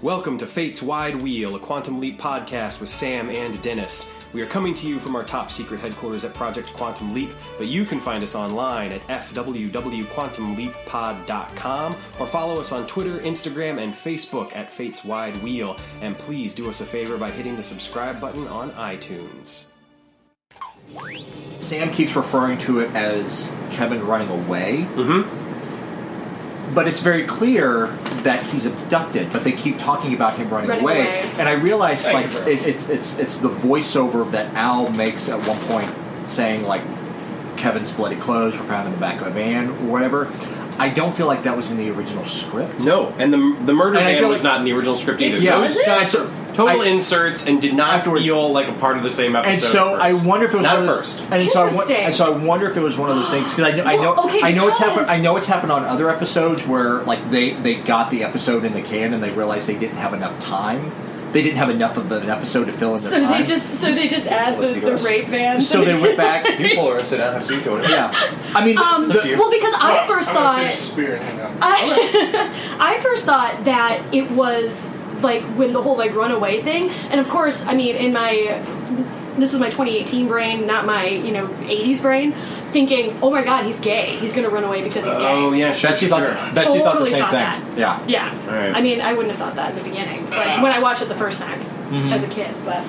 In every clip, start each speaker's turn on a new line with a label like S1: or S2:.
S1: Welcome to Fate's Wide Wheel, a Quantum Leap podcast with Sam and Dennis. We are coming to you from our top secret headquarters at Project Quantum Leap, but you can find us online at fwwquantumleappod.com or follow us on Twitter, Instagram, and Facebook at Fate's Wide Wheel. And please do us a favor by hitting the subscribe button on iTunes.
S2: Sam keeps referring to it as Kevin running away. Mm-hmm.
S3: Mm-hmm.
S2: But it's very clear that he's abducted. But they keep talking about him running,
S4: Running
S2: away.
S4: away.
S2: and I realize like
S3: Thank you, bro.
S2: it, it's it's it's the voiceover that Al makes at one point saying like Kevin's bloody clothes were found in the back of a van or whatever. I don't feel like that was in the original script.
S1: No, and the, the murder
S2: And I
S1: man
S2: feel
S1: was
S2: like-
S1: not in the original script either.
S2: Yeah,
S1: Those
S2: it?
S1: shots are total
S2: I-
S1: inserts and did not
S2: Afterwards.
S1: feel like a part of the same episode.
S2: And so
S1: at
S2: I
S1: first.
S2: wonder if it was
S1: Not
S2: one of
S1: at
S2: those-
S1: first.
S2: And so, I won-
S4: Interesting.
S2: and so I wonder if it was one of those things because I know, I know,
S4: Well, okay,
S2: I know it's happened.
S4: because-
S2: I know it's happened on other episodes where like they they got the episode in the can and they realized they didn't have enough time. They didn't have enough of an episode to fill in. Their
S4: So
S2: time.
S4: they just so they just add the,
S3: Let's see
S4: the
S3: yours.
S4: rape van.
S2: so they went back.
S3: People are sitting down have seen going.
S2: Yeah, I mean,
S4: Um,
S2: the-
S3: you.
S4: well, because I first
S5: I'm gonna finish
S4: thought
S5: this beer and hang out.
S4: I, I first thought that it was like when the whole like runaway thing, and of course, I mean, in my this was my 2018 brain, not my you know 80s brain, thinking, oh my god, he's gay, he's gonna run away because he's gay.
S1: Oh, yeah, sure.
S2: bet you
S1: sure.
S2: thought bet you thought the
S4: Totally
S2: same
S4: thought
S2: thing.
S4: that.
S2: Yeah, Uh.
S4: Yeah,
S1: Right.
S4: I mean, I wouldn't have thought that in the beginning, but when I watched it the first time
S2: Mm-hmm.
S4: as a kid, but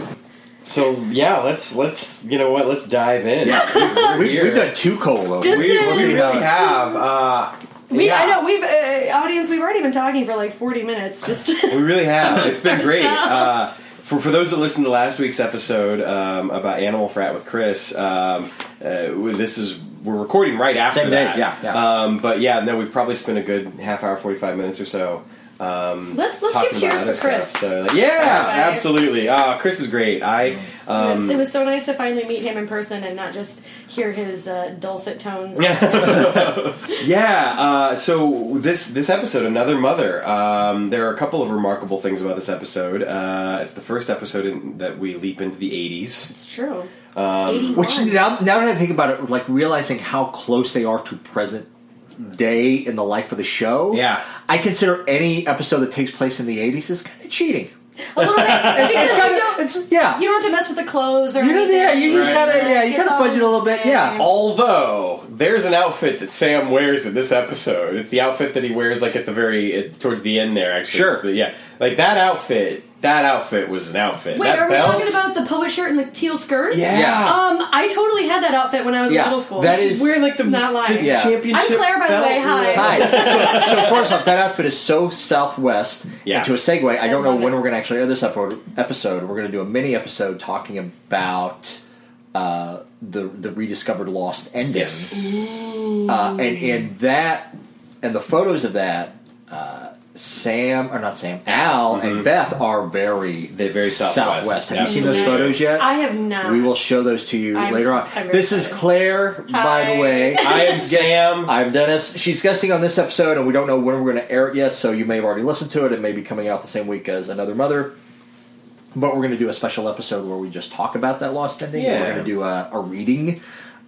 S1: So yeah, let's let's you know what? Let's dive in. Yeah,
S2: we, we've done two cola.
S4: This
S3: We,
S4: is-
S3: we really have. Uh,
S4: we
S3: yeah,
S4: I know we've uh, audience, we've already been talking for like 40 minutes, just
S3: We really have. It's been great. Uh,
S1: for, for those that listened to last week's episode um, about Animal Frat with Chris, um, uh, this is we're recording right after
S2: Same day,
S1: that.
S2: yeah, yeah.
S1: Um, but yeah, no, we've probably spent a good half hour, forty five minutes or so. Um,
S4: Let's- let's
S1: talking
S4: give cheers
S1: about other
S4: for Chris.
S1: Stuff, so, like, yeah,
S4: Okay.
S1: absolutely. Ah, Chris is great. I um,
S4: Yes, it was so nice to finally meet him in person and not just hear his uh, dulcet tones.
S1: yeah. Uh, so this this episode, another mother. Um, there are a couple of remarkable things about this episode. Uh, it's the first episode in, that we leap into the '80s.
S4: It's true. Um,
S2: Which now, now that I think about it, like realizing how close they are to present day in the life of the show,
S1: Yeah.
S2: I consider any episode that takes place in the '80s is kind of cheating.
S4: a little bit
S2: It's
S4: because you,
S2: kinda-
S4: don't,
S2: it's- yeah,
S4: you
S2: you,
S4: don't have to mess with the clothes or
S2: know,
S4: anything.
S2: yeah, you just
S1: Right.
S2: kind of, yeah, you
S4: It's
S2: kind of
S4: all
S2: fudge it a little bit,
S4: the
S2: yeah.
S4: same.
S1: Although there's an outfit that Sam wears in this episode. It's the outfit that he wears like at the very at, towards the end there. Actually,
S2: Sure.
S1: It's the- yeah, like that outfit. That outfit was an outfit.
S4: Wait,
S1: that
S4: are we
S1: belt-
S4: talking about the poet shirt and the teal skirt?
S1: Yeah.
S4: Um, I totally had that outfit when I was
S2: Yeah,
S4: in middle school.
S2: that is-
S1: We're like the,
S4: Not lying.
S1: the
S2: Yeah.
S1: championship.
S4: I'm Claire, by the
S1: belt
S4: way, hi.
S2: Hi. So, so first off, that outfit is so Southwest.
S1: Yeah.
S2: Into a segue, I don't know
S4: love
S2: when
S4: it.
S2: we're going to actually air this epo- episode. We're going to do a mini episode talking about uh, the the rediscovered lost ending.
S1: Yes.
S2: Uh,
S4: Mm.
S2: and and that and the photos of that, uh, Sam or not Sam, Al and Beth are very
S1: Mm-hmm. They're very Southwest.
S2: Southwest. Have you
S4: Nice.
S2: seen those photos yet?
S4: I have not.
S2: we will show those to you
S4: I'm-
S2: later on.
S4: I'm very
S2: this is
S4: excited.
S2: Claire, by
S4: Hi.
S2: the way.
S1: I am Sam.
S2: I'm Dennis. She's guesting on this episode, and we don't know when we're going to air it yet, so you may have already listened to it. It may be coming out the same week as Another Mother. But we're going to do a special episode where we just talk about that lost ending.
S1: Yeah.
S2: We're going to do a, a reading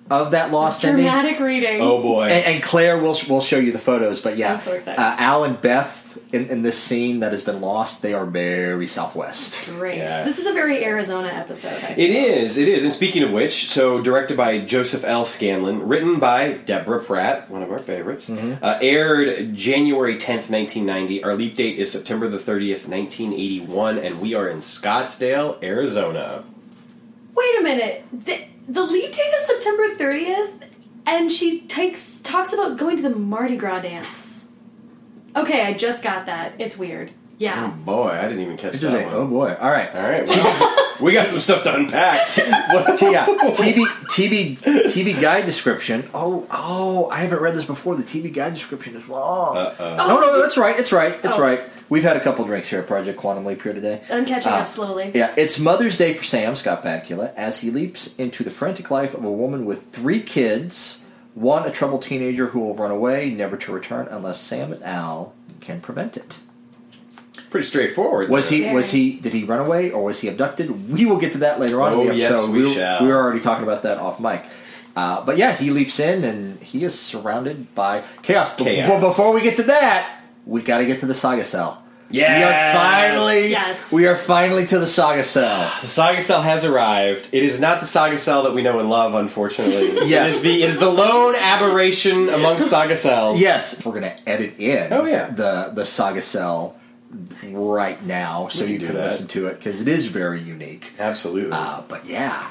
S2: of that lost ending.
S4: dramatic reading.
S1: Oh boy.
S2: And, and Claire will will show you the photos, but yeah,
S4: I'm so excited.
S2: Uh, Al and Beth in, in this scene that has been lost, they are very Southwest.
S4: Great.
S1: Yeah.
S4: This is a very Arizona episode. I think.
S1: It is, it is. And speaking of which, so directed by Joseph L. Scanlon, written by Deborah Pratt, one of our favorites,
S2: Mm-hmm.
S1: uh, aired January 10th, 1990. Our leap date is September the 30th, 1981, and we are in Scottsdale, Arizona.
S4: Wait a minute. The, the lead date is September 30th, and she takes talks about going to the Mardi Gras dance. Okay, I just got that. It's weird.
S1: Oh
S4: Yeah.
S1: boy, I didn't even catch that
S2: Oh
S1: one.
S2: boy! All right,
S1: All right,
S2: oh,
S1: well, we got some stuff to unpack. What-
S2: T- yeah, TV TV TV guide description. Oh oh, I haven't read this before. The TV guide description is wrong.
S1: Uh-oh.
S2: No no, that's right. It's right. It's
S4: Oh.
S2: right. We've had a couple drinks here at Project Quantum Leap here today.
S4: I'm catching
S2: Uh,
S4: up slowly.
S2: Yeah, it's Mother's Day for Sam Scott Bakula as he leaps into the frantic life of a woman with three kids, one a troubled teenager who will run away, never to return unless Sam and Al can prevent it.
S1: Pretty straightforward.
S2: Was
S1: there.
S2: he? Was he? Did he run away or was he abducted? We will get to that later on in
S1: Oh,
S2: the
S1: yes,
S2: episode.
S1: we
S2: were,
S1: shall.
S2: were already talking about that off mic. Uh, but yeah, he leaps in and he is surrounded by chaos. But-
S1: Chaos.
S2: Well, before we get to that, we got to get to the saga cell. We are
S1: Yes!
S2: finally,
S4: Yes.
S2: we are finally to the saga cell.
S1: The Saga Cell has arrived. It is not the Saga Cell that we know and love, unfortunately.
S2: Yes.
S1: It is the, it is the lone aberration amongst Saga Cells.
S2: Yes, we're gonna edit in.
S1: Oh, yeah.
S2: the the saga cell right now, so
S1: We can
S2: you
S1: do
S2: can
S1: that.
S2: listen to it because it is very unique.
S1: Absolutely.
S2: Uh, but yeah,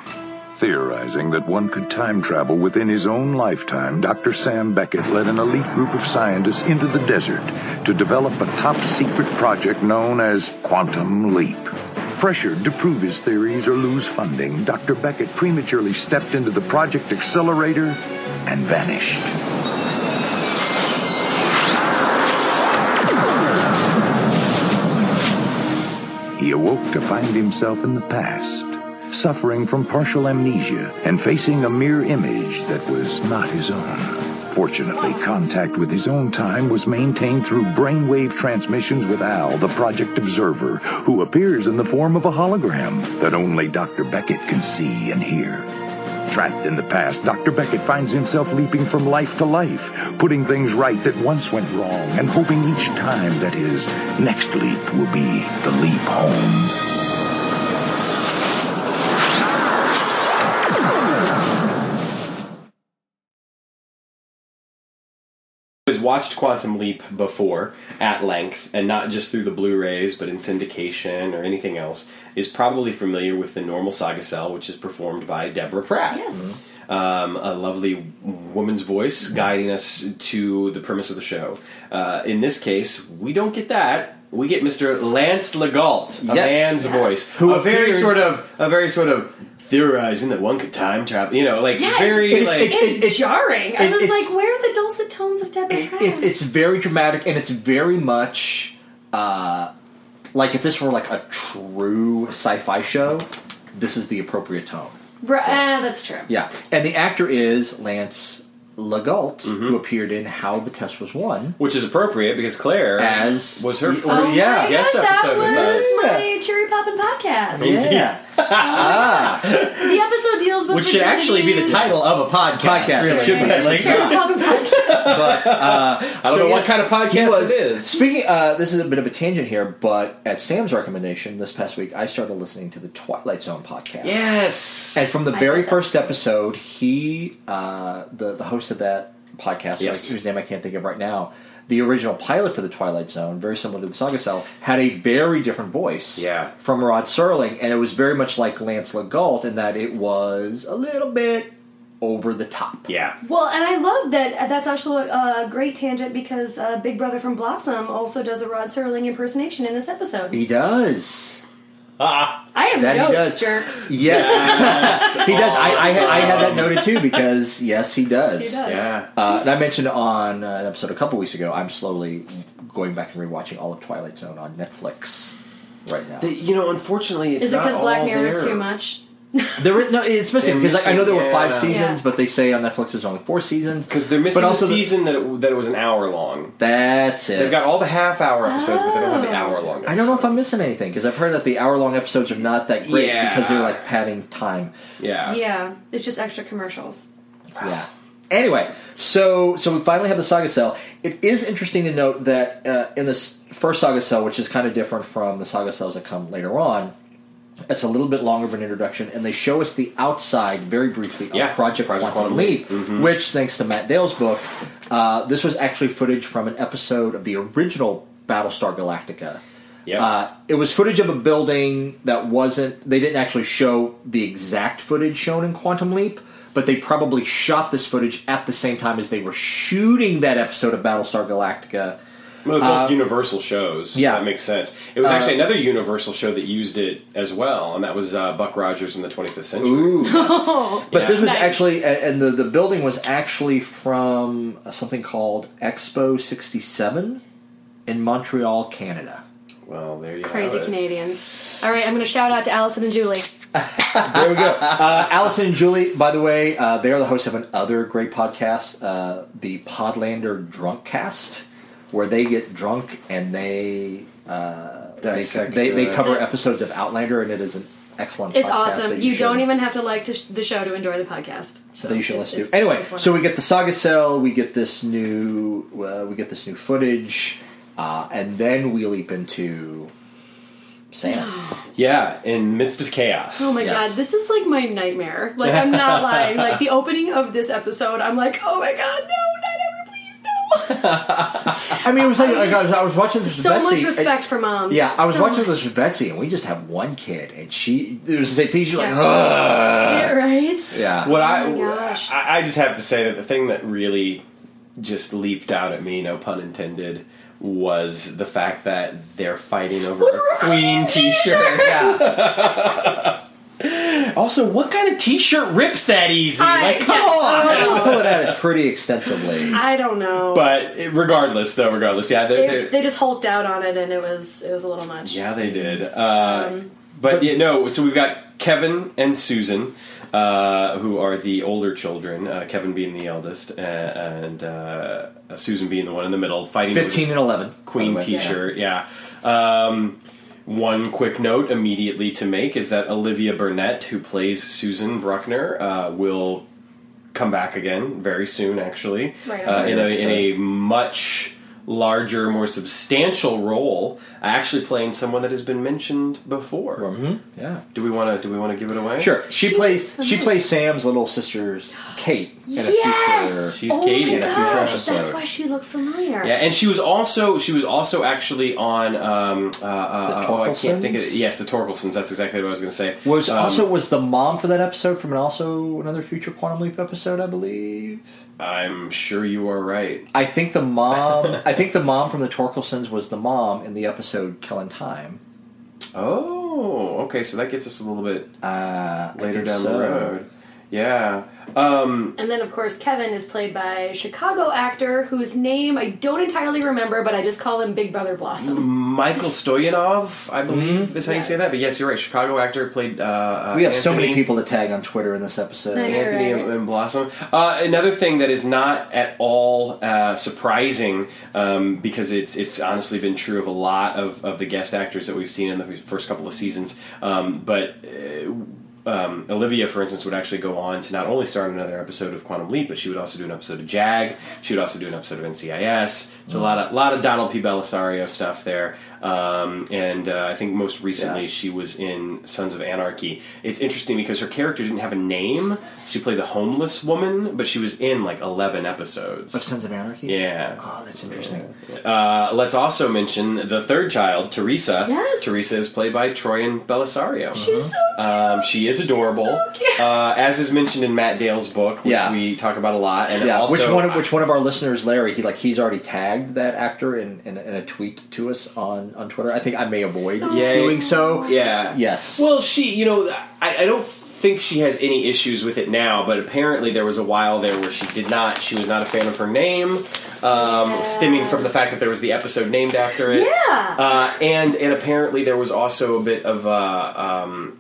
S5: Theorizing that one could time travel within his own lifetime, Dr. Sam Beckett led an elite group of scientists into the desert to develop a top secret project known as Quantum Leap. Pressured to prove his theories or lose funding, Dr. Beckett prematurely stepped into the project accelerator and vanished. He awoke to find himself in the past, suffering from partial amnesia and facing a mere image that was not his own. Fortunately, contact with his own time was maintained through brainwave transmissions with Al, the project observer, who appears in the form of a hologram that only Dr. Beckett can see and hear. Trapped in the past, Dr. Beckett finds himself leaping from life to life, putting things right that once went wrong, and hoping each time that his next leap will be the leap home.
S1: has watched Quantum Leap before at length, and not just through the Blu-rays, but in syndication or anything else, is probably familiar with the normal Saga Cell, which is performed by Deborah Pratt.
S2: Mm-hmm.
S4: Yes. Mm-hmm.
S1: Um, a lovely woman's voice guiding us to the premise of the show. Uh, in this case, we don't get that. We get Mr. Lance Legault, a
S2: Yes.
S1: man's
S2: Yes.
S1: voice,
S2: Who
S1: a very
S2: appeared-
S1: sort of a very sort of theorizing that one could time travel. You know, like
S4: Yeah, it's-
S1: very
S2: it's-
S1: like
S2: it's-
S4: It's jarring. I
S2: it-
S4: was
S2: it's-
S4: like, where are the dulcet tones of Deborah
S2: it,
S4: Pratt?
S2: it, it's very dramatic and it's very much uh, like if this were like a true sci-fi show, this is the appropriate tone.
S4: Bru- eh, that's true.
S2: Yeah, and the actor is Lance Legault,
S1: Mm-hmm.
S2: who appeared in How the Test Was Won.
S1: which is appropriate because Claire
S2: As-
S1: was her first
S2: Oh
S4: Oh
S2: Yeah,
S4: my
S1: guest
S4: gosh, that
S1: episode with
S4: was
S2: us.
S4: my Cherry Poppin' podcast.
S2: Yeah,
S4: The episode deals with
S1: which should actually be the
S4: virginities.
S1: title of a podcast.
S2: Podcast,
S1: really.
S2: right.
S1: shouldn't it? Like,
S4: Cherry Poppin' podcast.
S2: but uh, I
S1: don't know what kind of podcast it is.
S2: Speaking, uh, this is a bit of a tangent here, but at Sam's recommendation this past week, I started listening to the Twilight Zone podcast.
S1: yes.
S2: And from the
S4: I
S2: very
S4: love it.
S2: first episode, he, uh, the the host of that podcast,
S1: Yes.
S2: whose name I can't think of right now, the original pilot for the Twilight Zone, very similar to the Saga Cell, had a very different voice.
S1: Yeah.
S2: From Rod Serling, and it was very much like Lance Legault in that it was a little bit over the top.
S1: yeah.
S4: Well, and I love that. uh, That's actually a great tangent because uh, Big Brother from Blossom also does a Rod Serling impersonation in this episode.
S2: He does.
S4: I have
S2: That he
S4: notes,
S2: does.
S4: jerks.
S2: Yes, he does. I, I, I had that noted too because yes, he does.
S4: He does.
S1: Yeah.
S2: Uh, and I mentioned on uh, an episode a couple weeks ago. I'm slowly going back and rewatching all of Twilight Zone on Netflix right now.
S1: The- you know, unfortunately, it's
S4: Is it
S1: not
S4: because Black
S1: all
S4: Mirror is
S1: there.
S4: too much?
S2: There is no, it's
S1: They're
S2: missing because like, I know there were
S1: missing,
S2: five
S1: yeah.
S2: seasons,
S4: Yeah.
S2: but they say on Netflix there's only four seasons.
S1: Because they're missing
S2: but also
S1: the season that it, that it was an hour long.
S2: that's it.
S1: They've got all the half hour episodes, but they don't have the
S4: Oh.
S1: hour long.
S2: I don't know if I'm missing anything because I've heard that the hour long episodes are not that great
S1: Yeah.
S2: because they're like padding time. Uh,
S1: Yeah.
S4: Yeah, it's just extra commercials.
S2: Yeah. Anyway, so so we finally have the Saga Cell. It is interesting to note that uh, in this first Saga Cell, which is kind of different from the Saga Cells that come later on, it's a little bit longer of an introduction, and they show us the outside very briefly of
S1: Yeah,
S2: Project,
S1: Project
S2: Quantum
S1: Quantum Mm-hmm.
S2: Leap, which, thanks to Matt Dale's book, uh, this was actually footage from an episode of the original Battlestar Galactica.
S1: Yep.
S2: Uh, it was footage of a building that wasn't. They didn't actually show the exact footage shown in Quantum Leap, but they probably shot this footage at the same time as they were shooting that episode of Battlestar Galactica.
S1: Well, they're both Universal shows. so
S2: uh, yeah. Uh,
S1: that makes sense. It was actually another Universal show that used it as well, and that was uh, Buck Rogers in the 25th Century.
S4: Oh,
S2: But
S1: Yeah.
S2: this was
S4: Nice.
S2: actually, a- and the, the building was actually from something called Expo 67 in Montreal, Canada.
S1: Well, there you
S4: crazy
S1: have it.
S4: Canadians. All right, I'm going to shout out to Allison and Julie.
S2: There we go. Uh, Allison and Julie, by the way, uh, they are the hosts of another great podcast, uh, the Podlander Drunkcast, where they get drunk and they uh, they,
S1: Dissect
S2: they, they
S1: the-
S2: cover episodes of Outlander, and it is an excellent.
S4: It's
S2: podcast
S4: awesome.
S2: that
S4: You,
S2: should-
S4: don't even have to like to sh- the show to enjoy the podcast. So
S2: that you should
S4: it's-
S2: listen to.
S4: it's-
S2: Anyway,
S4: it's
S2: so
S4: wonderful.
S2: we get the Saga Cell, we get this new uh, we get this new footage, uh, and then we leap into Sam.
S1: Yeah, in midst of chaos.
S4: Oh my
S2: Yes.
S4: god, this is like my nightmare. Like I'm not lying. Like the opening of this episode, I'm like, oh my god, no, not ever, please, no.
S2: I mean, it was like, like, I, was, I was watching this. with
S4: so
S2: Betsy,
S4: much respect
S2: and-
S4: for moms.
S2: Yeah, I was
S4: So
S2: watching
S4: much.
S2: this with Betsy, and we just have one kid, and she it was the same thing. She was like,
S4: Yeah.
S2: Ugh.
S4: Yeah, right?
S2: yeah.
S1: What I,
S4: Oh my gosh.
S1: I I just have to say that the thing that really just leaped out at me, no pun intended, was the fact that they're fighting over a Queen T-shirt.
S2: Yeah.
S1: Also, what kind of T-shirt rips that easy?
S4: I-
S1: like, come
S4: yeah. oh,
S1: on.
S2: I pull it at it pretty extensively.
S4: I don't know.
S1: But regardless, though, regardless, yeah,
S4: they,
S1: they're, they're,
S4: just- they just hulked out on it and it was it was a little much.
S1: Yeah, they did. Uh, but, yeah, no. So we've got Kevin and Susan, uh, who are the older children. Uh, Kevin being the eldest, uh, and uh, Susan being the one in the middle, fighting over this
S2: Fifteen and eleven. by the
S1: Queen
S2: way.
S1: T-shirt. Yeah. Um, one quick note immediately to make is that Olivia Burnett, who plays Susan Bruckner, uh, will come back again very soon. Actually,
S4: Right on.
S1: uh, in, a, in a much larger, more substantial role, actually playing someone that has been mentioned before.
S2: Yeah.
S1: Do we want to? Do we want to give it away?
S2: mm-hmm. Sure. She
S4: She's
S2: plays she
S4: familiar.
S2: plays Sam's little sister's Kate in a future.
S4: Yes.
S1: She's
S4: oh
S1: Katie in
S4: my
S1: a future
S4: gosh,
S1: episode.
S4: That's why she looked familiar.
S1: Yeah, and she was also she was also actually on um, uh, uh,
S2: The
S1: oh I can't think of
S2: Torkelsons?
S1: it. yes the Torkelsons that's exactly what I was going to say
S2: Was
S1: Um,
S2: also was the mom for that episode from an also another future Quantum Leap episode, I believe.
S1: I'm sure you are right
S2: I think the mom. I think the mom from the Torkelsons was the mom in the episode Killing Time.
S1: oh okay so that gets us a little bit
S2: Uh, I
S1: later
S2: think
S1: down
S2: so.
S1: the road yeah um,
S4: And then, of course, Kevin is played by Chicago actor whose name I don't entirely remember, but I just call him Big Brother Blossom.
S1: Michael Stoyanov
S2: Mm-hmm.
S1: I believe is how you say
S4: Yes.
S1: that but yes you're right Chicago actor played uh, uh,
S2: We have so
S1: Anthony-
S2: many people to tag on Twitter in this episode.
S4: I know.
S1: Anthony
S4: Right.
S1: and- and Blossom. Uh, another thing that is not at all uh, surprising, um, because it's it's honestly been true of a lot of, of the guest actors that we've seen in the first couple of seasons. Um, but uh, um, Olivia, for instance, would actually go on to not only star in another episode of Quantum Leap, but she would also do an episode of JAG. She would also do an episode of NCIS. So a lot of lot of Donald P. Belisario stuff there. Um, and uh, I think most recently
S2: Yeah.
S1: she was in Sons of Anarchy. It's interesting because her character didn't have a name. She played the homeless woman, but she was in like 11 episodes.
S2: Of Sons of Anarchy.
S1: yeah.
S2: Oh, that's interesting.
S1: Uh, let's also mention the third child, Teresa.
S4: Yes.
S1: Teresa is played by Troyan Belisario.
S4: She's so cute.
S1: Um, she is adorable,
S4: She's so cute.
S1: uh, as is mentioned in Matt Dale's book, which
S2: Yeah.
S1: we talk about a lot. And
S2: Yeah,
S1: also,
S2: which one? Which one of our listeners, Larry? He like he's already tagged that actor in, in, in a tweet to us on, on Twitter. I think I may avoid
S1: Yay.
S2: doing so.
S1: yeah,
S2: Yes.
S1: Well, she, you know, I, I don't think she has any issues with it now, but apparently there was a while there where she did not. She was not a fan of her name, um, stemming from the fact that there was the episode named after it.
S4: Yeah.
S1: Uh, and and apparently there was also a bit of uh, um,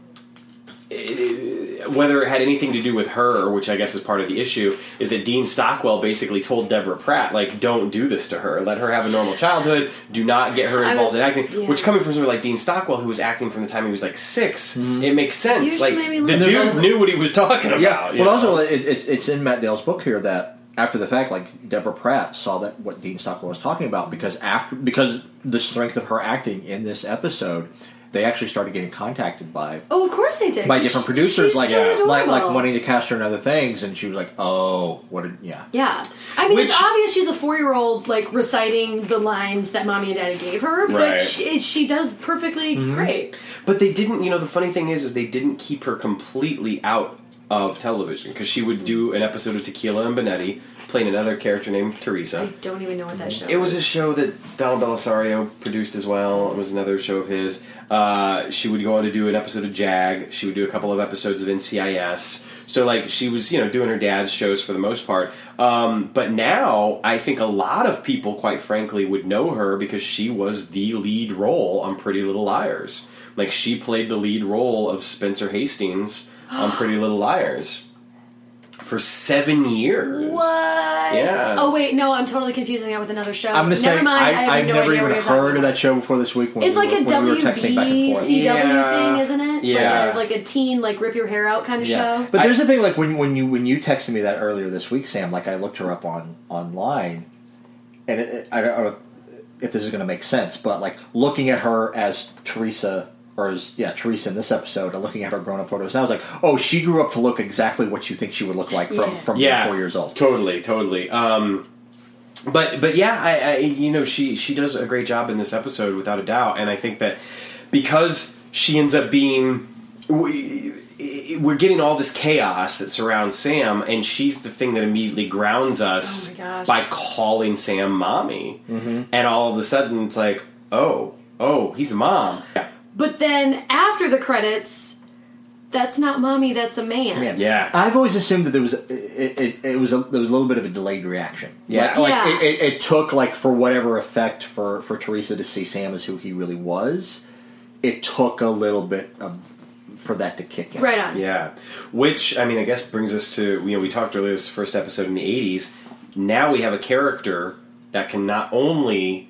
S1: eh, whether it had anything to do with her, which I guess is part of the issue, is that Dean Stockwell basically told Deborah Pratt like, "Don't do this to her. Let her have a normal childhood. Do not get her
S4: I
S1: involved in
S4: was-
S1: acting."
S4: yeah.
S1: Which coming from somebody like Dean Stockwell, who was acting from the time he was like 6 it makes sense.
S4: Usually
S1: like
S4: maybe
S1: the
S4: less-
S1: dude
S2: There's only-
S1: knew what he was talking about.
S2: Mm-hmm. yeah.
S1: you
S2: Well,
S1: know?
S2: also it, it's it's in Matt Dale's book here that after the fact, like Deborah Pratt saw that what Dean Stockwell was talking about because after because the strength of her acting in this episode, they actually started getting contacted by
S4: oh, of course they did.
S2: by different producers,
S4: She's
S2: like,
S4: so adorable.
S2: like like wanting to cast her in other things, and she was like, "Oh, what? A, yeah,
S4: Yeah, I mean it's
S1: Which-
S4: obvious she's a four-year-old like reciting the lines that mommy and daddy gave her, but
S1: Right.
S4: she, she does perfectly
S2: Mm-hmm.
S4: great.
S1: But they didn't. You know, the funny thing is, is they didn't keep her completely out of television because she would do an episode of Tequila and Benetti, playing another character named
S4: I
S1: Teresa.
S4: don't even know what that show.
S1: It was a show that Donald Belisario produced as well. It was another show of his. Uh, she would go on to do an episode of JAG. She would do a couple of episodes of NCIS. So, like, she was, you know, doing her dad's shows for the most part. Um, but now, I think a lot of people, quite frankly, would know her because she was the lead role on Pretty Little Liars. Like, she played the lead role of Spencer Hastings on Pretty Little Liars for seven years.
S4: What?
S1: Yes.
S4: Oh wait, no, I'm totally confusing that with another show.
S2: I'm gonna
S4: never
S2: say
S4: mind. I,
S2: I,
S4: have
S2: I've
S4: no
S2: never
S4: idea
S2: even
S4: what you're talking
S2: heard of
S4: about.
S2: that show before this week. When
S4: It's
S2: we
S4: like a
S2: were, when we were texting back and forth.
S4: WBCW
S1: Yeah.
S4: thing, isn't it?
S1: Yeah.
S4: Like a, like a teen, like rip your hair out kind of
S2: Yeah,
S4: show.
S2: but
S1: I-
S2: there's the thing like when when you when you texted me that earlier this week, Sam. Like I looked her up on online, and it, it, I don't. I don't- if this is going to make sense, but like looking at her as Teresa or as yeah Teresa in this episode and looking at her grown up photos, and I was like, oh, she grew up to look exactly what you think she would look like from
S4: Yeah.
S2: from being
S1: yeah,
S2: four years old.
S1: Totally, totally. Um, but but yeah, I, I you know she she does a great job in this episode without a doubt, and I think that because she ends up being. We, we're getting all this chaos that surrounds Sam, and she's the thing that immediately grounds us
S4: Oh my gosh.
S1: by calling Sam mommy.
S2: Mm-hmm.
S1: And all of a sudden, it's like, oh, oh, he's a mom. Yeah,
S4: But then after the credits, that's not mommy, that's a man.
S2: Man,
S1: Yeah.
S2: I've always assumed that there was it, it, it was a, there was a little bit of a delayed reaction.
S1: Yeah.
S2: like, like
S4: Yeah.
S2: It, it, it took like for whatever effect for for Teresa to see Sam as who he really was. It took a little bit um, for that to kick in.
S4: Right on.
S1: Yeah, which I mean, I guess brings us to you know we talked earlier this first episode in the '80s. Now we have a character that can not only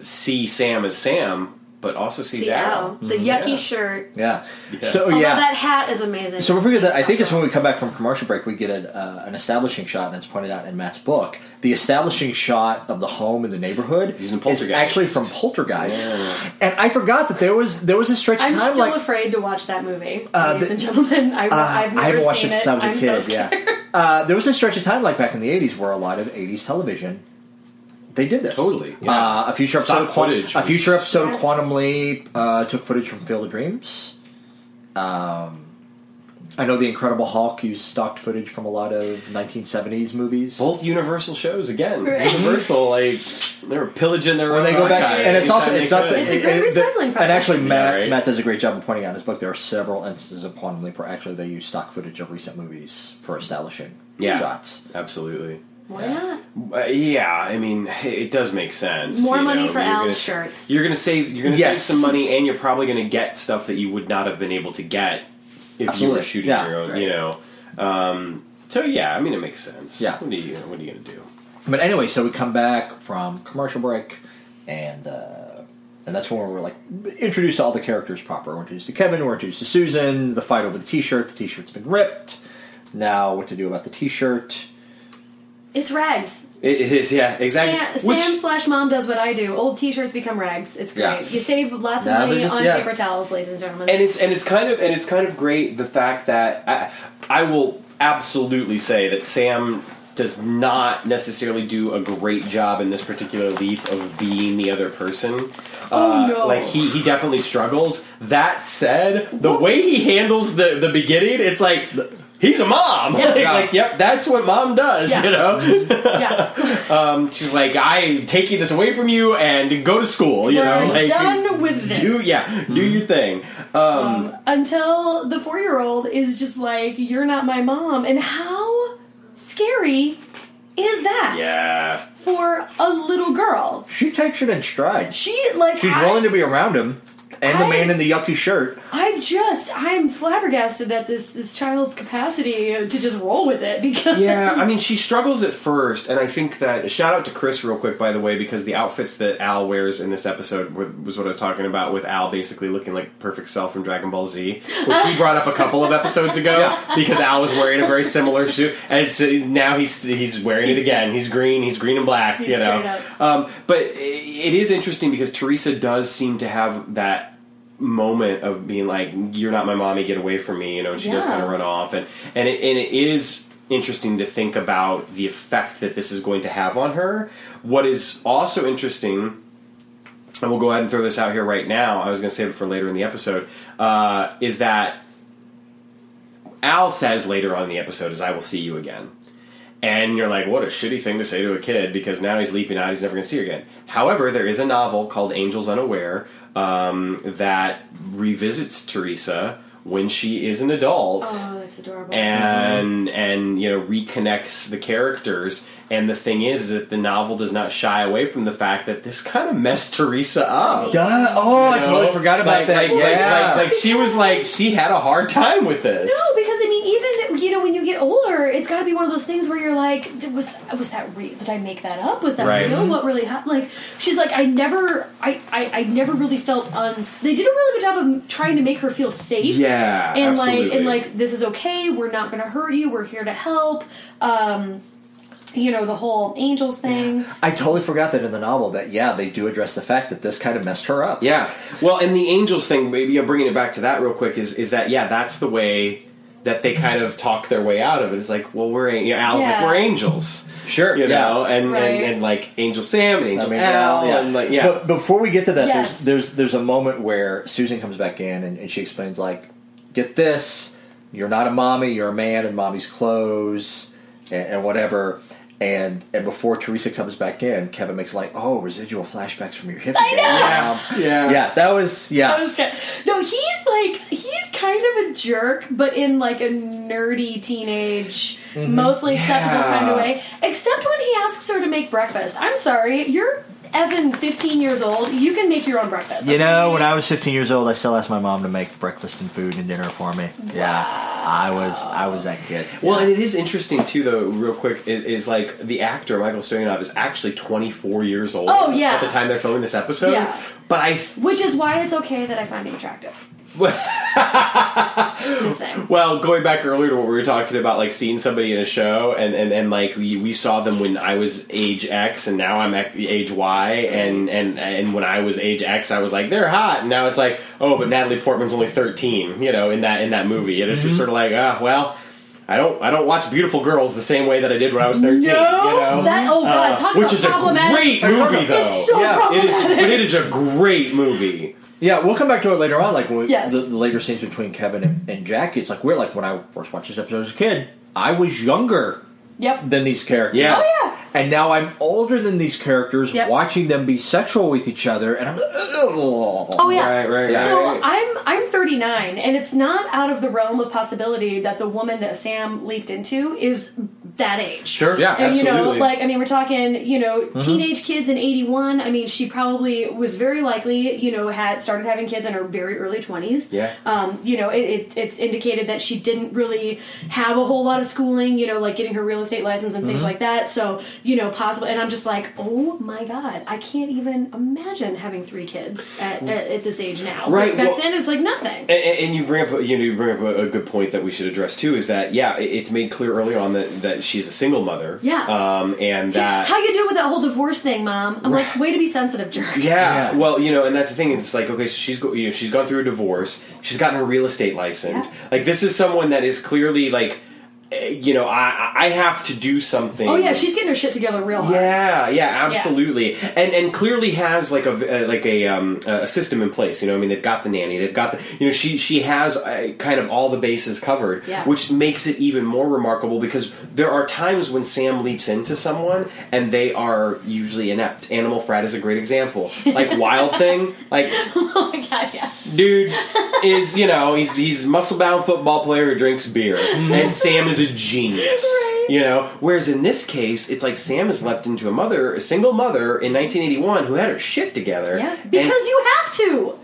S1: see Sam as Sam, but also sees
S4: See Al,
S1: Al.
S4: the yucky
S1: Yeah.
S4: shirt.
S2: Mm-hmm. Yeah.
S1: Yes.
S2: So
S4: Although
S2: Oh, yeah.
S4: that hat is amazing.
S2: So we figured that I think it's when we come back from commercial break we get a, uh, an establishing shot, and it's pointed out in Matt's book. The establishing shot of the home in the neighborhood
S1: He's in
S2: is
S1: Poltergeist.
S2: actually from Poltergeist,
S1: Yeah.
S2: and I forgot that there was there was a stretch
S4: I'm
S2: of time
S4: still
S2: like
S4: afraid to watch that movie,
S2: Uh,
S4: ladies
S2: the-
S4: and gentlemen. I,
S2: Uh,
S4: I've never
S2: I haven't watched
S4: seen
S2: it since I was a
S4: I'm
S2: kid.
S4: So scared.
S2: yeah, uh, there was a stretch of time like back in the '80s where a lot of '80s television they did this
S1: Totally, yeah.
S2: Uh, a future
S1: Stock
S2: episode, of Quan-
S1: footage
S2: a future
S1: was-
S2: episode
S4: Yeah.
S2: of Quantum Leap uh, took footage from Field of Dreams. Um, I know the Incredible Hulk used stock footage from a lot of 1970s movies.
S1: Both Universal shows again.
S4: Right.
S1: Universal, like they were pillaging their
S2: when
S1: own
S2: they go back,
S1: archives
S2: and it's also
S1: anytime they could.
S2: it's not that
S4: It's a great
S2: it- it-
S4: recycling
S2: And
S4: project.
S2: actually, Matt
S1: right?
S2: Matt does a great job of pointing out in his book there are several instances of Quantum Leap where actually they use stock footage of recent movies for establishing
S1: Yeah.
S2: shots.
S1: absolutely.
S4: Why not?
S1: Uh, yeah, I mean, it does make sense.
S4: More
S1: you
S4: money
S1: know,
S4: for
S1: you're
S4: Al's
S1: gonna-
S4: shirts.
S1: You're gonna save. You're gonna
S2: Yes.
S1: save some money, and you're probably gonna get stuff that you would not have been able to get if you
S2: Absolutely.
S1: were shooting
S2: Yeah.
S1: your own.
S2: Right.
S1: You know. Um, so yeah, I mean, it makes sense.
S2: Yeah.
S1: What are you What are you gonna do?
S2: But anyway, so we come back from commercial break, and uh, and that's when we're like introduced to all the characters proper. We're introduced to Kevin, we're introduced to Susan, the fight over the T-shirt. The T-shirt's been ripped. Now, what to do about the T-shirt?
S4: It's rags.
S1: It it is. Yeah. Exactly.
S4: Sam,
S1: Which-
S4: Sam slash mom does what I do. Old T-shirts become rags. It's great.
S2: Yeah.
S4: You save lots of
S2: Now
S4: money
S2: they're just-
S4: on
S2: yeah.
S4: paper towels, ladies and gentlemen.
S1: and it's and it's kind of and it's kind of great the fact that I, I will absolutely say that Sam does not necessarily do a great job in this particular leap of being the other person.
S4: Oh,
S1: Uh,
S4: no.
S1: Like he he definitely struggles. That said, the way he handles the the beginning, it's like. He's a mom.
S4: Yeah.
S1: Like, like, yep, that's what mom does,
S4: Yeah.
S1: you know?
S4: yeah,
S1: Um, she's like, I'm taking this away from you and go to school, you
S4: we're
S1: know? Like,
S4: done with this.
S1: do, yeah, do your thing.
S4: Um, until the four-year-old is just like, "You're not my mom," and how scary is that
S1: Yeah.
S4: for a little girl?
S2: She takes it in stride.
S4: She like
S2: She's
S4: I,
S2: willing to be around him, and the
S4: I-
S2: man in the yucky shirt.
S4: I'm just I'm flabbergasted at this this child's capacity to just roll with it because
S1: yeah, I mean, she struggles at first, and I think that shout out to Chris real quick, by the way, because the outfits that Al wears in this episode were- was what I was talking about with Al basically looking like perfect self from Dragon Ball Z, which he brought up a couple of episodes ago because Al was wearing a very similar suit, and so now he's he's wearing it again. He's green, he's green and black,
S4: He's
S1: you know.
S4: straight up.
S1: Um, but i it is interesting because Teresa does seem to have that moment of being like, "You're not my mommy, get away from me," you know, and she does
S4: Yeah.
S1: kind of run off, and and it, and it is interesting to think about the effect that this is going to have on her. What is also interesting, and we'll go ahead and throw this out here right now. I was going to save it for later in the episode. Uh, is that Al says later on in the episode is, "I will see you again." And you're like, what a shitty thing to say to a kid because now he's leaping out, he's never going to see her again. However, there is a novel called Angels Unaware um, that revisits Teresa when she is an adult
S4: oh, that's adorable.
S1: and and you know reconnects the characters. And the thing is, is that the novel does not shy away from the fact that this kind of messed Teresa up.
S2: Duh. Oh, I
S1: You know?
S2: totally forgot about
S1: Like-
S2: that.
S1: like- like-
S2: yeah.
S1: like, like she was like she had a hard time with this.
S4: No, because I mean, even you know, when you get older, it's got to be one of those things where you're like, "D- was was that real? Did I make that up? Was that
S1: Right. Mm-hmm.
S4: real? What really happened? Like, she's like, I never, I, I, I never really felt uns. They did a really good job of trying to make her feel safe.
S1: Yeah,
S4: and
S1: absolutely.
S4: like, and like, this is okay. We're not going to hurt you. We're here to help. Um, you know, the whole angels thing.
S2: I totally forgot that in the novel that yeah they do address the fact that this kind of messed her up.
S1: Yeah. Well, and the angels thing, maybe I'm bringing it back to that real quick. Is is that yeah? That's the way that they kind of talk their way out of it. It's like, well, we're an- you know, Al's like
S4: Yeah.
S1: we're angels,
S2: sure.
S1: you
S2: yeah.
S1: know, and,
S4: Right.
S1: and and like Angel Sam and Angel
S2: I mean,
S1: Al,
S2: yeah.
S1: and like yeah,
S2: But before we get to that, there's
S4: Yes.
S2: there's there's a moment where Susan comes back in and, and she explains like, "Get this, you're not a mommy, you're a man in mommy's clothes and, and whatever." And and before Teresa comes back in, Kevin makes like, "Oh, residual flashbacks from your hippie
S4: I
S2: days."
S4: know.
S2: Um,
S1: yeah,
S2: yeah, that was yeah.
S4: That was good. No, he's like he's kind of a jerk, but in like a nerdy teenage, mostly acceptable
S1: Mm-hmm. Yeah.
S4: kind of way. Except when he asks her to make breakfast. I'm sorry, you're Evan, 15 years old. You can make your own breakfast.
S2: You know, when I was 15 years old, I still asked my mom to make breakfast and food and dinner for me. Yeah, I was I was that kid.
S1: Well, and it is interesting too, though. Real quick, is, is like the actor Michael Stoyanov is actually 24 years old.
S4: Oh, yeah.
S1: at the time they're filming this episode.
S4: Yeah.
S1: But I f-
S4: Which is why it's okay that I find him attractive. Just saying.
S1: well, going back earlier to what we were talking about, like seeing somebody in a show, and and, and like we, we saw them when I was age X, and now I'm at the age Y,
S4: Mm-hmm.
S1: and and and when I was age X, I was like they're hot, and now it's like oh, but Natalie Portman's only 13, you know, in that in that movie, and it's
S4: Mm-hmm.
S1: just sort of like ah, well. I don't. I don't watch beautiful girls the same way that I did when I was thirteen. you know?
S4: That oh god,
S1: Uh,
S4: talk
S1: which
S4: about
S1: is a
S4: problematic.
S1: great movie, though.
S4: It's so
S2: Yeah,
S1: It
S2: it is-
S1: is,
S4: problematic.
S1: but it is a great movie.
S2: Yeah, we'll come back to it later on, like when we,
S4: Yes.
S2: the, the later scenes between Kevin and, and Jackie. It's like we're like when I first watched this episode as a kid, I was younger
S4: Yep.
S2: than these characters.
S1: Yeah.
S4: Oh, yeah.
S2: And now I'm older than these characters,
S4: Yep.
S2: watching them be sexual with each other, and I'm like,
S4: Oh
S2: oh
S4: yeah.
S1: Right, right, right,
S4: So
S1: right.
S4: I'm I'm 39, and it's not out of the realm of possibility that the woman that Sam leaped into is that age.
S1: Sure, yeah,
S4: And you
S1: absolutely. Mm-hmm.
S4: know, like I mean, we're talking you know teenage kids in '81. I mean, she probably was very likely you know had started having kids in her very early 20s.
S1: Yeah.
S4: Um, you know, it, it, it's indicated that she didn't really have a whole lot of schooling. You know, like getting her real estate license and
S1: Mm-hmm.
S4: things like that. So you know, possible. And I'm just like, oh my god, I can't even imagine having three kids at, at, at this age now.
S1: Right,
S4: Like, back
S1: well-
S4: then, it's like nothing.
S1: And, and- and you bring up, you know, you bring up a, a good point that we should address too. Is that yeah, it- it's made clear early on that that she's a single mother.
S4: Yeah.
S1: Um, and that
S4: How you doing with that whole divorce thing, mom? I'm like, way to be sensitive, jerk.
S1: Yeah.
S2: Yeah.
S1: Well, you know, and that's the thing. It's like okay, so she's go- you know, she's gone through a divorce. She's gotten her real estate license.
S4: Yeah.
S1: Like this is someone that is clearly like, eh, you know, I I have to do something.
S4: Oh yeah, she's getting her shit together real hard.
S1: Yeah, yeah, absolutely, and and clearly has like a v- uh, like a um, a system in place. You know, I mean, they've got the nanny, they've got the you know she she has uh, kind of all the bases covered,
S4: Yeah.
S1: which makes it even more remarkable because there are times when Sam leaps into someone and they are usually inept. Animal Frat is a great example, like Wild Thing, like
S4: Oh my god, yeah.
S1: dude is you know he's he's muscle bound football player who drinks beer and sam is a genius
S4: Mm-hmm. Right.
S1: you know whereas in this case it's like sam has leapt into a mother a single mother in 1981 who had her shit together
S4: Yeah,
S1: and-
S4: because you have to.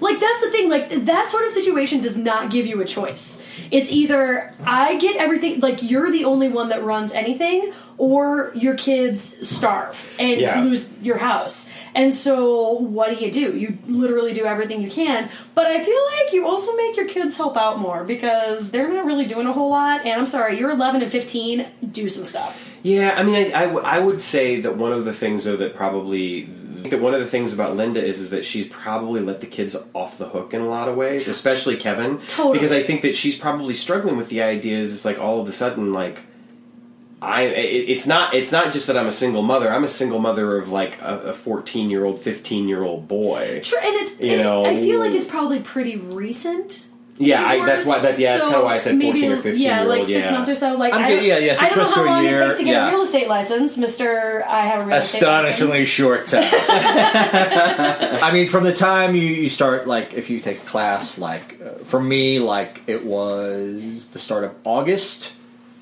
S4: Like that's the thing. Like that sort of situation does not give you a choice. It's either I get everything. Like you're the only one that runs anything, or your kids starve and
S1: Yeah.
S4: lose your house. And so, what do you do? You literally do everything you can. But I feel like you also make your kids help out more because they're not really doing a whole lot. And I'm sorry, you're 11 and 15. Do some stuff.
S1: Yeah, I mean, I, I, w- I would say that one of the things, though, that probably I think that one of the things about Linda is is that she's probably let the kids off the hook in a lot of ways, especially Kevin.
S4: Totally.
S1: Because I think that she's probably struggling with the ideas. It's like all of a sudden, like I, it, it's not, it's not just that I'm a single mother. I'm a single mother of like a fourteen year old, fifteen year old boy.
S4: Sure, and it's
S1: You
S4: and
S1: know-
S4: I feel like it's probably pretty recent.
S1: Yeah, I,
S4: divorce,
S1: that's why. That's yeah, that's
S4: so
S1: kind of why I said
S4: maybe,
S1: fourteen or fifteen
S4: Yeah,
S1: year
S4: like
S1: old.
S4: six
S1: yeah.
S4: months or so. Like,
S2: I'm
S4: I,
S2: good- yeah, yeah,
S4: I
S2: six
S4: don't know
S2: months
S4: how
S2: to a
S4: long
S2: year,
S4: it takes to get
S2: yeah.
S4: a real estate license, Mister. I have a real estate
S2: astonishingly
S4: license.
S2: short time. I mean, from the time you, you start, like, if you take a class, like, uh, for me, like, it was the start of August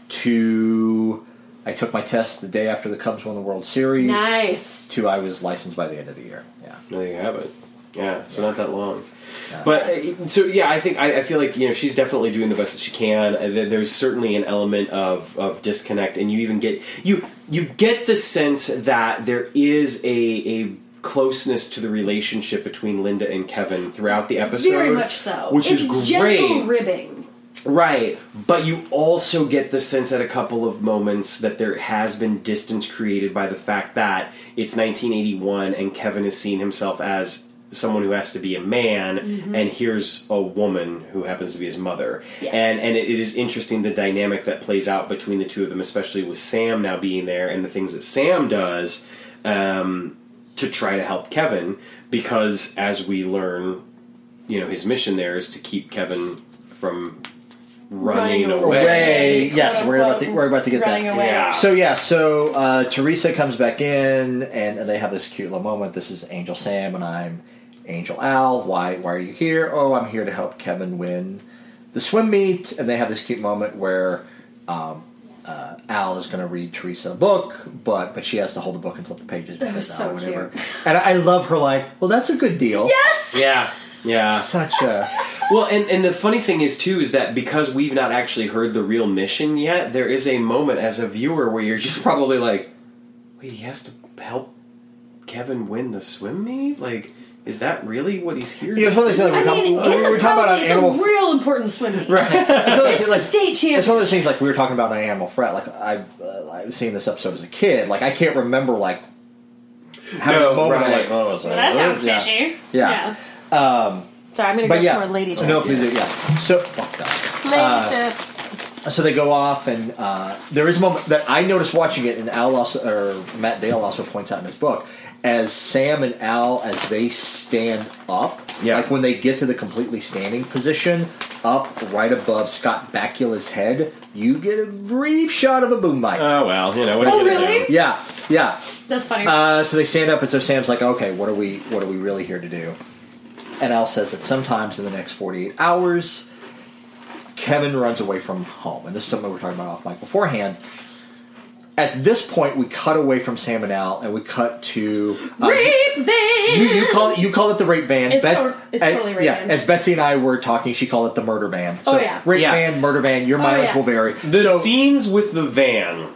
S2: to I took my test the day after the Cubs won the World Series.
S4: Nice.
S2: To I was licensed by the end of the year. Yeah.
S1: There you have it. Yeah, so not that long. But uh, so yeah, I think I, I feel like you know she's definitely doing the best that she can. Uh, there- There's certainly an element of, of disconnect, and you even get you you get the sense that there is a a closeness to the relationship between Linda and Kevin throughout the episode,
S4: Very much so.
S1: which
S4: it's
S1: is great.
S4: gentle ribbing.
S1: Right, but you also get the sense at a couple of moments that there has been distance created by the fact that it's 1981 and Kevin has seen himself as someone who has to be a man and here's a woman who happens to be his mother.
S4: Yeah.
S1: And and it, it is interesting the dynamic that plays out between the two of them especially with Sam now being there and the things that Sam does um, to try to help Kevin because as we learn you know his mission there is to keep Kevin from running,
S4: Running
S1: away.
S2: Away. Yes,
S4: quote,
S2: we're about to
S4: unquote,
S2: we're about to get that.
S4: running Away.
S1: Yeah.
S2: So yeah, so uh, Teresa comes back in, and they have this cute little moment. This is Angel Sam, and I'm Angel Al. Why? Why are you here? Oh, I'm here to help Kevin win the swim meet. And they have this cute moment where um, uh, Al is going to read Teresa a book, but but she has to hold the book and flip the pages because
S4: was so
S2: uh, whatever.
S4: cute.
S2: And I, I love her line. Well, that's a good deal.
S4: Yes.
S1: Yeah. Yeah.
S2: Such a
S1: Well, and, and the funny thing is, too, is that because we've not actually heard the real mission yet, there is a moment as a viewer where you're just probably like, wait, he has to help Kevin win the swim meet? Like, is that really what he's here
S2: You know, it's one of those things
S4: I
S2: we're talking-
S4: mean,
S2: we
S4: it's,
S2: were talking
S4: a,
S2: about
S4: probably-
S2: an
S4: it's
S2: animal.
S4: a real important swim meet. Right.
S2: it's one of those
S4: It's
S2: things, like-
S4: state champion.
S2: It's one of those things like we were talking about in Animal Fret. Like I've uh, I've seen this episode as a kid. Like I can't remember like having
S1: No,
S2: a moment of,
S1: right.
S2: like oh it's
S4: Well, that sounds
S2: yeah.
S4: fishy.
S2: Yeah. Um,
S6: Sorry, I'm gonna
S2: But
S6: go
S2: yeah,
S6: to our lady chips.
S2: no, please do, yeah. So oh,
S6: Lady chips.
S2: God. so they go off, and uh, there is a moment that I noticed watching it, and Al also or Matt Dale also points out in his book as Sam and Al as they stand up,
S1: Yeah.
S2: like when they get to the completely standing position, up right above Scott Bakula's head, you get a brief shot of a boom mic.
S1: Oh, well, you know, what are
S4: Oh,
S1: you gonna
S4: really?
S1: do?
S2: Yeah, yeah.
S4: That's funny.
S2: Uh, so they stand up, and so Sam's like, "Okay, what are we? What are we really here to do?" And Al says that sometimes in the next forty-eight hours, Kevin runs away from home, and this is something we were talking about off mic beforehand. At this point, we cut away from Sam and Al, and we cut to uh,
S4: Rape van.
S2: you, you call it you call it the rape van.
S4: It's to- it's
S2: uh,
S4: totally rape
S2: yeah,
S4: van.
S2: as Betsy and I were talking, she called it the murder van. So
S4: Oh, yeah. Oh,
S2: rape
S1: Yeah.
S2: van, murder van. Your mileage
S4: yeah.
S2: will vary.
S1: The
S2: so
S1: scenes with the van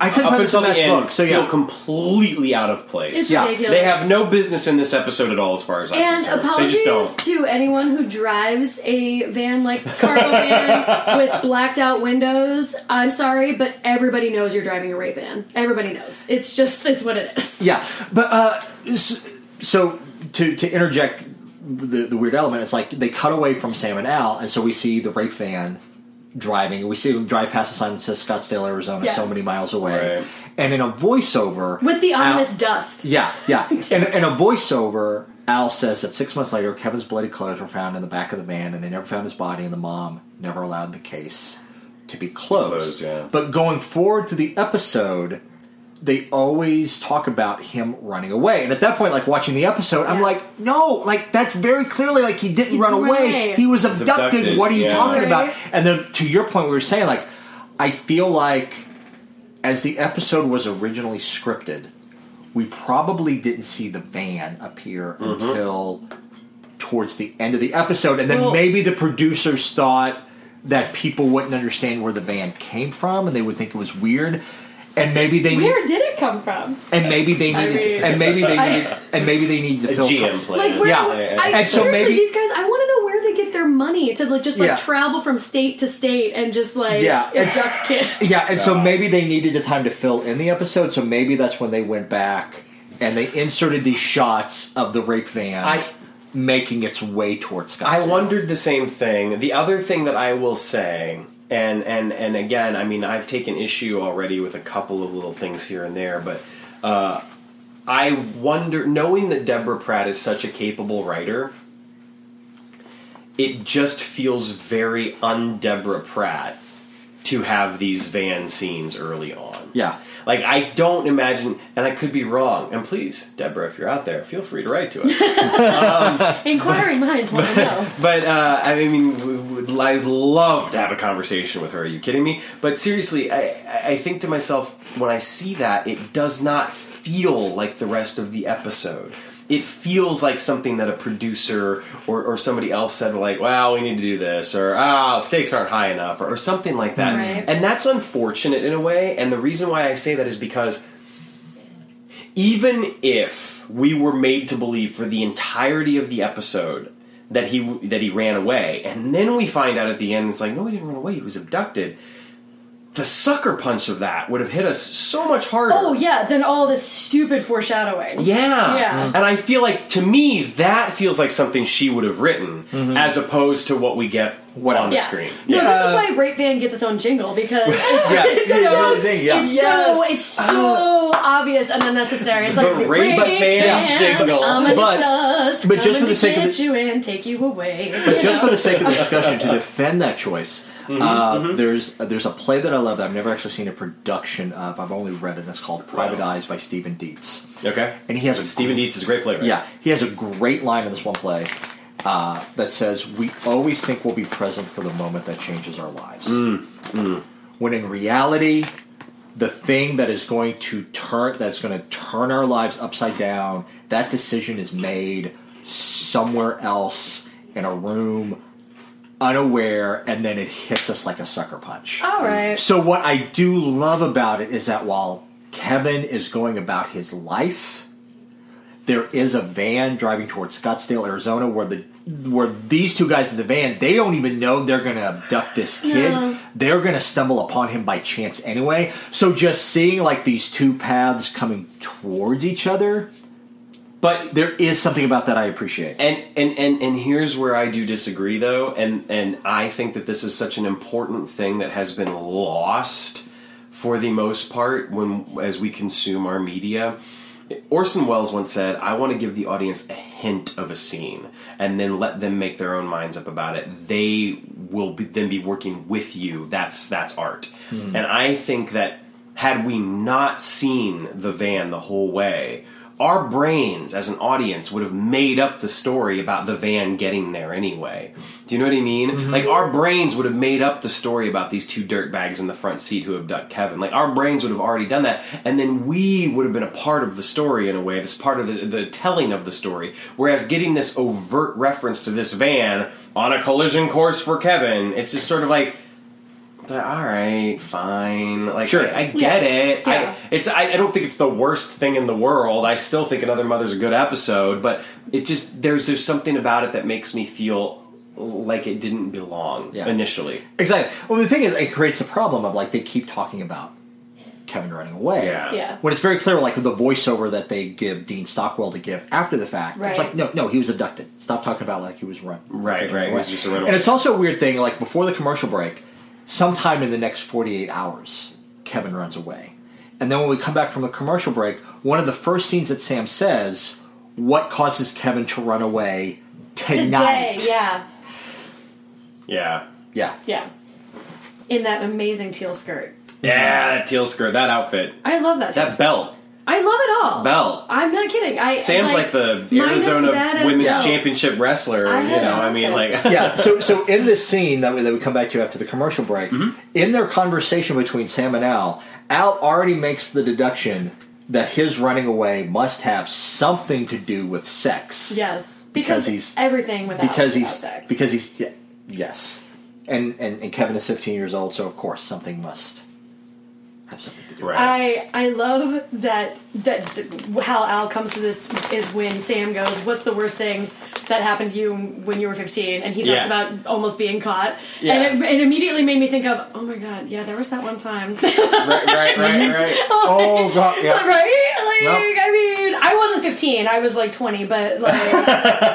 S2: I couldn't
S1: up
S2: find this in
S1: until the
S2: Matt's
S1: end
S2: book. So
S1: feel
S2: yeah,
S1: completely out of place.
S4: It's
S2: yeah,
S4: ridiculous.
S1: They have no business in this episode at all, as far as I'm
S4: And
S1: concerned. they
S4: apologies
S1: just don't.
S4: to anyone who drives a van like cargo van with blacked out windows. I'm sorry, but everybody knows you're driving a rape van. Everybody knows. It's just it's what it is.
S2: Yeah, but uh, s- so to to interject the, the weird element, it's like they cut away from Sam and Al, and so we see the rape van driving, and we see them drive past the sign that says Scottsdale, Arizona, so
S4: Yes.
S2: many miles away,
S1: Right.
S2: and in a voiceover
S4: With the
S2: Al-
S4: ominous dust.
S2: yeah, yeah. And in a voiceover, Al says that six months later, Kevin's bloody clothes were found in the back of the van, and they never found his body, and the mom never allowed the case to be closed.
S1: Closed, yeah.
S2: But going forward through the episode, they always talk about him running away. And at that point, like watching the episode, I'm
S4: Yeah.
S2: like, no, like that's very clearly like he didn't run
S4: didn't
S2: away.
S4: run away.
S2: He was abducted.
S1: abducted,
S2: What are you
S1: yeah.
S2: talking about?
S4: Right.
S2: And then to your point, we were saying like, I feel like as the episode was originally scripted, we probably didn't see the van appear
S1: Mm-hmm.
S2: until towards the end of the episode, and then
S1: Well-
S2: maybe the producers thought that people wouldn't understand where the van came from, and they would think it was weird, and maybe they need-
S4: Where did it come from?
S2: and maybe they
S4: I
S2: needed,
S4: mean-
S2: and maybe they
S4: I-
S2: needed, and maybe they needed to
S1: A
S2: fill
S1: GM
S2: time.
S1: plan.
S4: Like where?
S2: Yeah.
S4: I,
S2: And so
S4: seriously,
S2: maybe-
S4: these guys. I want to know where they get their money to like just like
S2: Yeah.
S4: travel from state to state and just like
S2: Yeah, it's-
S4: abduct kids.
S2: Yeah, and so maybe they needed the time to fill in the episode, so maybe that's when they went back and they inserted these shots of the rape van
S1: I-
S2: making its way towards Scott.
S1: I wondered the same thing. The other thing that I will say, and and and again, I mean, I've taken issue already with a couple of little things here and there, but uh, I wonder, knowing that Deborah Pratt is such a capable writer, it just feels very un Deborah Pratt to have these van scenes early on.
S2: Yeah.
S1: Like I don't imagine, and I could be wrong. And please, Deborah, if you're out there, feel free to write to us.
S4: Inquiring minds want to know.
S1: But uh, I mean, w- w- I'd love to have a conversation with her. Are you kidding me? But seriously, I, I- I think to myself when I see that, it does not feel like the rest of the episode. It feels like something that a producer or, or somebody else said, like, "Well, we need to do this," or "Ah, the stakes aren't high enough," or, or something like that.
S4: Right.
S1: And that's unfortunate in a way. And the reason why I say that is because even if we were made to believe for the entirety of the episode that he that he ran away, and then we find out at the end it's like no, he didn't run away; he was abducted. The sucker punch of that would have hit us so much harder.
S4: Oh yeah, then all this stupid foreshadowing.
S1: Yeah.
S4: Yeah.
S1: And I feel like to me that feels like something she would have written
S2: Mm-hmm.
S1: as opposed to what we get on the
S4: Yeah.
S1: screen.
S4: No,
S1: Yeah.
S4: this is why Rape Van gets its own jingle because it's,
S1: Yeah.
S4: it's,
S2: Yeah,
S4: so,
S2: amazing, yeah.
S4: it's so
S2: Yes. Uh,
S4: it's so obvious and unnecessary. It's like
S1: The Rape Van jingle.
S4: I'm
S2: But-
S4: dust,
S2: but just
S4: coming
S2: for the
S4: to
S2: sake of
S4: get
S2: the-
S4: you and take you away.
S2: But just for the sake of the discussion, to defend that choice,
S4: Mm-hmm,
S2: uh, there's there's a play that I love that I've never actually seen a production of. I've only read it. and It's called Private Eyes by Stephen Dietz,
S1: Okay.
S2: and he has a
S1: Stephen Dietz is a great player.
S2: Yeah, he has a great line in this one play uh, that says, "We always think we'll be present for the moment that changes our lives, when in reality, the thing that is going to turn that's going to turn our lives upside down, that decision is made somewhere else in a room." Unaware, and then it hits us like a sucker punch.
S4: all right.
S2: So what I do love about it is that while Kevin is going about his life, there is a van driving towards Scottsdale, Arizona, where the where these two guys in the van they don't even know they're going to abduct this kid.
S4: No.
S2: They're going to stumble upon him by chance anyway. So just seeing like these two paths coming towards each other,
S1: But
S2: there is something about that I appreciate.
S1: and, and and and here's where I do disagree though, and and I think that this is such an important thing that has been lost for the most part when as we consume our media. Orson Welles once said, "I want to give the audience a hint of a scene, and then let them make their own minds up about it. They will be, then be working with you. That's that's art." And I think that had we not seen the van the whole way, our brains as an audience would have made up the story about the van getting there anyway. Do you know what I mean? Like our brains would have made up the story about these two dirtbags in the front seat who abduct Kevin. Like our brains would have already done that, and then we would have been a part of the story in a way. This part of the, the telling of the story. Whereas getting this overt reference to this van on a collision course for Kevin, it's just sort of like. All right, fine. Like,
S2: Sure.
S1: I, I get
S4: Yeah.
S1: it.
S4: Yeah.
S1: I, it's I, I don't think it's the worst thing in the world. I still think Another Mother's a good episode, but it just there's there's something about it that makes me feel like it didn't belong
S2: Yeah.
S1: initially.
S2: Exactly. Well, the thing is, it creates a problem of like they keep talking about Kevin running away.
S1: Yeah.
S4: Yeah.
S2: When it's very clear, like the voiceover that they give Dean Stockwell to give after the fact, it's
S6: Right.
S2: like, no, no, he was abducted. Stop talking about like he was run.
S1: Right, right. It was just a runaway.
S2: And it's also a weird thing, like before the commercial break, sometime in the next 48 hours, Kevin runs away. And then when we come back from the commercial break, one of the first scenes that Sam says, what causes Kevin to run away
S4: Today,
S2: tonight?
S4: yeah,
S1: Yeah.
S2: yeah.
S4: yeah. In that amazing teal skirt,
S1: Yeah, that teal skirt, that outfit,
S4: I love that. teal
S1: that
S4: skirt.
S1: belt,
S4: I love it all.
S1: belt.
S4: I'm not kidding. I
S1: Sam's like, the
S4: minus
S1: Arizona
S4: badass
S1: Women's
S4: belt.
S1: Championship wrestler.
S4: I
S1: you
S4: had
S1: know,
S4: an
S1: I mean,
S4: outfit.
S1: like
S2: yeah. So, so in this scene that we, that we come back to after the commercial break, in their conversation between Sam and Al, Al already makes the deduction that his running away must have something to do with sex.
S4: Yes,
S2: Because
S4: because,
S2: he's-
S4: everything without
S2: Because he's
S4: without sex.
S2: because he's yeah, yes, and, and and Kevin is 15 years old, so of course something must have something to do. with
S1: Right.
S2: sex.
S4: I I love that that that how Al comes to this is when Sam goes, "What's the worst thing that happened to you when you were 15?" And he talks
S1: Yeah.
S4: about almost being caught,
S1: Yeah.
S4: and it, it immediately made me think of, "Oh my god, yeah, there was that one time,
S1: right, right, right, right.
S2: Oh god, yeah.
S4: right?" Like,
S2: Yep.
S4: I mean, I wasn't 15; I was like 20, but like,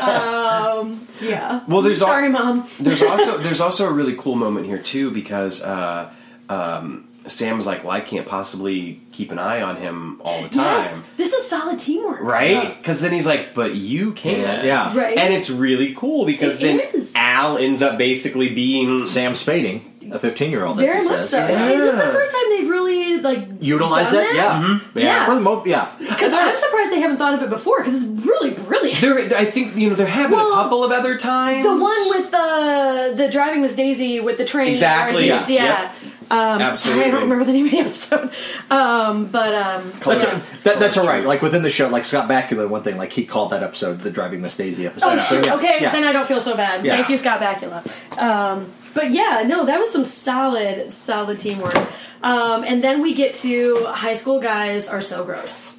S4: um, yeah.
S1: Well, there's al-
S4: sorry, mom.
S1: there's also there's also a really cool moment here too because uh, um, Sam's like, well, I can't possibly keep an eye on him all the time,
S4: Yes, this is solid teamwork,
S2: Yeah.
S1: right? Because then he's like, but you can,
S2: Yeah.
S4: Right.
S1: And it's really cool because
S4: It
S1: then
S4: is.
S1: Al ends up basically being
S2: Sam Spading, a 15 year old,
S4: Very
S2: as he
S4: much
S2: says.
S4: so.
S1: Yeah.
S4: Is this the first time they've really like
S2: Utilize
S4: done
S2: that, yeah.
S4: Yeah.
S2: For the mo- yeah.
S4: Because I'm surprised they haven't thought of it before. Because it's really brilliant.
S1: there. I think you know there have been
S4: Well,
S1: a couple of other times.
S4: the one with the the driving Miss Daisy with the train.
S1: Exactly,
S4: Yeah.
S1: yeah,
S4: yeah. Um,
S1: Absolutely.
S4: I don't remember the name of the episode. Um, but um,
S2: That's,
S1: Yeah.
S2: that, that's all right. Like within the show, like Scott Bakula, one thing, like he called that episode the Driving Miss Daisy episode.
S4: oh shoot.
S2: yeah,
S4: okay,
S2: yeah.
S4: then I don't feel so bad.
S2: Yeah.
S4: Thank you, Scott Bakula. Um, but yeah, no, that was some solid, solid teamwork. Um, and then we get to high school guys are so gross.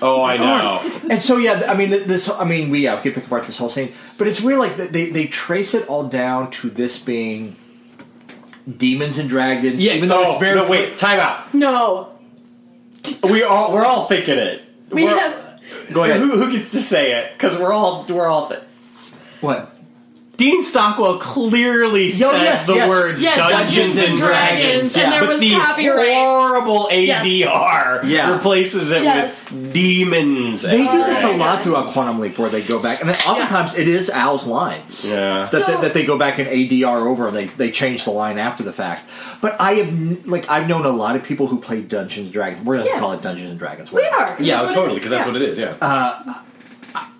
S1: Oh, I know.
S2: And so, yeah, th- I mean, th- this, I mean, we, yeah, we could pick apart this whole scene, but it's weird, like, th- they, they trace it all down to this being demons and dragons,
S1: Yeah,
S2: even though
S1: oh,
S2: it's very,
S1: no, wait, time out.
S4: No,
S1: We all we're all thinking it.
S4: we
S1: We're-
S4: have.
S2: go ahead.
S1: Who, who gets to say it? Because we're all we're all. Th-
S2: what?
S1: Dean Stockwell clearly says
S2: yes,
S1: the
S2: yes.
S1: words
S4: Yeah,
S1: Dungeons,
S4: Dungeons
S1: and
S4: and
S1: Dragons,
S4: Dragons, and there
S1: but
S4: was
S1: the
S4: copyright.
S1: horrible
S4: Yes.
S1: ADR
S2: Yeah.
S1: replaces it
S4: Yes.
S1: with demons.
S2: They
S1: and
S2: do this a
S4: Alright,
S2: lot
S4: guys.
S2: throughout Quantum Leap, where they go back, and then oftentimes it is Al's lines.
S1: Yeah.
S2: That, that,
S4: So-
S2: that they go back and ADR over, and they, they change the line after the fact. But I have, n- like, I've known a lot of people who play Dungeons and Dragons. We're going to
S4: Yeah.
S2: call it Dungeons and Dragons.
S4: We
S2: whatever.
S4: are. 'cause
S1: Yeah,
S4: that's what
S1: totally,
S4: is,
S1: because that's
S4: yeah.
S1: what it is. Yeah,
S4: Um,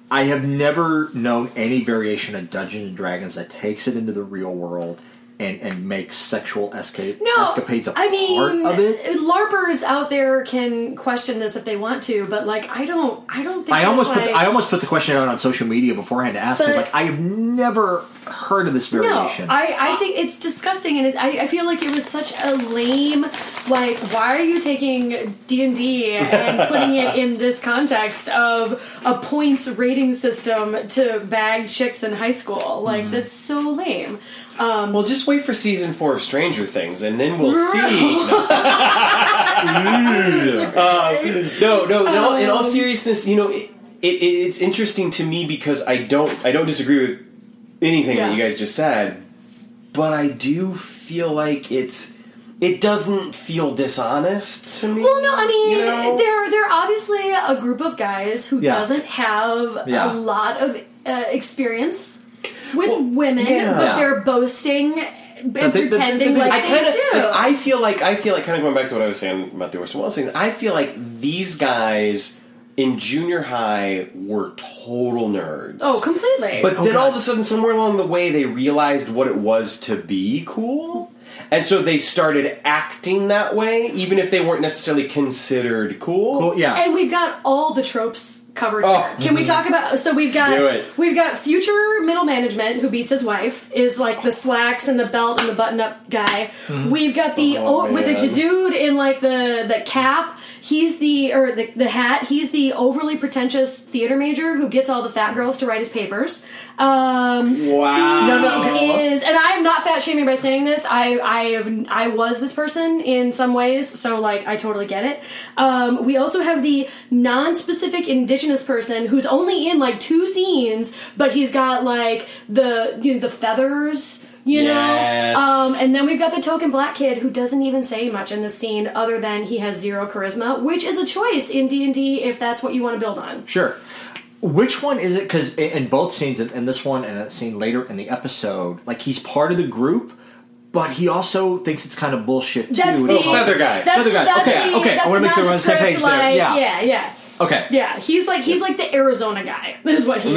S2: I have never known any variation of Dungeons and Dragons that takes it into the real world and, and makes sexual esca-
S4: No,
S2: escapades a
S4: I mean,
S2: part of it.
S4: LARPers out there can question this if they want to, but like, I don't, I don't think.
S2: I
S4: it's
S2: almost put
S4: like-
S2: the, I almost put the question out on social media beforehand to ask because
S4: But-
S2: like I have never heard of this
S4: no,
S2: variation.
S4: I, I think it's disgusting, and it, I, I feel like it was such a lame. Like, why are you taking D and D and putting it in this context of a points rating system to bag chicks in high school?
S2: Mm-hmm.
S4: Like, that's so lame.
S1: Well, just wait for season four of Stranger Things, and then we'll see. Uh, no, no, no. in
S4: Um.
S1: all seriousness, you know, it, it, it's interesting to me because I don't, I don't disagree with anything
S4: Yeah.
S1: that you guys just said, but I do feel like it's, it doesn't feel dishonest to me.
S4: Well, no, I mean
S1: you know?
S4: they're they're obviously a group of guys who
S2: Yeah.
S4: doesn't have
S2: Yeah.
S4: a lot of uh, experience with women,
S1: yeah.
S4: but
S2: Yeah.
S4: they're boasting and
S2: they- that-
S4: pretending
S2: that they-
S4: like
S1: I
S4: they
S1: kind of,
S4: do.
S1: like, I feel like, I feel like, kind of going back to what I was saying about the Orson Welles thing. I feel like these guys in junior high were total nerds.
S4: oh, completely.
S1: But then all of a sudden, somewhere along the way, they realized what it was to be cool. And so they started acting that way, even if they weren't necessarily considered cool.
S2: Well, yeah,
S4: and we've got all the tropes covered.
S1: Oh.
S4: here. Can we talk about? So we've got
S1: Do it.
S4: we've got future middle management who beats his wife is like the slacks and the belt and the button up guy. We've got the
S1: Oh,
S4: oh, with the,
S1: man.
S4: the dude in like the the cap. He's the or the, the hat. He's the overly pretentious theater major who gets all the fat girls to write his papers. Um,
S1: Wow.
S4: no, no, is and I'm not fat shaming by saying this. I I have I was this person in some ways, so like I totally get it. Um, we also have the non-specific indigenous person who's only in like two scenes, but he's got like the you know, the feathers. You
S1: Yes.
S4: know, um, and then we've got the token black kid who doesn't even say much in this scene, other than he has zero charisma, which is a choice in D and D if that's what you want to build on.
S2: Sure. Which one is it? Because in in both scenes, in- in this one and a scene later in the episode, like he's part of the group, but he also thinks it's kind of bullshit too.
S4: That's
S2: and
S4: the
S2: also-
S1: feather guy.
S4: That's,
S2: Feather guy.
S4: That's
S2: Okay,
S4: the,
S2: okay. I
S4: That's
S2: wanna make sure we're on the same
S4: nondescript,
S2: page there.
S4: Like,
S2: Yeah.
S4: yeah, yeah.
S2: Okay.
S4: Yeah, he's like he's like the Arizona guy. Is what he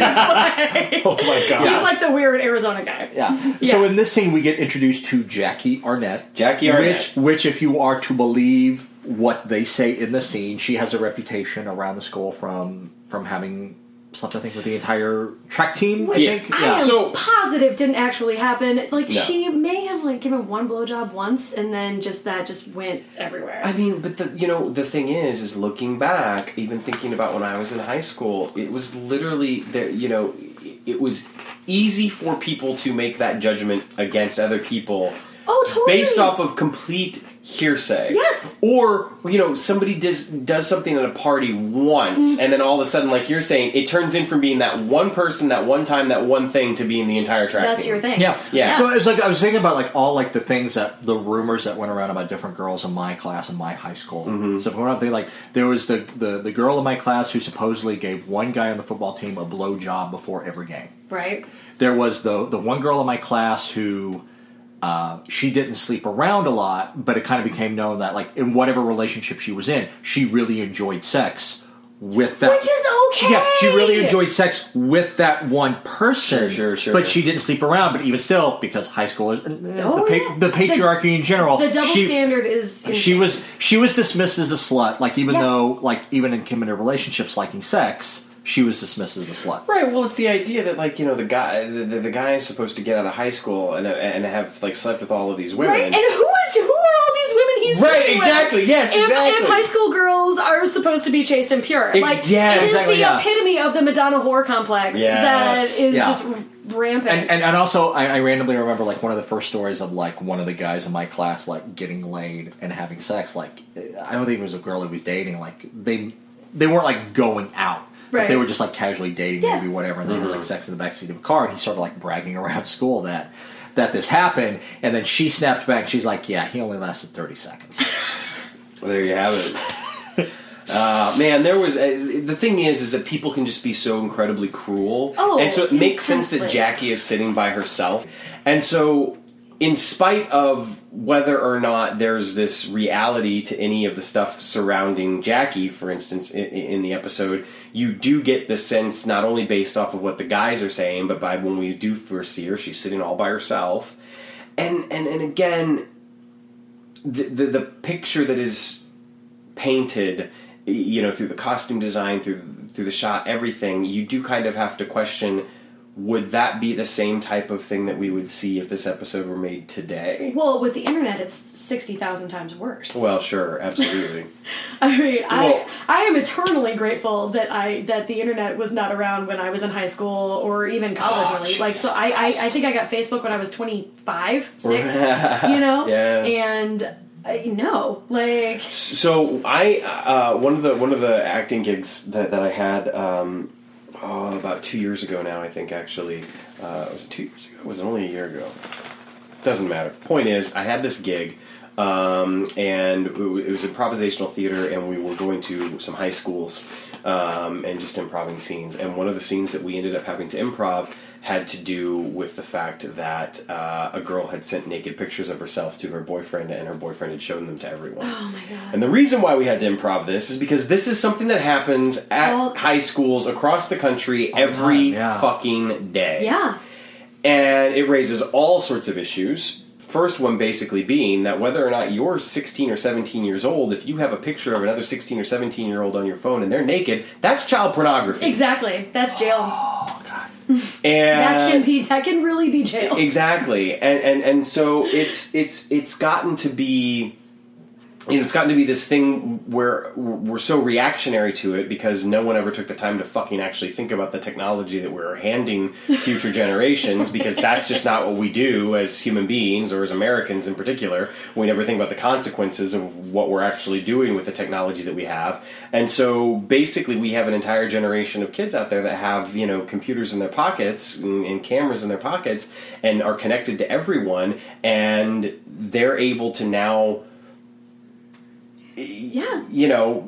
S4: Like,
S1: Oh my god.
S4: He's like the weird Arizona guy.
S2: Yeah.
S4: Yeah.
S2: So in this scene, we get introduced to Jackie Arnett.
S1: Jackie Arnett.
S2: Which, which, if you are to believe what they say in the scene, she has a reputation around the school from from having slept, I think, with the entire track team.
S4: Which
S2: I think.
S4: I
S2: yeah.
S4: am
S1: So-
S4: positive didn't actually happen. Like
S1: No.
S4: she may have like given one blowjob once, and then just that just went everywhere.
S1: I mean, but the you know the thing is, is looking back, even thinking about when I was in high school, it was literally there. You know, it was easy for people to make that judgment against other people.
S4: Oh, totally.
S1: Based off of complete hearsay.
S4: Yes.
S1: Or you know somebody does does something at a party once,
S4: Mm-hmm.
S1: and then all of a sudden, like you're saying, it turns in from being that one person, that one time, that one thing to being the entire track.
S4: that's
S1: team.
S4: your thing.
S2: Yeah,
S1: Yeah. uh,
S2: So it was like I was thinking about like all like the things that the rumors that went around about different girls in my class in my high school. So going on, they like there was the, the the girl in my class who supposedly gave one guy on the football team a blowjob before every game.
S4: Right.
S2: There was the the one girl in my class who uh, she didn't sleep around a lot, but it kind of became known that like in whatever relationship she was in, she really enjoyed sex with that
S4: Which is okay.
S2: yeah, she really enjoyed sex with that one person.
S1: Sure, sure, sure.
S2: But she didn't sleep around. But even still, because high school is and, uh,
S4: Oh,
S2: the, pa-
S4: yeah.
S2: the patriarchy in general.
S4: The double
S2: she,
S4: standard is.
S2: She
S4: insane.
S2: was she was dismissed as a slut. Like even
S4: Yeah.
S2: though like even in committed relationships, liking sex, she was dismissed as a slut.
S1: Right. Well, it's the idea that like you know the guy the, the, the guy is uh, supposed to get out of high school and and have like slept with all of these women.
S4: Right? And who is who are all these women he's he's
S2: Right,
S4: doing with
S2: exactly, yes,
S4: if,
S2: exactly.
S4: If high school girls are supposed to be chaste and pure,
S2: Ex-
S4: like
S2: yeah,
S4: it is
S2: exactly,
S4: the
S2: yeah.
S4: epitome of the Madonna whore complex
S1: Yes.
S4: that is
S2: Yeah.
S4: just rampant.
S2: And, and, and also, I, I randomly remember like one of the first stories of like one of the guys in my class like getting laid and having sex. Like I don't think it was a girl he was dating. Like they they weren't like going out, but they
S4: Right.
S2: were just like casually dating,
S4: Yeah.
S2: maybe whatever. And they had like sex in the backseat of a car. And he started like bragging around school that that this happened. And then she snapped back. and She's like, "Yeah, he only lasted thirty seconds."
S1: Well, there you have it. Uh, man, there was uh, the thing is, is that people can just be so incredibly cruel,
S4: Oh,
S1: and so it makes sense that
S4: intensely.
S1: Jackie is sitting by herself, and so in spite of whether or not there's this reality to any of the stuff surrounding Jackie, for instance, in, in the episode, you do get the sense not only based off of what the guys are saying, but by when we do first see her, she's sitting all by herself, and and and again, the, the the picture that is painted you know through the costume design through through the shot everything you do kind of have to question would that be the same type of thing that we would see if this episode were made today
S4: well, with the internet, it's sixty thousand times worse.
S1: well sure absolutely
S4: I mean,
S1: Well-
S4: I I am eternally grateful that I that the internet was not around when I was in high school or even
S2: Oh,
S4: college. really, like so, I, I I think I got Facebook when I was twenty five, six, you know,
S1: Yeah.
S4: and uh, no, like
S1: so I uh, one of the one of the acting gigs that, that I had um, oh, about two years ago now I think actually uh, was it two years ago was it only a year ago doesn't matter point is I had this gig um, and it wa- it was improvisational theater and we were going to some high schools um, and just improving scenes and one of the scenes that we ended up having to improv had to do with the fact that uh, a girl had sent naked pictures of herself to her boyfriend and her boyfriend had shown them to everyone
S4: oh my god,
S1: and the reason why we had to improv this is because this is something that happens at
S4: All-
S1: high schools across the
S4: Oh
S1: country every
S2: time, yeah.
S1: fucking day.
S4: yeah,
S1: And it raises all sorts of issues. First one basically being that whether or not you're 16 or 17 years old, if you have a picture of another 16 or 17 year old on your phone and they're naked, that's child pornography.
S4: exactly. That's jail.
S1: And
S4: that can be that can really be jail.
S1: exactly and and and so it's it's it's gotten to be you know, it's gotten to be this thing where we're so reactionary to it because no one ever took the time to fucking actually think about the technology that we're handing future generations because that's just not what we do as human beings or as Americans in particular. We never think about the consequences of what we're actually doing with the technology that we have. And so basically, we have an entire generation of kids out there that have, you know, computers in their pockets and, and cameras in their pockets and are connected to everyone, and they're able to now
S4: yeah,
S1: you know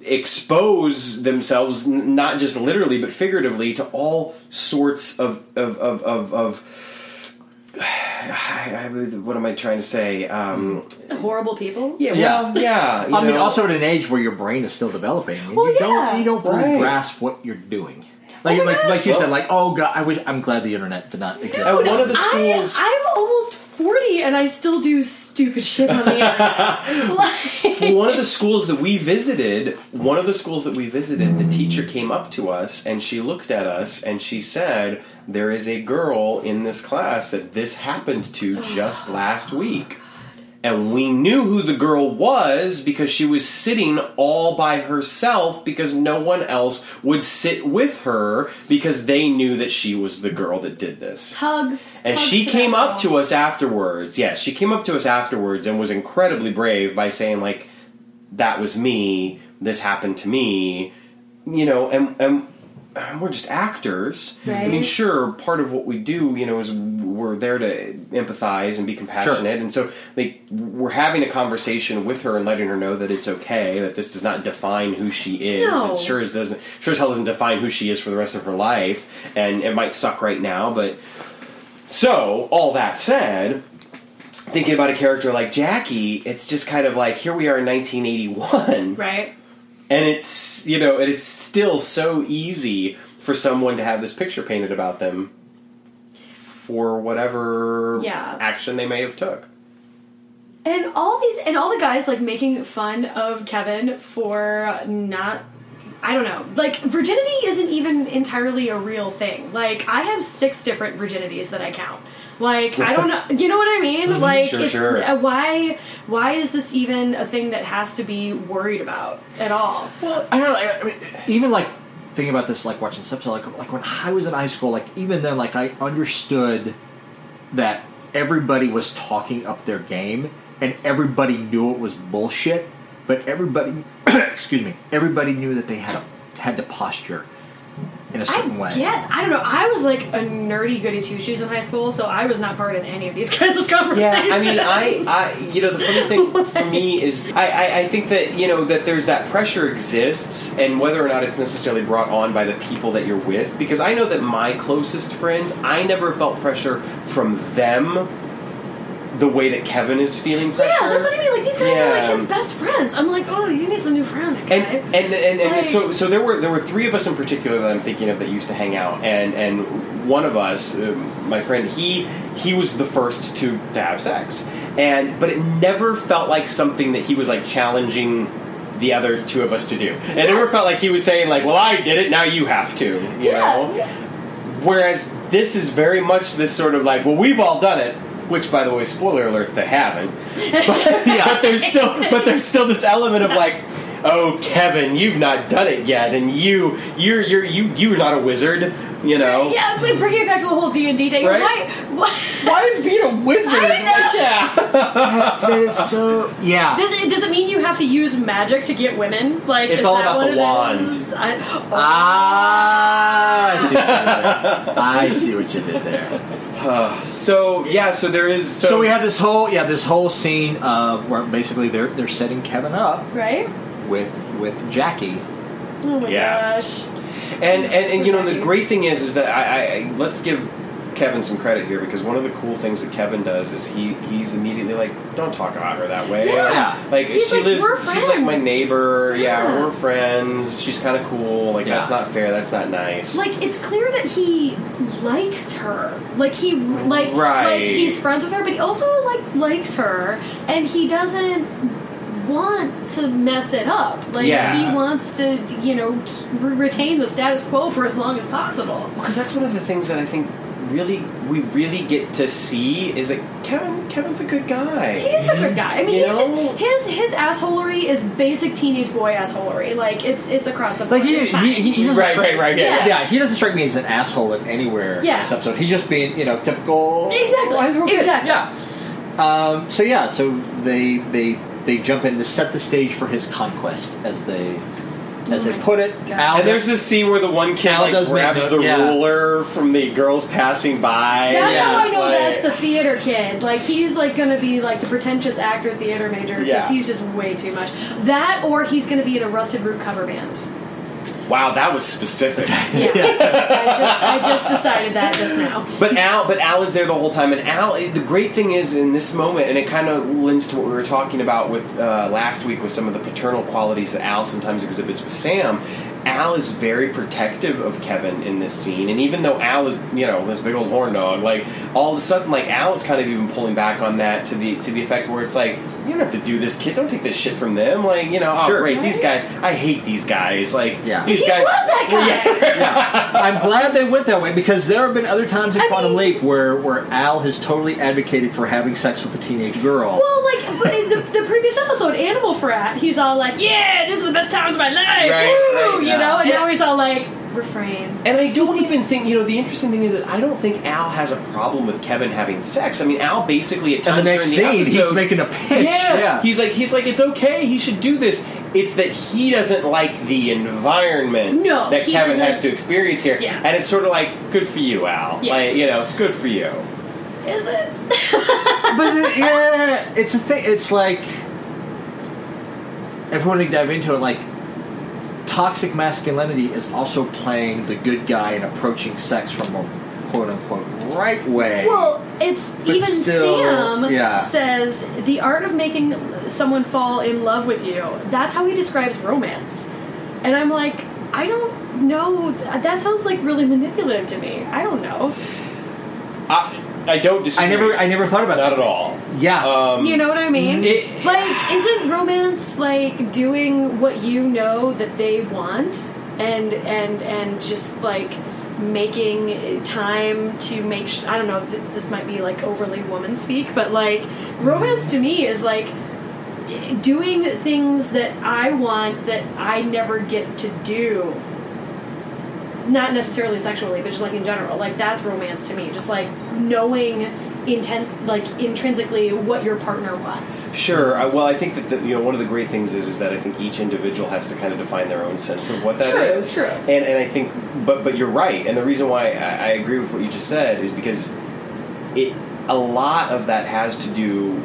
S1: expose themselves n- not just literally but figuratively to all sorts of of of of, of I, I, what am I trying to say? Um,
S4: horrible people.
S1: yeah, well, yeah. you
S2: I mean,
S1: know.
S2: also at an age where your brain is still developing, and
S4: Well,
S2: you
S4: yeah. Oh
S2: don't you don't fully
S1: Right.
S2: grasp what you're doing. Like
S4: my
S2: like
S4: gosh.
S2: like you said, like oh god, I wish I'm glad the internet did not exist.
S1: At one of the schools,
S4: I, I'm almost forty and I still do stupid shit on the internet. like,
S1: one of the schools that we visited, one of the schools that we visited, the teacher came up to us and she looked at us and she said, "There is a girl in this class that this happened to just last week." And we knew who the girl was because she was sitting all by herself because no one else would sit with her because they knew that she was the girl that did this.
S4: hugs.
S1: And
S4: hugs
S1: she
S4: to
S1: came
S4: that
S1: up
S4: girl.
S1: to us afterwards. Yes, she came up to us afterwards and was incredibly brave by saying, like, that was me, this happened to me, you know, and, and and we're just actors. I mean,
S4: Right.
S1: sure, part of what we do, you know, is we're there to empathize and be compassionate. And so, like, we're having a conversation with her and letting her know that it's okay, that this does not define who she is.
S4: No.
S1: It sure as doesn't, sure as hell doesn't define who she is for the rest of her life. And it might suck right now, but so, all that said, thinking about a character like Jackie, it's just kind of like here we are in 1981,
S4: Right.
S1: and it's you know, and it's still so easy for someone to have this picture painted about them for whatever
S4: Yeah.
S1: action they may have took.
S4: And all these and all the guys like making fun of Kevin for not I don't know. Like virginity isn't even entirely a real thing. Like I have six different virginities that I count. Like I don't know, you know what I mean? like
S1: Mm-hmm. sure,
S4: it's
S1: sure.
S4: uh, why why is this even a thing that has to be worried about at all?
S2: I don't know. I, I mean, even like thinking about this, like watching subtitle, like like when I was in high school, like even then, like I understood that everybody was talking up their game, and everybody knew it was bullshit. But everybody, excuse me, everybody knew that they had a, had to posture in a certain way.
S4: I guess I don't know. I was like a nerdy goody two shoes in high school, so I was not part in any of these kinds of
S1: Yeah,
S4: conversations.
S1: I mean, I, I, you know, the funny thing for me is, I, I, I think that you know that there's that pressure exists, and whether or not it's necessarily brought on by the people that you're with, because I know that my closest friends, I never felt pressure from them, the way that Kevin is feeling pressure.
S4: yeah, that's what I mean. Like these guys are
S1: Yeah.
S4: like his best friends. I'm like, oh, you need some new friends, guy.
S1: and and, and, and
S4: Like-
S1: so so there were there were three of us in particular that I'm thinking of that used to hang out, and and one of us, um, my friend, he he was the first to to have sex, and but it never felt like something that he was like challenging the other two of us to do. It never felt like he was saying like, "Well, I did it, now you have to," you know. Whereas this is very much this sort of like, well, we've all done it. Which, by the way, spoiler alert, they haven't. But, but there's still, but there's still this element of like, oh, Kevin, you've not done it yet, and you, you're, you're, you, you're not a wizard, you know.
S4: yeah, but bringing it back to the whole D and D thing.
S1: oh. Right?
S4: Why? why
S1: Why is being a wizard?
S4: I know.
S1: Yeah.
S2: That is so yeah.
S4: does it, does it mean you have to use magic to get women? Like
S1: It's
S4: is
S1: all
S4: that
S1: about
S4: what
S1: the
S4: it
S1: wand.
S4: is? I, oh, Uh.
S2: Ah, I see what you did. I see what you did there.
S1: So yeah, so there is. So,
S2: So, we have this whole yeah this whole scene uh, where basically they're they're setting Kevin up
S4: right?
S2: with with Jackie.
S4: Oh my
S1: Yeah.
S4: gosh.
S1: and and, and you know the great thing is is that I, I, I let's give Kevin some credit here because one of the cool things that Kevin does is he he's immediately like don't talk about her that way
S2: Yeah.
S1: like
S4: He's
S1: she
S4: like,
S1: lives
S4: "We're
S1: she's like my
S4: friends."
S1: neighbor yeah,
S4: Yeah.
S1: we're friends she's kind of cool like
S2: Yeah.
S1: that's not fair that's not nice
S4: Like it's clear that he likes her. Like he like
S1: Right.
S4: like he's friends with her, but he also like likes her, and he doesn't want to mess it up. Like
S1: Yeah.
S4: he wants to, you know, k- re- retain the status quo for as long as possible.
S1: because that's one of the things that I think really we really get to see is that Kevin Kevin's a good guy
S4: He is a good guy. I mean,
S1: You
S4: he's
S1: know?
S4: his his assholery is basic teenage boy assholery. Like it's it's across the board.
S2: Like he
S4: It's fine.
S2: he, he, he doesn't
S1: Right,
S2: strike-
S1: right, right,
S4: yeah, yeah.
S2: yeah he doesn't strike me as an asshole in anywhere in
S4: Yeah.
S2: this episode. He's just being you know typical
S4: Exactly,
S2: high school kid.
S4: exactly.
S2: yeah. Um, so yeah so they they they jump in to set the stage for his conquest as they as
S4: Mm-hmm.
S2: they put it.
S4: God.
S2: Al
S1: and there's this scene where the one kid
S2: Al
S1: like
S2: does make
S1: grabs
S2: no-
S1: the
S2: yeah.
S1: ruler from the girls passing by
S4: That's
S1: yeah,
S4: how I
S1: it's
S4: know
S1: like-
S4: that's the theater kid. Like he's like going to be like the pretentious actor theater major because
S1: Yeah.
S4: he's just way too much. That or he's going to be in a Rusted Root cover band.
S1: Wow, that was specific.
S4: Yeah, I, just, I just decided that just now.
S1: but Al, but Al is there the whole time, and Al. The great thing is in this moment, and it kind of lends to what we were talking about with uh, last week with some of the paternal qualities that Al sometimes exhibits with Sam. Al is very protective of Kevin in this scene, and even though Al is, you know, this big old horn dog, like all of a sudden, like Al is kind of even pulling back on that to the to the effect where it's like, you don't have to do this, kid. Don't take this shit from them. Like, you know, oh
S2: Sure.
S1: great, these guys. I hate these guys. Like,
S2: Yeah.
S1: these
S4: He
S1: guys.
S4: was that
S1: Well,
S4: guy!
S1: yeah.
S2: I'm glad they went that way because there have been other times in
S4: I
S2: Quantum
S4: mean-
S2: Leap where, where Al has totally advocated for having sex with a teenage girl.
S4: Well, like but in the, the previous episode, Animal Frat, he's all like, "Yeah, this is the best time of my life,"
S1: Right,
S4: Woo!
S1: right,
S4: you
S1: yeah.
S4: know, and
S1: Yeah.
S4: now he's all like, "Refrain."
S1: And I don't even think you know. The interesting thing is that I don't think Al has a problem with Kevin having sex. I mean, Al basically at
S2: and
S1: times
S2: the next
S1: during the
S2: scene,
S1: episode,
S2: he's making a pitch.
S1: yeah,
S2: Yeah,
S1: he's like he's like it's okay. He should do this. It's that he doesn't like the environment
S4: No,
S1: that
S4: he
S1: Kevin has
S4: doesn't-
S1: to experience here.
S4: Yeah.
S1: And it's sort of like good for you, Al.
S4: Yeah.
S1: Like you know, good for you.
S4: Is it?
S2: but it- yeah, it's a thing. It's like everyone to dive into it. Like toxic masculinity is also playing the good guy and approaching sex from a quote unquote right way.
S4: Well, it's
S2: But
S4: even
S2: still,
S4: Sam
S2: yeah.
S4: says the art of making someone fall in love with you. That's how he describes romance, and I'm like, I don't know. Th- That sounds like really manipulative to me. I don't know.
S1: I I don't disagree.
S2: I never, I never thought about
S1: not
S2: that.
S1: at all.
S2: Yeah,
S1: Um,
S4: You know what I mean?
S1: it-
S4: like, isn't romance like doing what you know that they want, and and and just like making time to make sh- I don't know th- this might be like overly woman speak but like romance to me is like d- doing things that I want that I never get to do not necessarily sexually but just like in general like that's romance to me just like knowing intense like intrinsically what your partner wants
S1: Sure. I, well, I think that the, you know one of the great things is is that I think each individual has to kind of define their own sense of what that
S4: True,
S1: is.
S4: true.
S1: And and I think, but but you're right. And the reason why I, I agree with what you just said is because it a lot of that has to do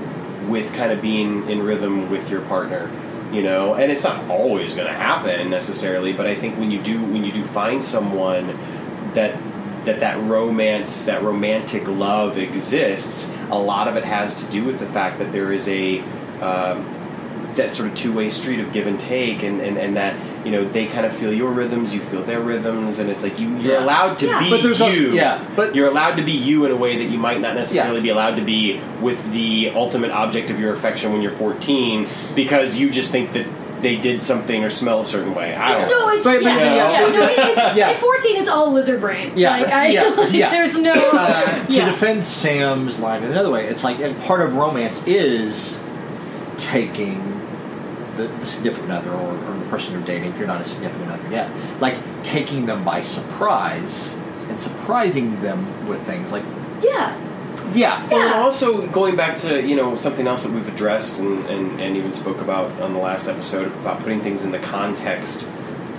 S1: with kind of being in rhythm with your partner. You know, and it's not always going to happen necessarily, but I think when you do when you do find someone that that that romance that romantic love exists, a lot of it has to do with the fact that there is a um, that sort of two-way street of give and take and, and, and that you know they kind of feel your rhythms you feel their rhythms and it's like you, you're
S2: Yeah.
S1: allowed to
S4: Yeah.
S1: be
S2: But there's
S1: you
S2: also- yeah, but-
S1: you're allowed to be you in a way that you might not necessarily
S2: Yeah.
S1: be allowed to be with the ultimate object of your affection when you're 14 because you just think that they did something or smell a certain way I don't
S4: No,
S1: know
S4: it's
S2: But- but,
S4: yeah,
S1: yeah.
S4: yeah. No, it- it's,
S2: Yeah.
S4: At fourteen, it's all lizard brain.
S2: Yeah,
S4: like, I,
S2: yeah,
S4: like,
S2: yeah.
S4: There's no.
S2: Uh, to
S4: yeah.
S2: defend Sam's line in another way, it's like and part of romance is taking the, the significant other or, or the person you're dating, if you're not a significant other yet, like taking them by surprise and surprising them with things like,
S4: yeah,
S2: yeah,
S1: Well, and
S4: Yeah.
S1: also going back to you know something else that we've addressed and, and, and even spoke about on the last episode about putting things in the context,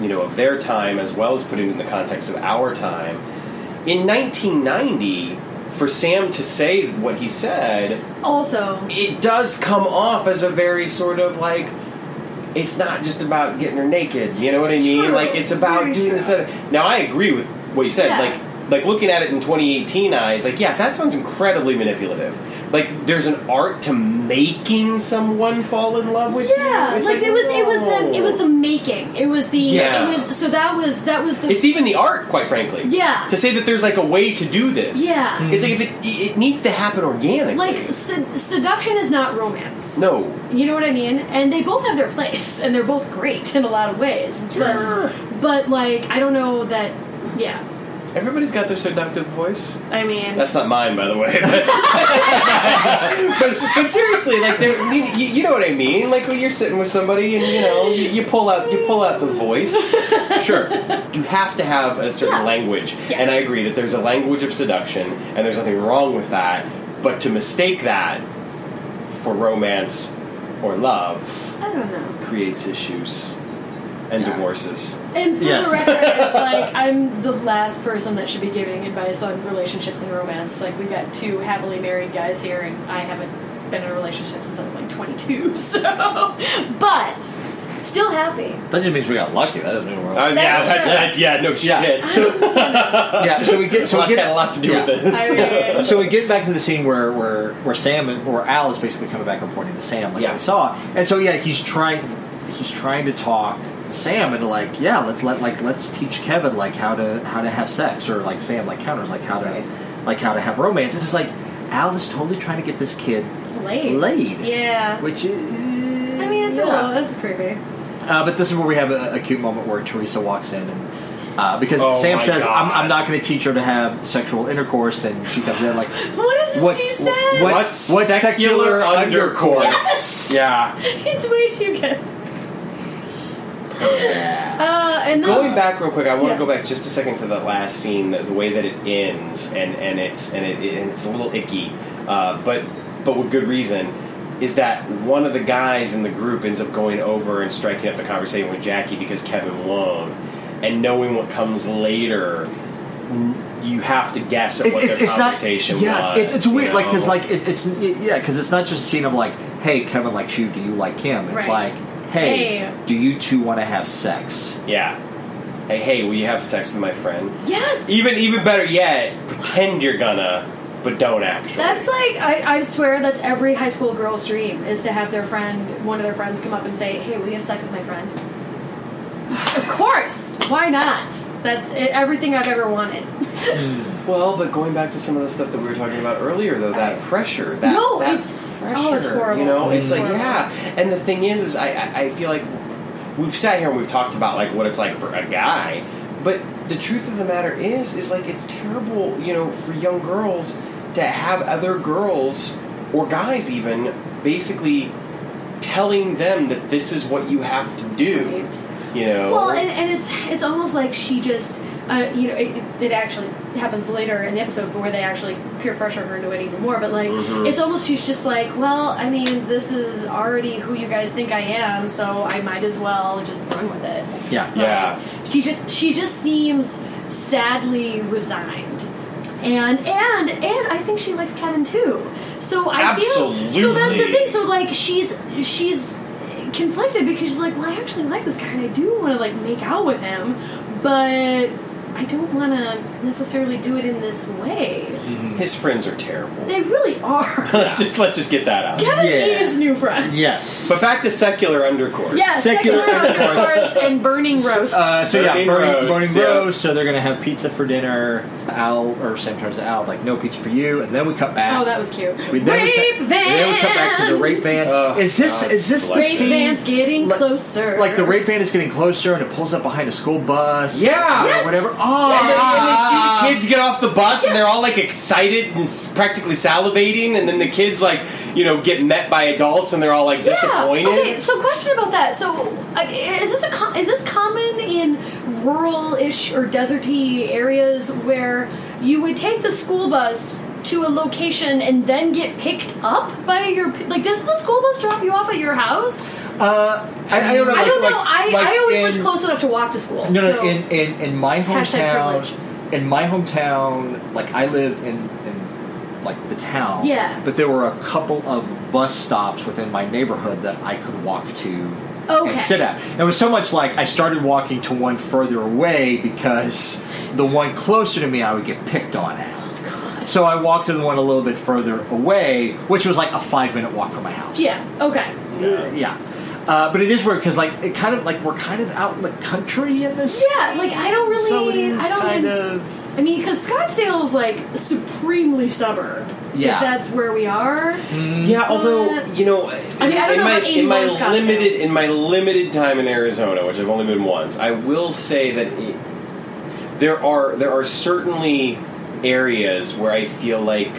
S1: you know, of their time as well as putting it in the context of our time. In 1990, for Sam to say what he said,
S4: Also,
S1: it does come off as a very sort of like it's not just about getting her naked you know what i mean
S4: True.
S1: like it's about
S4: Very
S1: doing
S4: true.
S1: this other. now i agree with what you said
S4: Yeah.
S1: like like looking at it in 2018 eyes like yeah that sounds incredibly manipulative like there's an art to making someone fall in love with
S4: yeah,
S1: you It's
S4: like, it was, it was the, it was
S1: whoa.
S4: the making. It was the,
S1: Yeah.
S4: it was. So that was, that was the.
S1: It's even the art, quite frankly.
S4: Yeah.
S1: To say that there's like a way to do this.
S4: Yeah. Mhm.
S1: It's like if it it needs to happen organically.
S4: like sed- seduction is not romance.
S1: no.
S4: You know what I mean? And they both have their place, and they're both great in a lot of ways.
S1: Sure.
S4: But, but like, I don't know that. Yeah,
S1: Everybody's got their seductive voice.
S4: I mean,
S1: That's not mine, by the way. But, but, but seriously, like there- you, you you know what I mean. Like when you're sitting with somebody, and you know, you, you pull out you pull out the voice. Sure, you have to have a certain
S4: Yeah.
S1: language,
S4: Yeah.
S1: and I agree that there's a language of seduction, and there's nothing wrong with that. But to mistake that for romance or love
S4: I don't know.
S1: creates issues and divorces.
S4: And for
S2: Yes.
S4: the record, like I'm the last person that should be giving advice on relationships and romance. Like we've got two happily married guys here, and I haven't been in a relationship since I was like 22. So, but still happy.
S2: that just means we got lucky. That doesn't mean we're
S1: Uh,
S4: That's
S1: yeah, that's,
S4: true.
S1: that, yeah, no
S2: Yeah.
S1: shit.
S2: yeah. So we get so
S1: Luck
S2: we get
S1: had a lot to do
S2: yeah.
S1: with this.
S4: I mean,
S2: So we get back to the scene where where where Sam or Al is basically coming back reporting to Sam like
S1: Yeah.
S2: we saw, and so yeah, he's trying he's trying to talk Sam into like yeah, let's let like let's teach Kevin like how to how to have sex or like Sam like counters like how to like how to have romance, and it's like Al is totally trying to get this kid,
S4: laid.
S2: Laid.
S4: Yeah.
S2: which is
S4: I mean, it's a
S2: yeah.
S4: little. That's creepy.
S2: Uh, but this is where we have a, a cute moment where Teresa walks in and. Uh, because
S1: Oh
S2: Sam
S1: my
S2: says, I'm,
S1: God.
S2: I'm not going to teach her to have sexual intercourse, and she comes in like,
S4: What is it
S2: what,
S4: she said?
S2: What, what
S1: What's secular
S2: secular
S1: undercourse?
S2: undercourse?
S1: yeah.
S4: It's way too good. Uh, and then,
S1: Going back real quick, I want
S4: Yeah.
S1: to go back just a second to that last scene, the, the way that it ends, and, and it's and it, and it's a little icky, uh, but but with good reason. Is that one of the guys in the group ends up going over and striking up the conversation with Jackie because Kevin won, and knowing what comes later, you have to guess at
S2: It-
S1: what
S2: it's,
S1: their
S2: it's not.
S1: conversation
S2: Yeah,
S1: was.
S2: it's, it's weird.
S1: you
S2: Like 'cause
S1: know?
S2: Like, because like it, it's it- yeah, because it's not just a scene of like, hey, Kevin likes you. Do you like him? It's
S4: Right.
S2: like, hey,
S4: Hey.
S2: do you two want to have sex?
S1: yeah, hey hey, will you have sex with my friend?
S4: yes.
S1: Even even better yet, pretend you're gonna, but don't actually.
S4: That's like I, I swear that's every high school girl's dream is to have their friend one of their friends come up and say, Hey, will you have sex with my friend? of course. Why not? That's it, everything I've ever wanted.
S1: Well, but going back to some of the stuff that we were talking about earlier, though, that pressure, that
S4: No,
S1: that
S4: it's-
S1: pressure,
S4: oh, it's
S1: You
S4: horrible.
S1: know, it's
S4: It's
S1: like
S4: horrible.
S1: yeah. And the thing is, is I, I I feel like we've sat here and we've talked about like what it's like for a guy, but
S3: the truth of the matter is, is like it's terrible, you know, for young girls to have other girls or guys even basically telling them that this is what you have to do.
S4: Right.
S3: You know,
S4: Well, and, and it's it's almost like she just, uh, you know, it, it actually happens later in the episode where they actually peer pressure her into it even more. But like, it's almost she's just like, well, I mean, this is already who you guys think I am, so I might as well just run with it.
S2: Yeah.
S4: Like,
S3: Yeah.
S4: She just she just seems sadly resigned. And and and I think she likes Kevin too. So I feel so that's the
S3: Absolutely.
S4: thing. So like she's she's conflicted because she's like, well, I actually like this guy and I do want to like make out with him, but I don't want to necessarily do it in this way.
S2: Mm.
S1: His friends are terrible.
S4: They really are.
S1: Let's just let's just get that out.
S4: Kevin
S2: Yeah.
S4: needs new friends.
S2: Yes.
S1: But back to secular undercourse.
S4: Yeah,
S2: Secular
S4: secular intercourse and burning roasts.
S2: Uh, so yeah,
S1: Burning
S2: burning,
S1: roast,
S2: burning
S1: yeah.
S2: roast. So they're gonna have pizza for dinner. Al or Sam turns to Al like, "No pizza for you." And then we cut back.
S4: oh, that was cute.
S2: we,
S4: rape
S2: then we cut,
S4: van.
S2: Then we cut back to the rape van.
S1: Oh,
S2: is this
S1: God
S2: is this the
S1: bless
S4: Rape
S2: scene?
S4: van's getting
S2: like-
S4: closer.
S2: Like the rape van is getting closer, and it pulls up behind a school bus.
S1: Yeah.
S2: or
S1: Yes.
S2: whatever.
S1: And then, and
S2: Oh,
S1: then Ah. see the kids get off the bus and they're all like excited and s- practically salivating, and then the kids like you know get met by adults and they're all like disappointed.
S4: Yeah. Okay. So, question about that. So, uh, is this a com- is this common in rural-ish or deserty areas where you would take the school bus to a location and then get picked up by your p- like? Does the school bus drop you off at your house?
S2: uh, I, I don't know.
S4: I
S2: like-
S4: don't know.
S2: like-
S4: I,
S2: like
S4: I always
S2: in,
S4: lived close enough to walk to school.
S2: No, no.
S4: so-
S2: in, in in my
S4: Hashtag privilege.
S2: hometown, in my hometown, like I lived in in like the town.
S4: Yeah.
S2: But there were a couple of bus stops within my neighborhood that I could walk to.
S4: Okay.
S2: And sit at. It was so much like I started walking to one further away because the one closer to me I would get picked on at. So I walked to the one a little bit further away, which was like a five minute walk from my house.
S4: yeah. Okay.
S2: Uh, yeah. Uh, but it is weird because like it kind of like we're kind of out in the country in this.
S4: Yeah, like I don't really.
S2: So it is
S4: I don't
S2: kind
S4: really-
S2: of.
S4: I mean, because Scottsdale is like supremely suburb. if
S2: Yeah.
S4: that's where we are.
S1: Yeah, although
S4: But-
S1: you know,
S4: I mean, I don't
S1: in
S4: know
S1: my
S4: about
S1: in my
S4: 81 Scottsdale.
S1: limited in my limited time in Arizona, which I've only been once, I will say that it, there are there are certainly areas where I feel like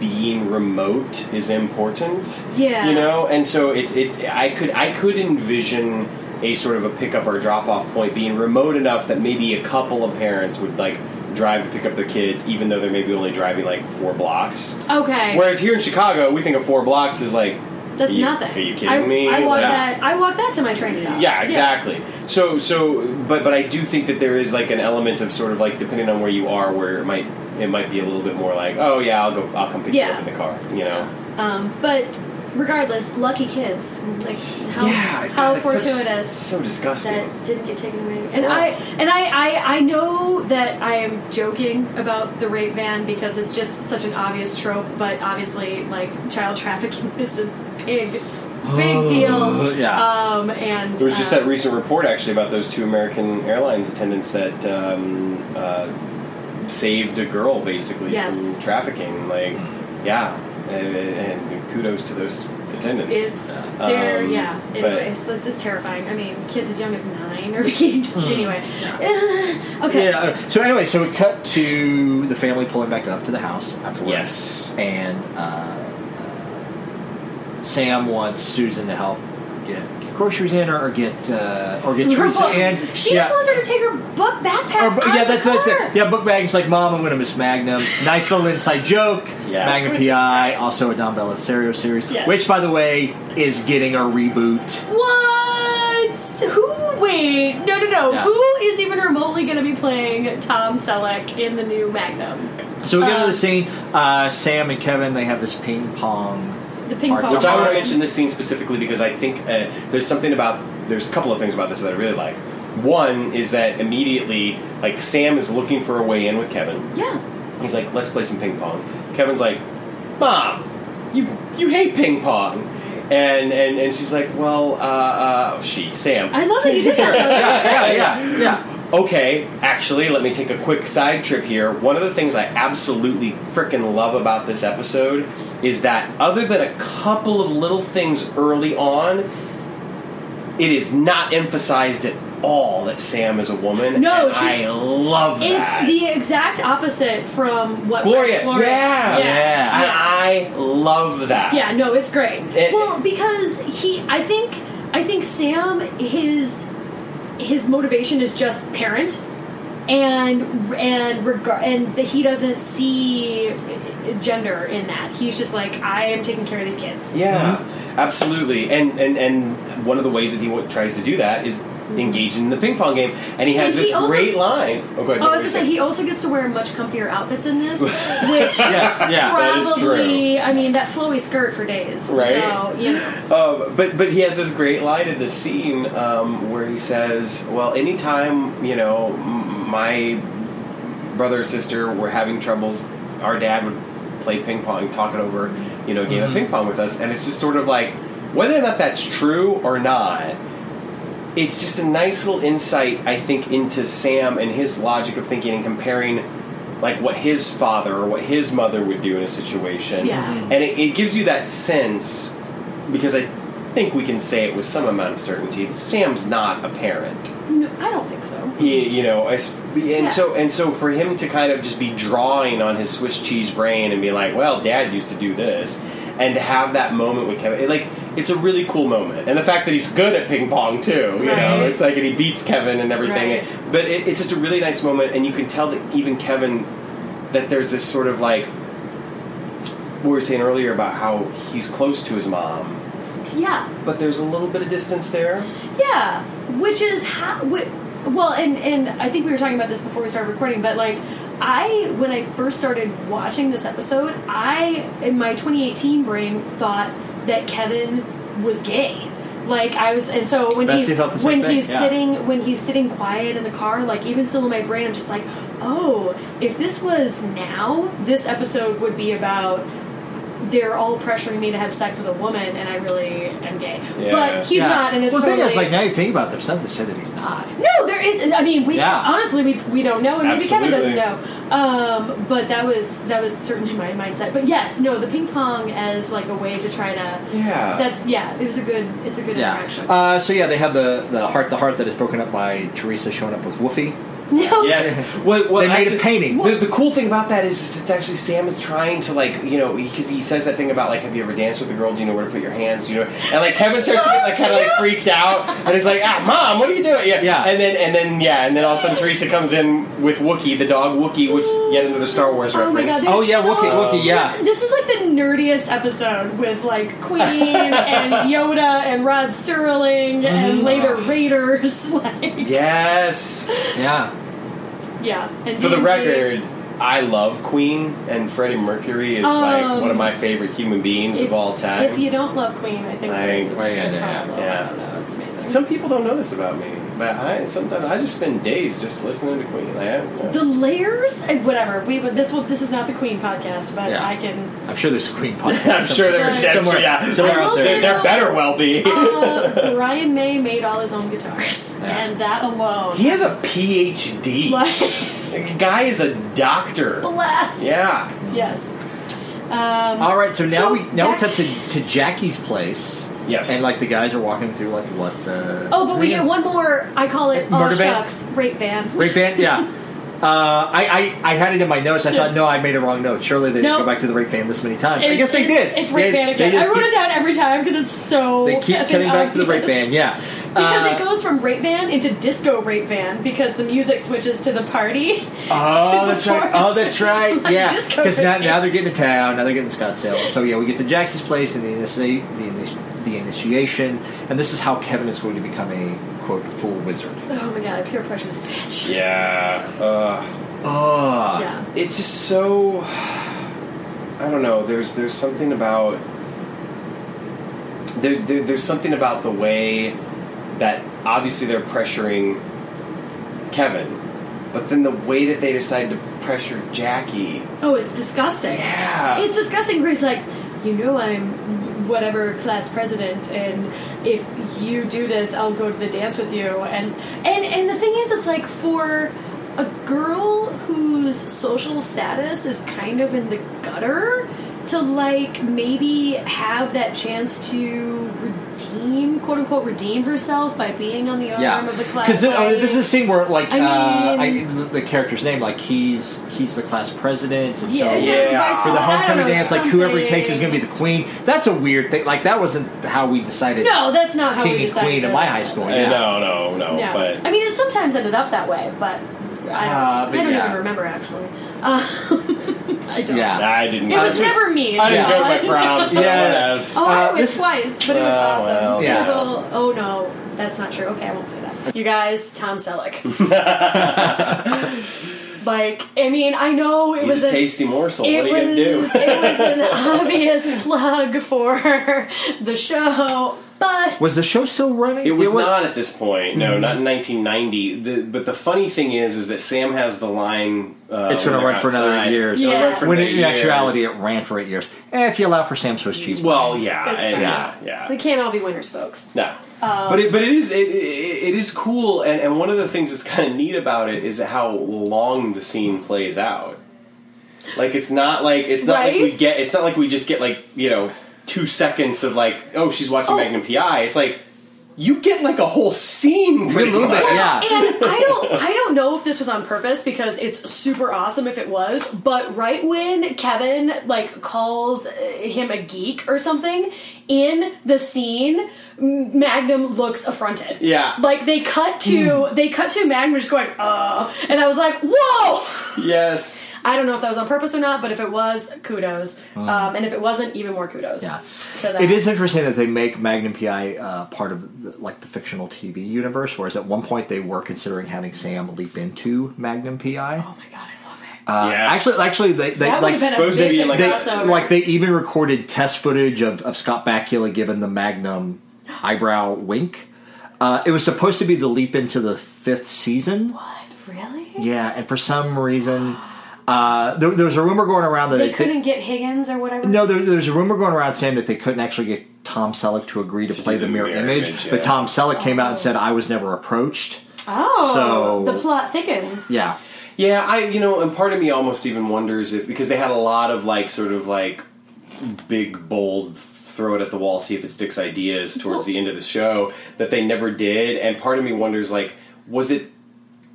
S1: being remote is important.
S4: Yeah.
S1: you know, and so it's it's I could I could envision a sort of a pickup or drop off point being remote enough that maybe a couple of parents would like drive to pick up their kids, even though they're maybe only driving like four blocks.
S4: Okay.
S1: Whereas here in Chicago, we think of four blocks as like
S4: That's
S1: are you-
S4: nothing.
S1: Are you kidding
S4: I,
S1: me?
S4: I walk
S1: Like,
S4: that. I walk that to my train stop.
S1: Yeah, exactly. So, so, but, but I do think that there is like an element of sort of like depending on where you are, where it might it might be a little bit more like, oh yeah, I'll go, I'll come pick you
S4: Yeah.
S1: up in the car, you know.
S4: Um, but regardless, lucky kids. Like how
S1: yeah,
S4: how
S1: God, it's so-
S4: fortuitous
S1: so disgusting.
S4: that didn't get taken away. And I and I, I I know that I am joking about the rape van because it's just such an obvious trope. But obviously, like child trafficking is a big big deal.
S2: Yeah.
S4: Um, and
S1: There was just
S4: uh,
S1: that recent report actually about those two American Airlines attendants that um, uh, saved a girl basically
S4: Yes.
S1: from trafficking. Like, yeah, and, and kudos to those attendants.
S4: It's they're
S1: Um,
S4: yeah.
S1: but-
S4: Anyway, so it's, it's terrifying. I mean, kids as young as nine or anyway. okay.
S2: Hmm. Yeah. uh, So anyway, so we cut to the family pulling back up to the house afterwards.
S1: Yes.
S2: And uh, uh, Sam wants Susan to help get, get groceries in, or, or get uh, or get
S4: Her
S2: Teresa
S4: books.
S2: in.
S4: She
S2: yeah.
S4: just wants her to take her book backpack.
S2: Or, bu-
S4: out
S2: yeah,
S4: of the
S2: that's that's
S4: car.
S2: it. Yeah, book bag's like, Mom, I'm going to miss Magnum. Nice little inside joke.
S1: Yeah.
S2: Magnum PI, also a Don Belisario series,
S4: Yes.
S2: which, by the way, is getting a reboot.
S4: What? Who? Wait, no, no, no.
S2: Yeah.
S4: Who is even remotely going to be playing Tom Selleck in the new Magnum?
S2: So we go to
S4: Um,
S2: the scene. Uh, Sam and Kevin they have this ping pong.
S4: The ping
S2: Our
S4: pong.
S1: Which I want to
S2: Darn.
S1: mention this scene specifically because I think uh, there's something about there's a couple of things about this that I really like. One is that immediately, like Sam is looking for a way in with Kevin.
S4: Yeah.
S1: He's like, "Let's play some ping pong." Kevin's like, "Mom, you you hate ping pong," and and, and she's like, "Well, uh, uh, she Sam."
S4: I love that you did that.
S2: Yeah, yeah, yeah.
S1: okay, actually, let me take a quick side trip here. One of the things I absolutely frickin' love about this episode is that, other than a couple of little things early on, it is not emphasized at all that Sam is a woman.
S4: No,
S1: and
S4: he-
S1: I love that.
S4: It's the exact opposite from what
S1: Gloria. Yeah,
S4: yeah,
S1: And I love that.
S4: Yeah, No, it's great.
S1: It-
S4: well, because he, I think, I think Sam his his motivation is just parent, and and regard and that he doesn't see gender in that. He's just like, I am taking care of these kids.
S1: Yeah, Mm-hmm. absolutely. And and and one of the ways that he w- tries to do that is engage in the ping pong game. And he has
S4: And he
S1: this
S4: also-
S1: great line. Oh, go ahead,
S4: Oh, I
S1: what
S4: was
S1: were you
S4: gonna say
S1: saying?
S4: he also gets to wear much comfier outfits in this, which
S1: Yes, yeah, that
S4: probably
S1: is true.
S4: I mean that flowy skirt for days.
S1: Right.
S4: So you know.
S1: Um, but but he has this great line in this scene um, where he says, "Well, anytime you know m- my brother or sister were having troubles, our dad would play ping pong, talk it over, you know, a game of ping pong with us." And it's just sort of like whether or not that's true or not. It's just a nice little insight, I think, into Sam and his logic of thinking and comparing, like what his father or what his mother would do in a situation,
S4: Yeah.
S1: and it, it gives you that sense because I think we can say it with some amount of certainty. that Sam's not a parent,
S4: No, I don't think so.
S1: He- you know, as, and
S4: Yeah.
S1: so and so for him to kind of just be drawing on his Swiss cheese brain and be like, "Well, Dad used to do this," and to have that moment with Kevin, it, like it's a really cool moment, and the fact that he's good at ping pong too, you know,
S4: Right.
S1: it's like and he beats Kevin and everything,
S7: Right.
S1: but it, it's just a really nice moment, and you can tell that even Kevin that there's this sort of like. We were saying earlier about how he's close to his mom,
S4: Yeah.
S1: but there's a little bit of distance there.
S4: Yeah, which is how. Wh- well, and and I think we were talking about this before we started recording, but like I when I first started watching this episode, I in my 2018 brain thought that Kevin was gay. Like I was, and so when
S2: Betsy felt the
S4: he's
S2: same
S4: when
S2: thing,
S4: he's
S2: yeah.
S4: sitting when he's sitting quiet in the car, like even still in my brain, I'm just like, oh, if this was now, this episode would be about they're all pressuring me to have sex with a woman, and I really am gay.
S1: Yeah.
S4: But he's
S2: Yeah.
S4: not, and it's
S2: well, the thing is,
S4: totally-
S2: like now you think about it, there's nothing that said that he's not.
S4: no, there is. I mean, we
S2: Yeah.
S4: honestly we, we don't know, and maybe Kevin doesn't
S1: Absolutely.
S4: know. Um, but that was that was certainly my mindset. But yes, no, the ping pong as like a way to try to.
S1: Yeah.
S4: That's yeah. It was a good. It's a good
S2: Yeah.
S4: interaction.
S2: Uh, so yeah, they have the the heart the heart that is broken up by Teresa showing up with Woofy.
S4: no.
S1: Yes. What, what
S2: They made a
S1: actually-
S2: painting.
S1: The, the cool thing about that is, is it's actually Sam is trying to like you know because he says that thing about like have you ever danced with a girl? Do you know where to put your hands? You know, and like Kevin starts to get like kind of like freaked out and he's like ah mom what are you doing? Yeah.
S2: Yeah.
S1: And then and then yeah and then all of a sudden Teresa comes in with Wookiee the dog Wookiee which yet another Star Wars
S4: Oh my
S1: reference.
S4: god!
S2: Oh,
S4: there's
S2: yeah,
S4: so,
S2: Wookiee, Wookiee, yeah.
S4: This, this is like the nerdiest episode with like Queen and Yoda and Rod Serling
S1: Mm-hmm.
S4: and later Raiders. Like,
S1: yes.
S2: Yeah.
S4: yeah. And
S1: For the
S4: D&D.
S1: record. I love Queen and Freddie Mercury is
S4: Um,
S1: like one of my favorite human beings
S4: if,
S1: of all time.
S4: If you don't love Queen, I think
S1: I-
S4: there's
S1: wait,
S2: yeah, yeah,
S1: yeah.
S4: I don't know. It's amazing.
S1: Some people don't know this about me, but I sometimes I just spend days just listening to Queen. Like, I don't
S4: the
S1: know.
S4: layers, eh, whatever. We but this will. This is not the Queen podcast, but
S2: Yeah.
S4: I can.
S2: I'm sure there's a Queen podcast.
S1: I'm sure they're
S4: Somewhere-
S1: somewhere, yeah,
S2: somewhere
S4: I will
S2: out there.
S4: say,
S1: They- there
S4: though,
S1: better well be.
S4: Uh, Brian May made all his own guitars, and that alone,
S1: he has a PhD.
S4: like,
S1: The guy is a doctor.
S4: bless.
S1: Yeah.
S4: Yes. Um,
S2: All right, so now
S4: So
S2: we now we
S4: back
S2: cut
S4: to-
S2: to, to Jackie's place.
S1: Yes.
S2: and like the guys are walking through like what the
S4: Oh, but we
S2: thing
S4: get
S2: is.
S4: one more. I call it oh
S2: Murder van?
S4: shucks rape van.
S2: rape van. Yeah, uh, I, I I had it in my notes. I thought
S4: Yes.
S2: no, I made a wrong note. Surely they
S4: No.
S2: didn't go back to the rape van this many times. I
S4: It's-
S2: guess they
S4: it's-
S2: did.
S4: It's rape
S2: They-
S4: van
S2: they
S4: again. I
S2: just
S4: wrote
S2: keep-
S4: it down every time because it's so.
S2: They keep
S4: effing
S2: cutting back to the rape
S4: obvious.
S2: van. Yeah,
S4: Because
S2: Uh,
S4: it goes from rape van into disco rape van because the music switches to the party.
S2: Oh, that's right. Oh, that's right.
S4: Like
S2: yeah,
S4: disco
S2: because now,
S4: rape.
S2: now they're getting to town. Now they're getting to Scottsdale. So yeah, we get to Jackie's place and the initi- the, initi- the initiation, and this is how Kevin is going to become a quote full wizard.
S4: Oh my god, peer pressure's a bitch.
S1: Yeah. Uh,
S2: Oh,
S4: Yeah.
S1: it's just so. I don't know. There's there's something about. There, there, there's something about the way that obviously they're pressuring Kevin, but then the way that they decide to pressure Jackie.
S4: Oh, it's disgusting.
S1: Yeah.
S4: It's disgusting. Grace, like, you know, I'm whatever class president, and if you do this, I'll go to the dance with you. And and and the thing is, it's like for a girl whose social status is kind of in the gutter to like maybe have that chance to. Re- redeem, quote unquote, redeem herself by being on the arm
S2: Yeah,
S4: of the class.
S2: because
S4: A.
S2: this is a scene where, like,
S4: I
S2: uh, I,
S4: mean-
S2: the, the character's name, like, he's he's the class president, and
S4: yeah,
S2: so
S4: yeah,
S1: yeah,
S4: vice
S2: for the
S4: president, I don't
S2: homecoming
S4: know,
S2: dance, like, whoever he
S4: something.
S2: takes is going to be the queen. That's a weird thing. Like, that wasn't how we decided.
S4: No, that's not how
S2: king
S4: we
S2: and
S4: decided
S2: queen in
S4: that.
S2: my high school.
S1: Eh,
S2: Yeah.
S1: No, no, no.
S4: No,
S1: But
S4: I mean, it sometimes ended up that way, but I don't,
S2: Uh, but
S4: I don't
S2: yeah.
S4: even remember actually. Uh, I don't.
S2: Yeah.
S1: I didn't.
S4: It
S1: go
S4: was
S1: to-
S4: never me.
S1: I didn't
S2: Yeah.
S1: go to my prom. So
S2: Yeah.
S1: whatevs.
S4: Oh,
S2: Uh,
S4: I went
S2: this-
S4: twice, but it was
S1: Oh,
S4: awesome.
S1: well,
S2: Yeah.
S4: Little- Oh no, that's not true. Okay, I won't say that. You guys, Tom Selleck. like, I mean, I know it
S1: He's
S4: was
S1: a tasty morsel. What are you gonna
S4: it
S1: do?
S4: was, it was an obvious plug for the show, but
S2: Was the show still running?
S1: It was
S2: wa- Mm-hmm.
S1: not at this point. No, not in 1990. The, but the funny thing is, is that Sam has the line. Uh,
S2: It's gonna
S1: when they're
S2: run for another
S1: outside,
S2: year.
S1: "It's gonna
S4: Yeah.
S1: run for
S2: When
S1: another
S2: in
S1: year."
S2: actuality, it ran for eight years. Eh, if you allow for Sam Swiss cheese.
S1: well, yeah,
S4: That's
S1: and-
S4: fine.
S1: yeah,
S4: we um,
S1: yeah,
S4: can't all be winners, folks.
S1: no. but it, but it is it, it, it is cool, and, and one of the things that's kind of neat about it is how long the scene plays out. Like it's not like it's not like we
S4: Right?
S1: get it's not like we just get like you know two seconds of like oh she's watching
S4: Oh.
S1: Magnum PI. It's like you get like a whole scene.
S2: a
S1: pretty
S2: little bit,
S1: much.
S2: yeah.
S4: And I don't I don't know if this was on purpose because it's super awesome if it was, but right when Kevin like calls uh, him a geek or something in the scene, M- Magnum looks affronted.
S1: Yeah.
S4: Like they cut to
S2: Hmm.
S4: they cut to Magnum just going, "Uh." And I was like, "Whoa!"
S1: Yes.
S4: I don't know if that was on purpose or not, but if it was, kudos. Um, and if it wasn't, even more kudos.
S2: Hmm. Yeah.
S4: To that.
S2: It is interesting that they make Magnum PI uh, part of the, like the fictional TV universe, whereas at one point they were considering having Sam leap into Magnum PI.
S4: Oh my god, I love it.
S2: Uh,
S1: Yeah.
S2: Actually, actually, they, they
S4: that would
S2: like
S4: have been a
S1: supposed to be
S4: vision
S1: like-
S2: they,
S4: crossover.
S2: like they even recorded test footage of, of Scott Bakula giving the Magnum eyebrow wink. Uh, it was supposed to be the leap into the fifth season.
S4: What? Really?
S2: Yeah, and for some reason, uh, there, there was a rumor going around that
S4: They
S2: it-
S4: couldn't get Higgins or whatever.
S2: No, there, there's a rumor going around saying that they couldn't actually get Tom Selleck to agree to, play
S1: do
S2: the mirror, image,
S1: yeah.
S2: but Tom Selleck came out and said, "I was never approached."
S4: Oh,
S2: So-
S4: the plot thickens.
S2: Yeah,
S1: Yeah, I you know, and part of me almost even wonders if because they had a lot of like sort of like big bold throw it at the wall, see if it sticks ideas towards the end of the show that they never did, and part of me wonders like was it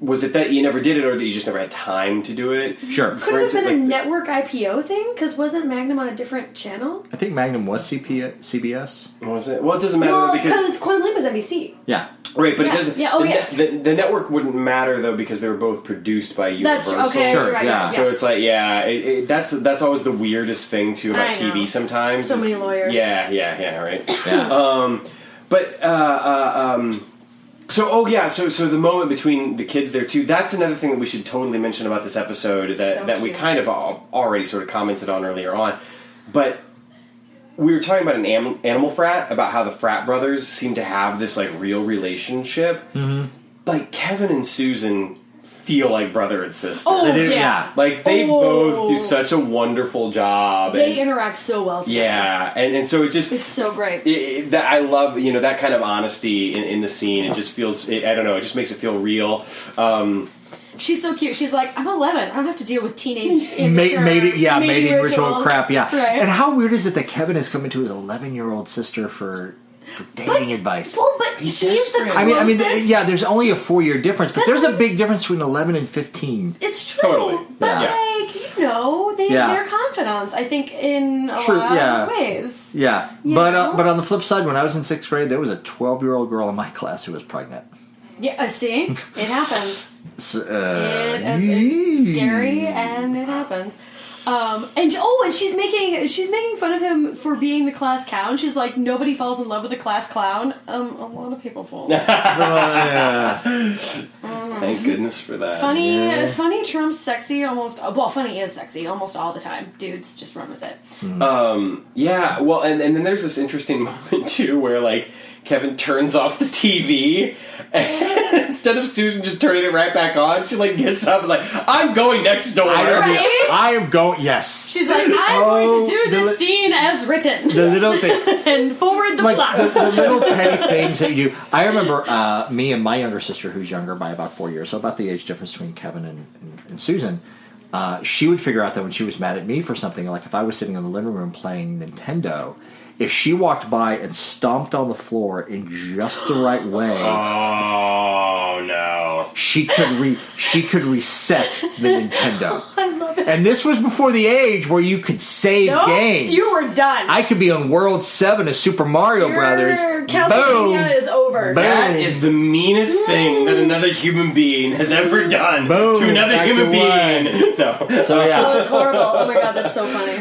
S1: was it that you never did it or that you just never had time to do it?
S2: sure.
S1: For
S4: Could it have
S1: instance,
S4: been a
S1: like-
S4: network IPO thing? Because wasn't Magnum on a different channel?
S2: I think Magnum was CP, CBS.
S1: Was it? Well, it doesn't matter
S4: well,
S1: though, because
S4: because Quantum Leap was NBC.
S2: Yeah,
S1: right, but
S4: yeah,
S1: it doesn't.
S4: yeah, oh,
S1: the,
S4: yeah.
S1: The, the network wouldn't matter though because they were both produced by
S4: That's
S1: Universal.
S4: okay.
S2: Sure,
S4: right,
S2: yeah.
S1: So it's like, yeah, it, it, that's that's always the weirdest thing too about
S4: I know.
S1: TV. Sometimes
S4: So
S1: is-
S4: many lawyers.
S1: Yeah, yeah, yeah. Right.
S2: yeah.
S1: but uh, uh, um, so oh yeah, so so the moment between the kids there too. That's another thing that we should totally mention about this episode that
S4: So
S1: that we
S4: cute.
S1: kind of al- already sort of commented on earlier on, but. We were talking about an am- animal frat, about how the frat brothers seem to have this like real relationship. Like Kevin and Susan feel like brother and sister.
S4: Oh,
S2: do,
S4: yeah.
S2: yeah.
S1: Like they
S4: Oh.
S1: both do such a wonderful job.
S4: They
S1: and,
S4: interact so well. together.
S1: yeah, and and so it just
S4: It's so great.
S1: it, it- that I love you know that kind of honesty in, in the scene. It just feels it, I don't know. It just makes it feel real.
S4: Mm-hmm.
S1: Um,
S4: She's so cute. She's like, I'm 11. I don't have to deal with teenage
S2: Made,
S4: immature-
S2: made it, yeah, made
S4: mating
S2: it ritual crap, yeah.
S4: Right.
S2: And how weird is it that Kevin is coming to his 11 year old sister for, for dating advice?
S4: Well, but he's, the
S1: desperate.
S4: closest.
S2: I mean, I mean, th- yeah. There's only a four year difference, but there's a big difference between 11 and 15.
S4: It's true,
S1: Totally.
S4: but
S2: Yeah.
S4: like you know, they
S2: Yeah.
S4: their confidants. I think in a
S2: Sure,
S4: lot
S2: yeah.
S4: of ways.
S2: Yeah,
S4: You
S2: but
S4: know?
S2: uh, but on the flip side, when I was in sixth grade, there was a twelve year old girl in my class who was pregnant.
S4: Yeah, uh, see, it happens.
S2: So,
S4: It
S2: uh,
S4: is
S2: yee.
S4: it's scary, and it happens. Um, and oh, and she's making she's making fun of him for being the class clown. She's like, nobody falls in love with a class clown. Um, a lot of people fall.
S1: thank goodness for that.
S4: funny, funny trumps sexy almost. uh, Well, funny is sexy almost all the time. Dudes, just run with it.
S1: Mm, Yeah. Well, and and then there's this interesting moment too where like Kevin turns off the TV. And instead of Susan just turning it right back on, she like gets up and like I'm going next door.
S2: I am,
S4: Right?
S2: I am going. Yes,
S4: She's like, I'm
S2: Oh,
S4: going to do
S2: the
S4: this
S2: li-
S4: scene as written.
S2: the little thing,
S4: and forward the
S2: like
S4: plot.
S2: the, the little petty things that you do. I remember uh, me and my younger sister, who's younger by about four years, so about the age difference between Kevin and, and, and Susan. Uh, she would figure out that when she was mad at me for something, like if I was sitting in the living room playing Nintendo, if she walked by and stomped on the floor in just the right way,
S4: Uh.
S5: Oh no!
S2: she could re- she could reset the Nintendo.
S4: I love it.
S2: And this was before the age where you could save
S4: No,
S2: games.
S4: you were done.
S2: I could be on World Seven of Super Mario Brothers.
S4: Your
S2: Boom,
S4: Castlevania is over.
S2: Boom.
S5: That is the meanest thing that another human being has ever done
S2: Boom.
S5: to another
S2: Back
S5: human
S2: to
S5: being. No.
S2: So
S4: Oh,
S2: yeah,
S4: it's horrible. Oh my god, that's so funny.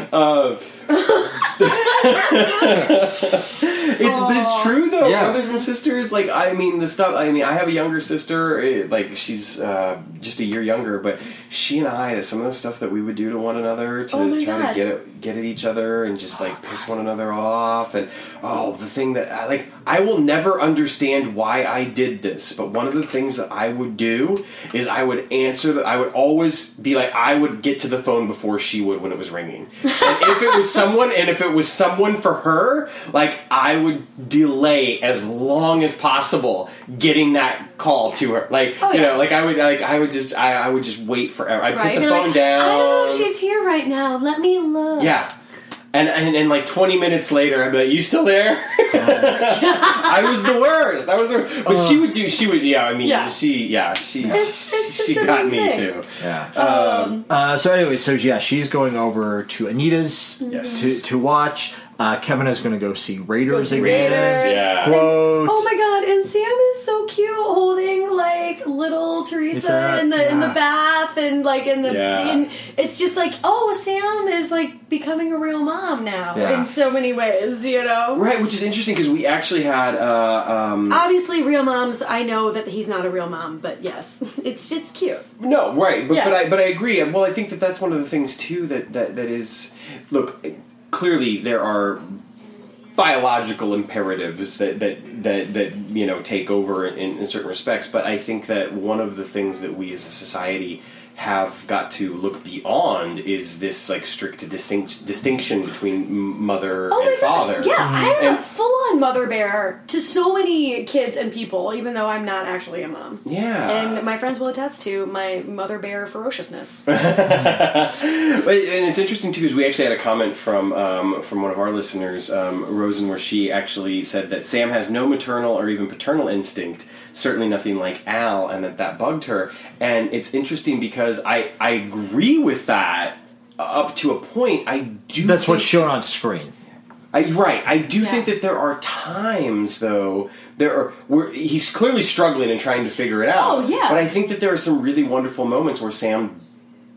S1: It's, but it's true though.
S2: Yeah.
S1: Brothers and sisters, like I mean, the stuff. I mean, I have a younger sister. eh, Like she's uh, just a year younger, but she and I, some of the stuff that we would do to one another to
S4: Oh my
S1: try
S4: God.
S1: to get at, get at each other and just like piss one another off, and oh, the thing that I, like I will never understand why I did this, but one of the things that I would do is I would answer. The, I would always be like, I would get to the phone before she would when it was ringing. And if it was someone, and if it was someone for her, like I would delay as long as possible getting that call to her. Like
S4: Oh,
S1: you
S4: yeah.
S1: know, like I would, like I would just, I, I would just wait forever. I'd
S4: Right?
S1: put the
S4: You're
S1: phone
S4: like,
S1: down.
S4: I don't know if she's here right now. Let me look.
S1: yeah. And, and, and like 20 minutes later, I'd be like, you still there? I was the worst. I was the worst. But she would do, she would, yeah, I mean,
S4: Yeah.
S1: she, yeah, she,
S4: it's the
S1: she
S4: same
S1: got me
S4: thing.
S1: too.
S2: yeah.
S4: Um,
S2: Uh, so anyway, so yeah, she's going over to Anita's
S1: Yes.
S2: to to watch. Uh, Kevin is going to go see Raiders
S4: see
S2: again.
S4: Raiders.
S5: Yeah.
S2: Quote.
S4: Oh my god, and Sam is so cute holding like little Teresa
S2: Teresa,
S4: in the in the
S2: yeah.
S4: bath and like in the
S5: Yeah.
S4: in, it's just like, oh Sam is like becoming a real mom now
S2: Yeah.
S4: in so many ways, you know?
S1: Right, which is interesting because we actually had, uh, um,
S4: Obviously real moms, I know that he's not a real mom, but yes. It's it's cute.
S1: No, right, but,
S4: Yeah.
S1: but I but I agree. And, Well, I think that that's one of the things too that that, that is look clearly there are biological imperatives that that that, that you know take over in, in certain respects. But I think that one of the things that we as a society have got to look beyond is this like strict distinct, distinction between m- mother
S4: Oh my
S1: and father.
S4: gosh. Yeah, I am a
S1: And-
S4: full on mother bear to so many kids and people, even though I'm not actually a mom.
S1: yeah,
S4: And my friends will attest to my mother bear ferociousness.
S1: But- and it's interesting too is we actually had a comment from um, from one of our listeners, um, Rosen, where she actually said that Sam has no maternal or even paternal instinct, certainly nothing like Al, and that that bugged her. And it's interesting because I I agree with that up to a point. I do.
S2: That's what's
S1: think-
S2: shown on screen.
S1: I, right. I do
S4: Yeah.
S1: think that there are times, though, there are where he's clearly struggling and trying to figure it out.
S4: Oh, yeah.
S1: But I think that there are some really wonderful moments where Sam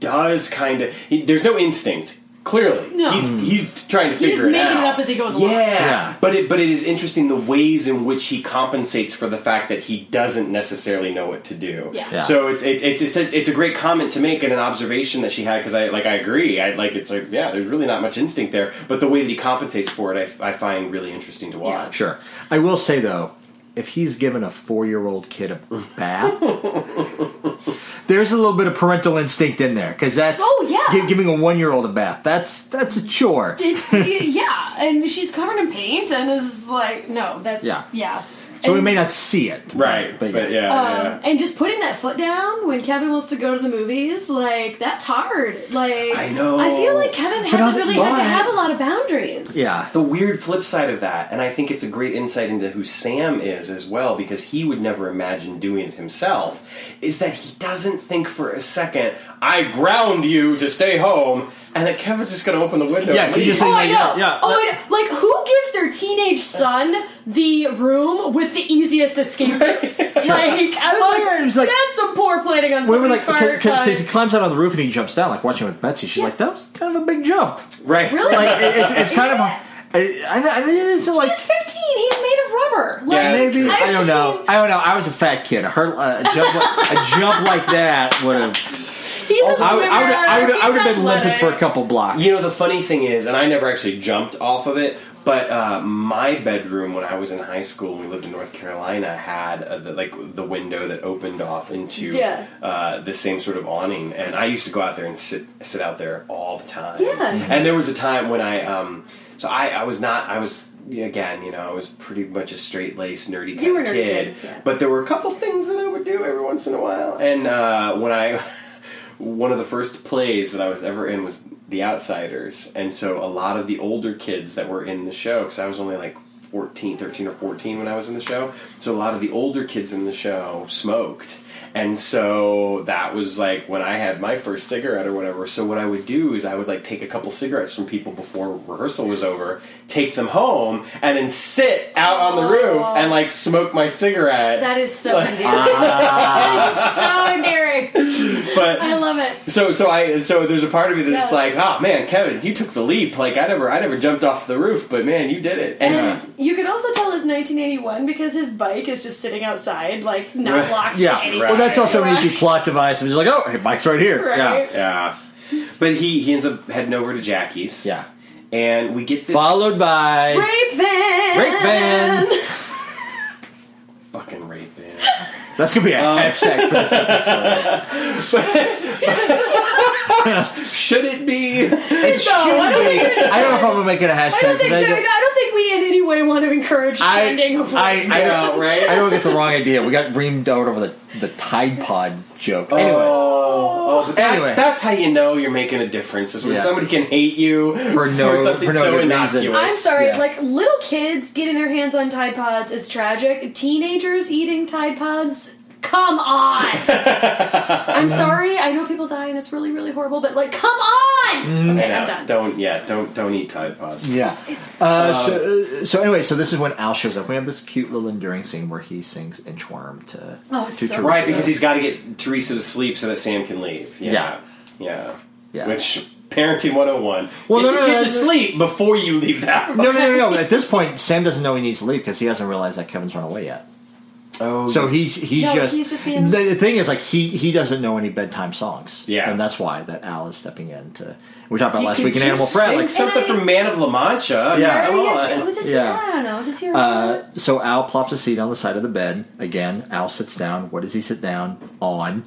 S1: does kind of. He, there's no instinct. Clearly,
S4: No.
S1: he's, he's trying to
S4: He's
S1: figure it
S4: making
S1: out.
S4: it up as he goes
S1: yeah.
S4: along.
S2: Yeah.
S1: but it but it is interesting the ways in which he compensates for the fact that he doesn't necessarily know what to do.
S4: Yeah. Yeah.
S1: So it's it's it's it's a, it's a great comment to make and an observation that she had because I like I agree. I like it's like yeah, there's really not much instinct there, but the way that he compensates for it, I, I find really interesting to watch.
S2: Sure. I will say though, if he's given a four-year-old kid a bath, there's a little bit of parental instinct in there because that's
S4: Oh, yeah.
S2: gi- giving a one-year-old a bath. That's that's a chore.
S4: It's yeah, and she's covered in paint and is like, no, that's
S2: Yeah.
S4: yeah,
S2: So we
S4: And-
S2: may not see it,
S1: Right, but, yeah,
S4: um,
S1: yeah.
S4: and just putting that foot down when Kevin wants to go to the movies, like that's hard. Like
S1: I know.
S4: I feel like Kevin
S2: also-
S4: hasn't really had
S2: why?
S4: to have a lot of boundaries.
S2: yeah.
S1: the weird flip side of that, and I think it's a great insight into who Sam is as well, because he would never imagine doing it himself, is that he doesn't think for a second, I ground you to stay home, and that Kevin's just going to open the window.
S2: Yeah,
S1: and
S2: can you
S1: leave.
S2: say-
S4: Oh, I know.
S2: Yeah, yeah.
S4: oh, I know. like who gives their teenage son the room with the easiest escape route? Like I was
S2: Well,
S4: like,
S2: yeah, it was like-
S4: that's some poor planning on
S2: We were
S4: somebody's
S2: like,
S4: part. but-
S2: because he climbs out on the roof and he jumps down, like watching with Betsy. She's
S4: Yeah.
S2: like, that was kind of a big jump.
S1: Right.
S4: Really?
S2: Like, it- it's, it's kind of. I, I, I, it's like,
S4: He's 15. He's made of rubber. Like,
S1: Yeah,
S2: Maybe I, don't know.
S4: mean,
S2: I don't know. I was a fat kid. Her uh, a jump, like, a jump like that would have.
S4: He's a
S2: I would. I would. I would. I would have been limping
S4: limping
S2: for a couple blocks.
S1: You know, the funny thing is, and I never actually jumped off of it, but uh, my bedroom when I was in high school and we lived in North Carolina had uh, the, like the window that opened off into
S4: Yeah.
S1: uh, the same sort of awning, and I used to go out there and sit sit out there all the time.
S4: Yeah.
S1: And there was a time when I, um, so I, I was not, I was. Again, you know, I was pretty much a straight laced, nerdy kind
S4: You were
S1: of
S4: a nerdy
S1: kid,
S4: kid, yeah.
S1: but there were a couple things that I would do every once in a while. And uh, when I, one of the first plays that I was ever in was The Outsiders. And so a lot of the older kids that were in the show, because I was only like 14, 13 or 14 when I was in the show, so a lot of the older kids in the show smoked. And so that was like when I had my first cigarette or whatever. So what I would do is I would like take a couple cigarettes from people before rehearsal was over, take them home, and then sit out on the roof and like smoke my cigarette.
S4: That is so endearing.
S2: ah.
S4: that is so endearing.
S1: but
S4: I love it.
S1: So so I so there's a part of me that's
S4: Yes.
S1: like, oh man, Kevin, you took the leap. Like I never I never jumped off the roof, but man, you did it. And
S4: And you can also tell it's 1981 because his bike is just sitting outside, like
S1: Right.
S4: not locked to
S2: Yeah,
S4: anything.
S2: well, that's also an easy plot device. It's like, oh, hey, bike's right here. Yeah,
S4: Right.
S1: yeah, but he he ends up heading over to Jackie's.
S2: yeah.
S1: and we get this
S2: Followed by
S4: Rape van.
S2: Rape van.
S1: fucking rape man.
S2: that's gonna be a
S1: Um,
S2: hashtag for this episode.
S1: Should it be?
S2: It should
S4: I don't think
S2: be. I don't know if I'm gonna make it a
S4: I
S2: hashtag.
S4: don't think
S2: but
S4: that- I don't think we in any way want to encourage
S2: I,
S4: trending of
S2: I,
S4: rape.
S2: I,
S1: I know, right?
S2: I don't get the wrong idea. We got reamed out over the, the Tide Pod joke. Anyway,
S1: Oh, oh, but that's,
S2: Anyway.
S1: that's how you know you're making a difference. Is when
S2: Yeah.
S1: somebody can hate you
S2: For no-
S1: something
S2: for no
S1: so
S2: good
S1: innocuous.
S2: reason.
S4: I'm sorry,
S2: Yeah.
S4: like little kids getting their hands on Tide Pods is tragic. Teenagers eating Tide Pods, come on. I'm sorry, I know people die and it's really, really horrible, but like, come on.
S1: I
S2: Mm.
S4: Okay,
S1: know.
S4: I'm done.
S1: Don't yeah. Don't don't eat Tide Pods.
S2: yeah. Uh, so, so anyway, so this is when Al shows up. We have this cute little enduring scene where he sings "Inchworm" to
S4: Oh, it's
S2: to
S4: so
S2: Teresa.
S1: Right, because he's got to get Teresa to sleep so that Sam can leave. Yeah. Yeah.
S2: Yeah.
S1: Which parenting 101.
S2: Well,
S1: get
S2: no,
S1: your
S2: no,
S1: kid
S2: no,
S1: to
S2: no.
S1: sleep before you leave that.
S2: No, no, no, no, no. At this point, Sam doesn't know he needs to leave because he hasn't realized that Kevin's run away yet.
S1: Oh,
S2: So he's he's
S4: No,
S2: just,
S4: he's just being-
S2: the, the thing is like he he doesn't know any bedtime songs.
S1: Yeah.
S2: and that's why that Al is stepping in to. We talked about
S1: You
S2: last
S1: can
S2: week in
S1: just
S2: Animal Friend.
S1: sing
S2: Like,
S1: something
S4: And I-
S1: from Man of La Mancha.
S2: Yeah.
S1: Come
S4: Yeah,
S1: on.
S4: with his-
S2: Yeah.
S4: I don't know. Does he
S2: Uh,
S4: remember?
S2: so Al plops a seat on the side of the bed. Again, Al sits down. What does he sit down on?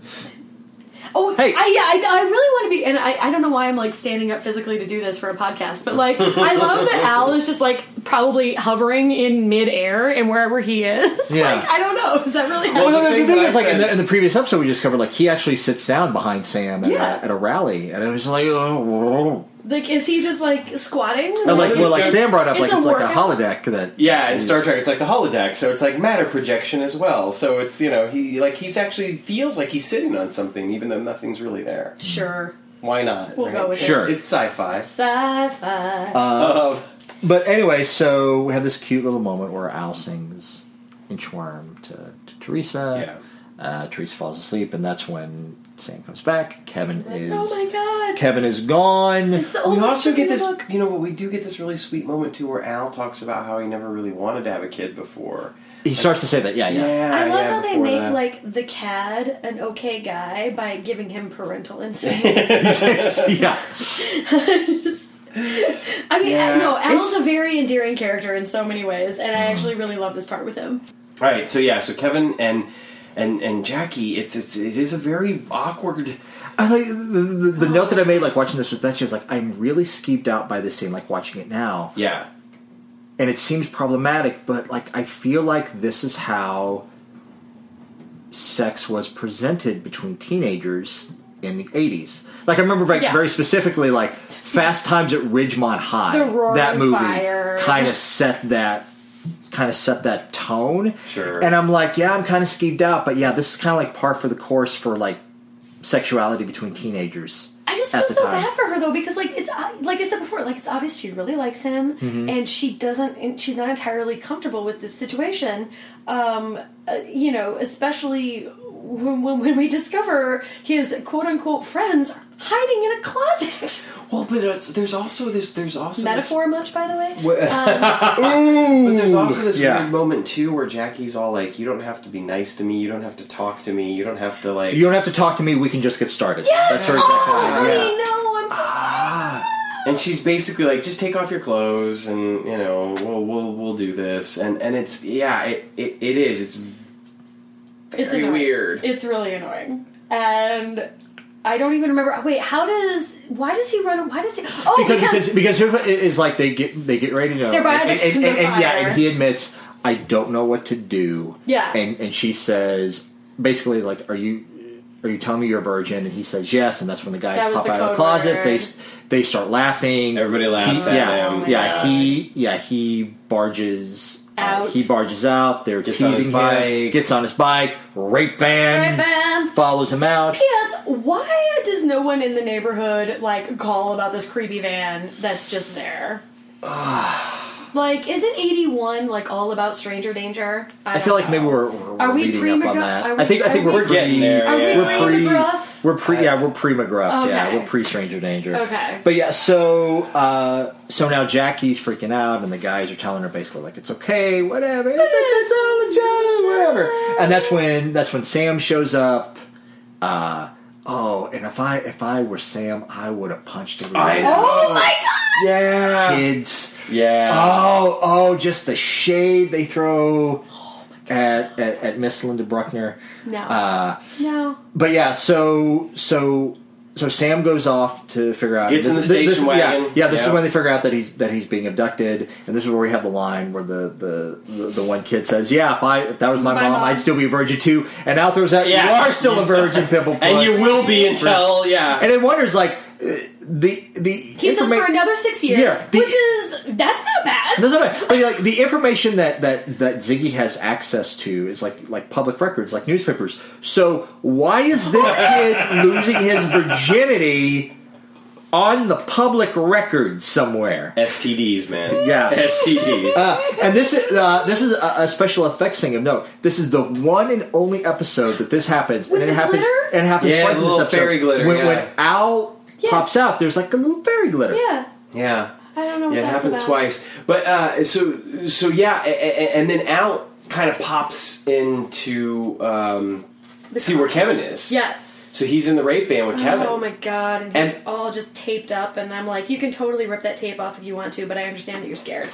S4: oh,
S2: hey.
S4: I, yeah, I, I really want to be, and I, I don't know why I'm like standing up physically to do this for a podcast, but like, I love that Al is just like probably hovering in midair and wherever he is.
S2: Yeah.
S4: like, I don't know. Is that really
S2: Well,
S1: the
S2: no,
S4: happening?
S2: no, the
S1: thing
S2: thing
S1: that
S2: is,
S1: I
S2: like in the,
S1: said-
S2: in the previous episode, we just covered like he actually sits down behind Sam at,
S4: Yeah.
S2: a, at a rally, and it was like, oh,
S4: Like, is he just like squatting?
S2: and like
S1: those
S2: well, like
S1: jokes-
S2: Sam brought up,
S4: It's
S2: like
S4: a
S2: it's like a
S4: workout.
S2: holodeck that
S1: Yeah, in Star Trek, it's like the holodeck, so it's like matter projection as well. So it's you know he like he's actually feels like he's sitting on something, even though nothing's really there.
S4: sure.
S1: Why not?
S4: We'll go with it.
S2: Sure. Uh,
S1: It's sci-fi.
S4: Sci-fi.
S1: Um,
S2: But anyway, so we have this cute little moment where Al sings Inchworm to, to Teresa. Uh, Teresa falls asleep, and that's when Sam comes back. Kevin is
S4: oh my god.
S2: Kevin is gone.
S4: it's the
S1: We
S4: oldest
S1: also
S4: trick
S1: get
S4: in the
S1: this,
S4: book.
S1: you know, what we do get this really sweet moment too, where Al talks about how he never really wanted to have a kid before.
S2: he starts to say that, yeah, yeah.
S4: I love
S1: yeah,
S4: how they
S1: before
S4: make
S1: that.
S4: like the CAD an okay guy by giving him parental instinct.
S2: yeah.
S4: I mean,
S1: Yeah.
S4: I, no, Al's a very endearing character in so many ways, and I
S2: Mm.
S4: actually really love this part with him.
S1: All right, so yeah, so Kevin and and and Jackie, it's it's it is a very awkward.
S2: I like the, the, the note that I made, like watching this with Betsy, was like, I'm really skeeved out by this scene, like watching it now,
S1: Yeah,
S2: and it seems problematic, but like I feel like this is how sex was presented between teenagers in the 80s. Like I remember like,
S4: Yeah.
S2: very specifically like Fast Times at Ridgemont High.
S4: The Roaring
S2: that movie
S4: Fire.
S2: kind of set that kind of set that tone.
S1: Sure.
S2: And I'm like, yeah, I'm kind of skeeved out, but yeah, this is kind of like par for the course for like sexuality between teenagers.
S4: I just
S2: at
S4: feel
S2: the
S4: so
S2: time.
S4: bad for her though because like it's uh, like I said before like it's obvious she really likes him
S2: Mm-hmm.
S4: and she doesn't and she's not entirely comfortable with this situation um uh, you know especially when, when when we discover his quote unquote friends hiding in a closet
S1: well, but it's, there's also this there's also
S4: metaphor much by the way
S1: This, but there's also this
S2: yeah.
S1: weird moment too, where Jackie's all like, "You don't have to be nice to me. You don't have to talk to me. You don't have to like."
S2: You don't have to talk to me, we can just get started.
S4: Yes!
S2: That's her exact
S4: oh
S2: line,
S4: honey
S2: yeah.
S4: no I'm so
S1: and she's basically like, just take off your clothes, and you know, we'll we'll, we'll do this, and and it's yeah, it it, it is, it's
S4: sorry. it's
S1: very
S4: annoying.
S1: weird.
S4: it's really annoying and I don't even remember wait how does why does he run why does he oh
S2: because because, because here's what it is like they get they get ready to know
S4: They're by
S2: and,
S4: the
S2: and, and- and- yeah
S4: fire.
S2: and he admits I don't know what to do
S4: Yeah.
S2: and and she says basically like are you are you telling me you're a virgin and he says yes and that's when the guys
S4: That was
S2: pop
S4: the
S2: out of the
S4: code
S2: closet
S4: word. Oh
S2: they s- They start laughing.
S1: Everybody laughs
S2: He-
S1: at
S2: yeah,
S1: him.
S2: Yeah,
S1: Yeah.
S2: he yeah he barges
S6: Out.
S2: He barges out. They're
S1: Gets on his
S2: teasing him.
S1: bike.
S2: Gets on his bike. Rape van.
S6: Right, man.
S2: Follows him out.
S4: P.S. Why does no one in the neighborhood like call about this creepy van that's just there? like, isn't eighty one like all about stranger danger?
S2: I, feel
S4: don't
S2: like maybe
S4: know.
S2: we're, we're
S4: Are we
S2: leading up
S4: pre-McGruff-
S2: on that.
S4: are we-
S2: I think I
S4: are
S2: think
S4: we-
S2: we're
S4: We're
S2: pre,
S1: getting there,
S4: Are we
S1: yeah.
S2: We're pre.
S4: pre-McGruff?
S2: We're pre. Yeah, we're pre McGruff. Yeah,
S4: Okay.
S2: we're pre Stranger Danger.
S4: Okay.
S2: But yeah, so uh, so now Jackie's freaking out, and the guys are telling her basically like it's okay, whatever, it's, it's, it's all a joke, whatever. And that's when that's when Sam shows up. Uh, oh, and if I if I were Sam, I would have punched everybody.
S1: I know.
S4: Oh my god!
S2: Yeah, kids.
S1: Yeah.
S2: Oh, oh, just the shade they throw at, at at Miss Linda Bruckner.
S4: No,
S2: Uh,
S4: no.
S2: but yeah, so so so Sam goes off to figure out.
S1: Gets in the station wagon.
S2: Yeah, yeah this
S1: Yeah.
S2: is when they figure out that he's that he's being abducted, and this is where we have the line where the the, the, the one kid says, "Yeah, if I if that was my,
S4: My
S2: mom,
S4: mom."
S2: I'd still be a virgin too." And Al throws out,
S1: Yeah.
S2: "You are still a virgin, Pimple Puss."
S1: and you will be until yeah.
S2: And it wonders like uh, the the
S4: He says for another six years,
S2: Yeah, the-
S4: which is that's not bad.
S2: Doesn't matter. Like, like, the information that, that, that Ziggy has access to is like like public records, like newspapers. So why is this kid losing his virginity on the public record somewhere?
S1: STDs, man.
S2: Yeah.
S1: STDs.
S2: Uh, and this is uh, this is a, a special effects thing of note. This is the one and only episode that this happens,
S4: With
S2: and it
S4: the
S2: happens
S4: glitter?
S2: and it happens
S1: Yeah,
S2: twice
S1: the
S2: in this
S1: little
S2: episode.
S1: fairy glitter,
S2: when,
S1: yeah.
S2: when Owl
S4: Yeah.
S2: pops out, there's like a little fairy glitter.
S4: yeah,
S1: yeah.
S4: I don't know. What
S1: Yeah, it
S4: that's
S1: happens
S4: about.
S1: twice. But uh, so so yeah, a- a- and then Al kind of pops into um, see where Kevin is.
S4: Yes.
S1: So he's in the rape van with Kevin.
S4: Oh my god! And he's
S1: And-
S4: all just taped up, and I'm like, you can totally rip that tape off if you want to, but I understand that you're scared.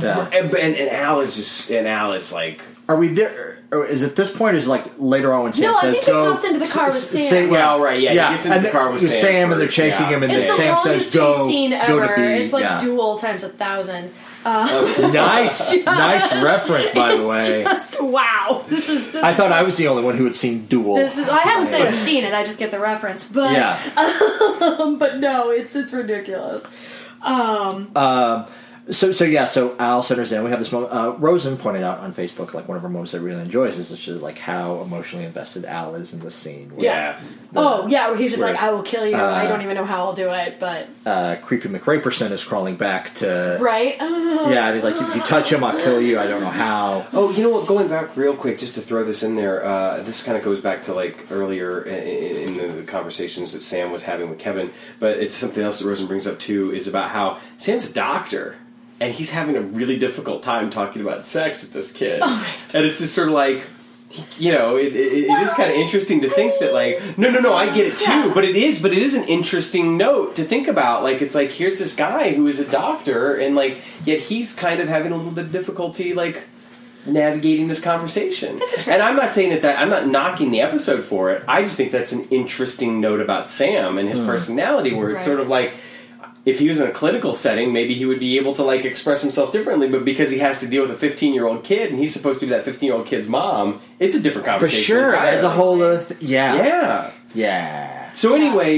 S2: Yeah.
S1: And, and, and Al is just and Al is like
S2: Are we there? Or is it this point? Or is it like later on when Sam
S4: No, I
S2: says,
S4: think he
S2: "Go"?
S4: pops into the car with
S2: s-
S4: Sam.
S2: say-
S1: Well, right, yeah, he gets into
S2: and
S1: the car with Sam
S2: and they're
S1: first,
S2: chasing
S1: yeah.
S2: him, and
S1: It's
S2: then
S1: the
S2: Sam says, "Go,
S4: scene
S2: go
S4: ever.
S2: to B."
S4: it's like
S2: yeah.
S4: duel times a thousand.
S2: nice, nice reference, by the way.
S4: Just wow! This is. This
S2: I thought I was the only one who had seen Duel.
S4: This is. uh, I haven't said I've seen it. I just get the reference, but
S2: yeah.
S4: um, but no, it's it's ridiculous. Um,
S2: So so yeah. So Al centers in. We have this moment. Uh, Rosen pointed out on Facebook, like one of her moments that really enjoys is just like how emotionally invested Al is in this scene. where,
S1: yeah.
S4: oh yeah, where he's just
S2: Right.
S4: like, I will kill you. I don't even know how I'll do it, but
S2: Uh, creepy McRaperson is crawling back to.
S4: right. Uh,
S2: Yeah, and he's like, if you touch him, I'll kill you. I don't know how.
S1: Oh, you know what? Going back real quick, just to throw this in there, uh, this kind of goes back to like earlier i- i- in the conversations that Sam was having with Kevin, but it's something else that Rosen brings up too is about how Sam's a doctor and he's having a really difficult time talking about sex with this kid. and it's just sort of like, you know, it, it, it is kind of interesting to think that, like, no, no, no, I get it too,
S4: Yeah.
S1: but it is, but it is an interesting note to think about. Like, it's like, here's this guy who is a doctor, and like, yet he's kind of having a little bit of difficulty, like, navigating this conversation. And I'm not saying that, that I'm not knocking the episode for it. I just think that's an interesting note about Sam
S2: Hmm.
S1: and his personality, where it's
S4: Right.
S1: sort of like, if he was in a clinical setting, maybe he would be able to like express himself differently. But because he has to deal with a 15 year old kid and he's supposed to be that 15 year old kid's mom, it's a different
S2: For
S1: conversation.
S2: sure,
S1: entirely.
S2: that's a whole other. Th- yeah,
S1: yeah.
S2: yeah,
S1: So anyway,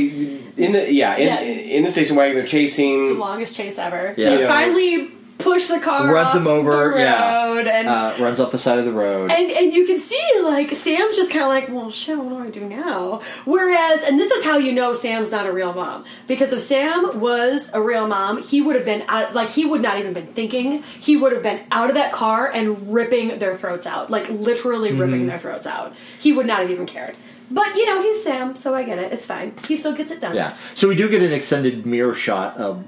S1: in the yeah in,
S4: Yeah.
S1: in the station wagon they're
S4: the
S1: chasing.
S4: longest chase ever.
S2: Yeah.
S4: They finally push the car,
S2: Runs
S4: off
S2: him over,
S4: the
S2: yeah.
S4: road, and
S2: Uh, runs off the side of the road.
S4: And and you can see like Sam's just kind of like, well, shit, what do I do now? Whereas, and this is how you know Sam's not a real mom because if Sam was a real mom, he would have been out, like he would not even been thinking. He would have been out of that car and ripping their throats out, like literally
S2: Mm-hmm.
S4: ripping their throats out. He would not have even cared. But you know, he's Sam, so I get it. It's fine. He still gets it done.
S2: yeah, so we do get an extended mirror shot of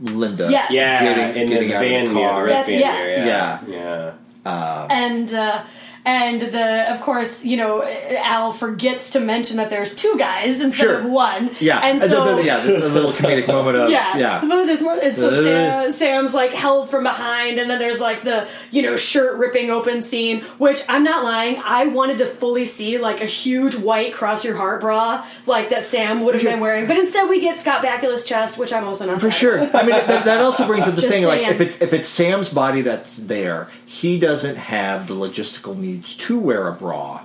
S2: Linda.
S4: Yes.
S1: Yeah,
S2: Getting-
S1: and
S2: getting
S1: then
S2: out of
S1: the
S2: the
S1: van near,
S2: car.
S1: the red
S4: That's-
S1: van
S4: yeah.
S1: near,
S2: Yeah.
S1: yeah, yeah.
S4: and uh, and the of course you know Al forgets to mention that there's two guys instead
S2: Sure.
S4: of one.
S2: yeah, Uh,
S4: and
S2: the-
S4: so
S2: the- yeah, the, the little comedic moment of
S4: yeah,
S2: yeah,
S4: But there's more. And so
S2: Uh.
S4: Sam, Sam's like held from behind, and then there's like the you know shirt ripping open scene, which I'm not lying. I wanted to fully see like a huge white cross your heart bra like that Sam would have been wearing, but instead we get Scott Bakula's chest, which I'm also not
S2: for
S4: sad
S2: sure.
S4: about.
S2: I mean, that, that also brings up the
S4: Just
S2: thing like
S4: saying.
S2: if it's if it's Sam's body that's there, he doesn't have the logistical needs to wear a bra.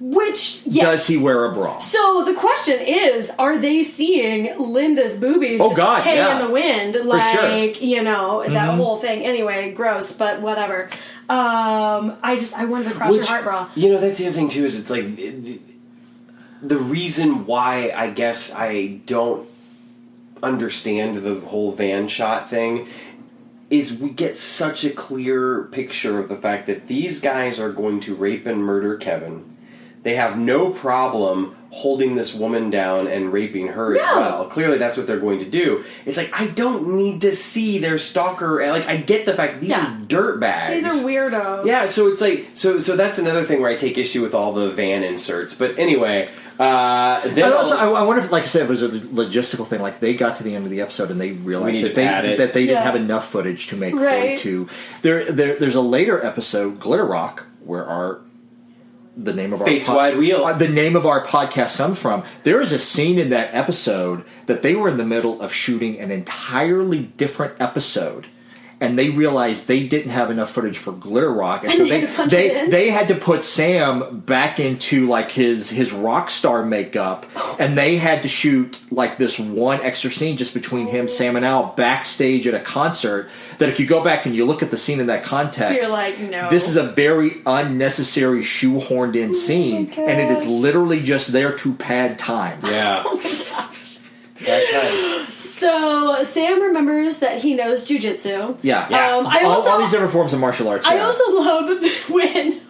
S4: Which yes.
S2: Does he wear a bra?
S4: So the question is, are they seeing Linda's boobies
S2: Oh,
S4: just
S2: God,
S4: hang
S2: yeah.
S4: in the wind? Like,
S2: sure. Mm-hmm.
S4: you know, that whole thing. Anyway, gross, but whatever. Um, I just, I wanted to cross your
S1: Which-
S4: heart bra.
S1: You know, that's the other thing too. Is it's like it- the reason why I guess I don't understand the whole van shot thing is we get such a clear picture of the fact that these guys are going to rape and murder Kevin. They have no problem holding this woman down and raping her as
S4: No.
S1: well. Clearly, that's what they're going to do. It's like I don't need to see their stalker. Like I get the fact that these
S8: Yeah.
S1: are dirt bags.
S4: These are weirdos.
S1: Yeah, so it's like so so that's another thing where I take issue with all the van inserts. But anyway, uh then
S2: And also, I, I wonder if, like I said, it was a logistical thing. Like they got to the end of the episode and they
S1: need
S2: realized that
S1: to
S2: they
S1: add it.
S2: that they didn't
S4: Yeah.
S2: have enough footage to make
S4: Right.
S2: forty-two. There, there, there's a later episode, Glitter Rock, where our the name of our
S1: Fate's Wide Wheel.
S2: uh, the name of our podcast comes from. There is a scene in that episode that they were in the middle of shooting an entirely different episode. And they realized they didn't have enough footage for Glitter Rock, and, so
S4: they
S2: they
S4: had to punch it
S2: they,
S4: in.
S2: they had to put Sam back into like his his rock star makeup, and they had to shoot like this one extra scene just between him, Sam, and Al backstage at a concert. That if you go back and you look at the scene in that context,
S4: You're like, no.
S2: this is a very unnecessary shoehorned in scene, and it is literally just there to pad time.
S9: Yeah.
S1: that
S4: So Sam remembers that he knows jujitsu.
S2: Yeah,
S4: Um, I
S2: all,
S4: also-
S2: all these different forms of martial arts.
S4: I
S2: yeah.
S4: also love when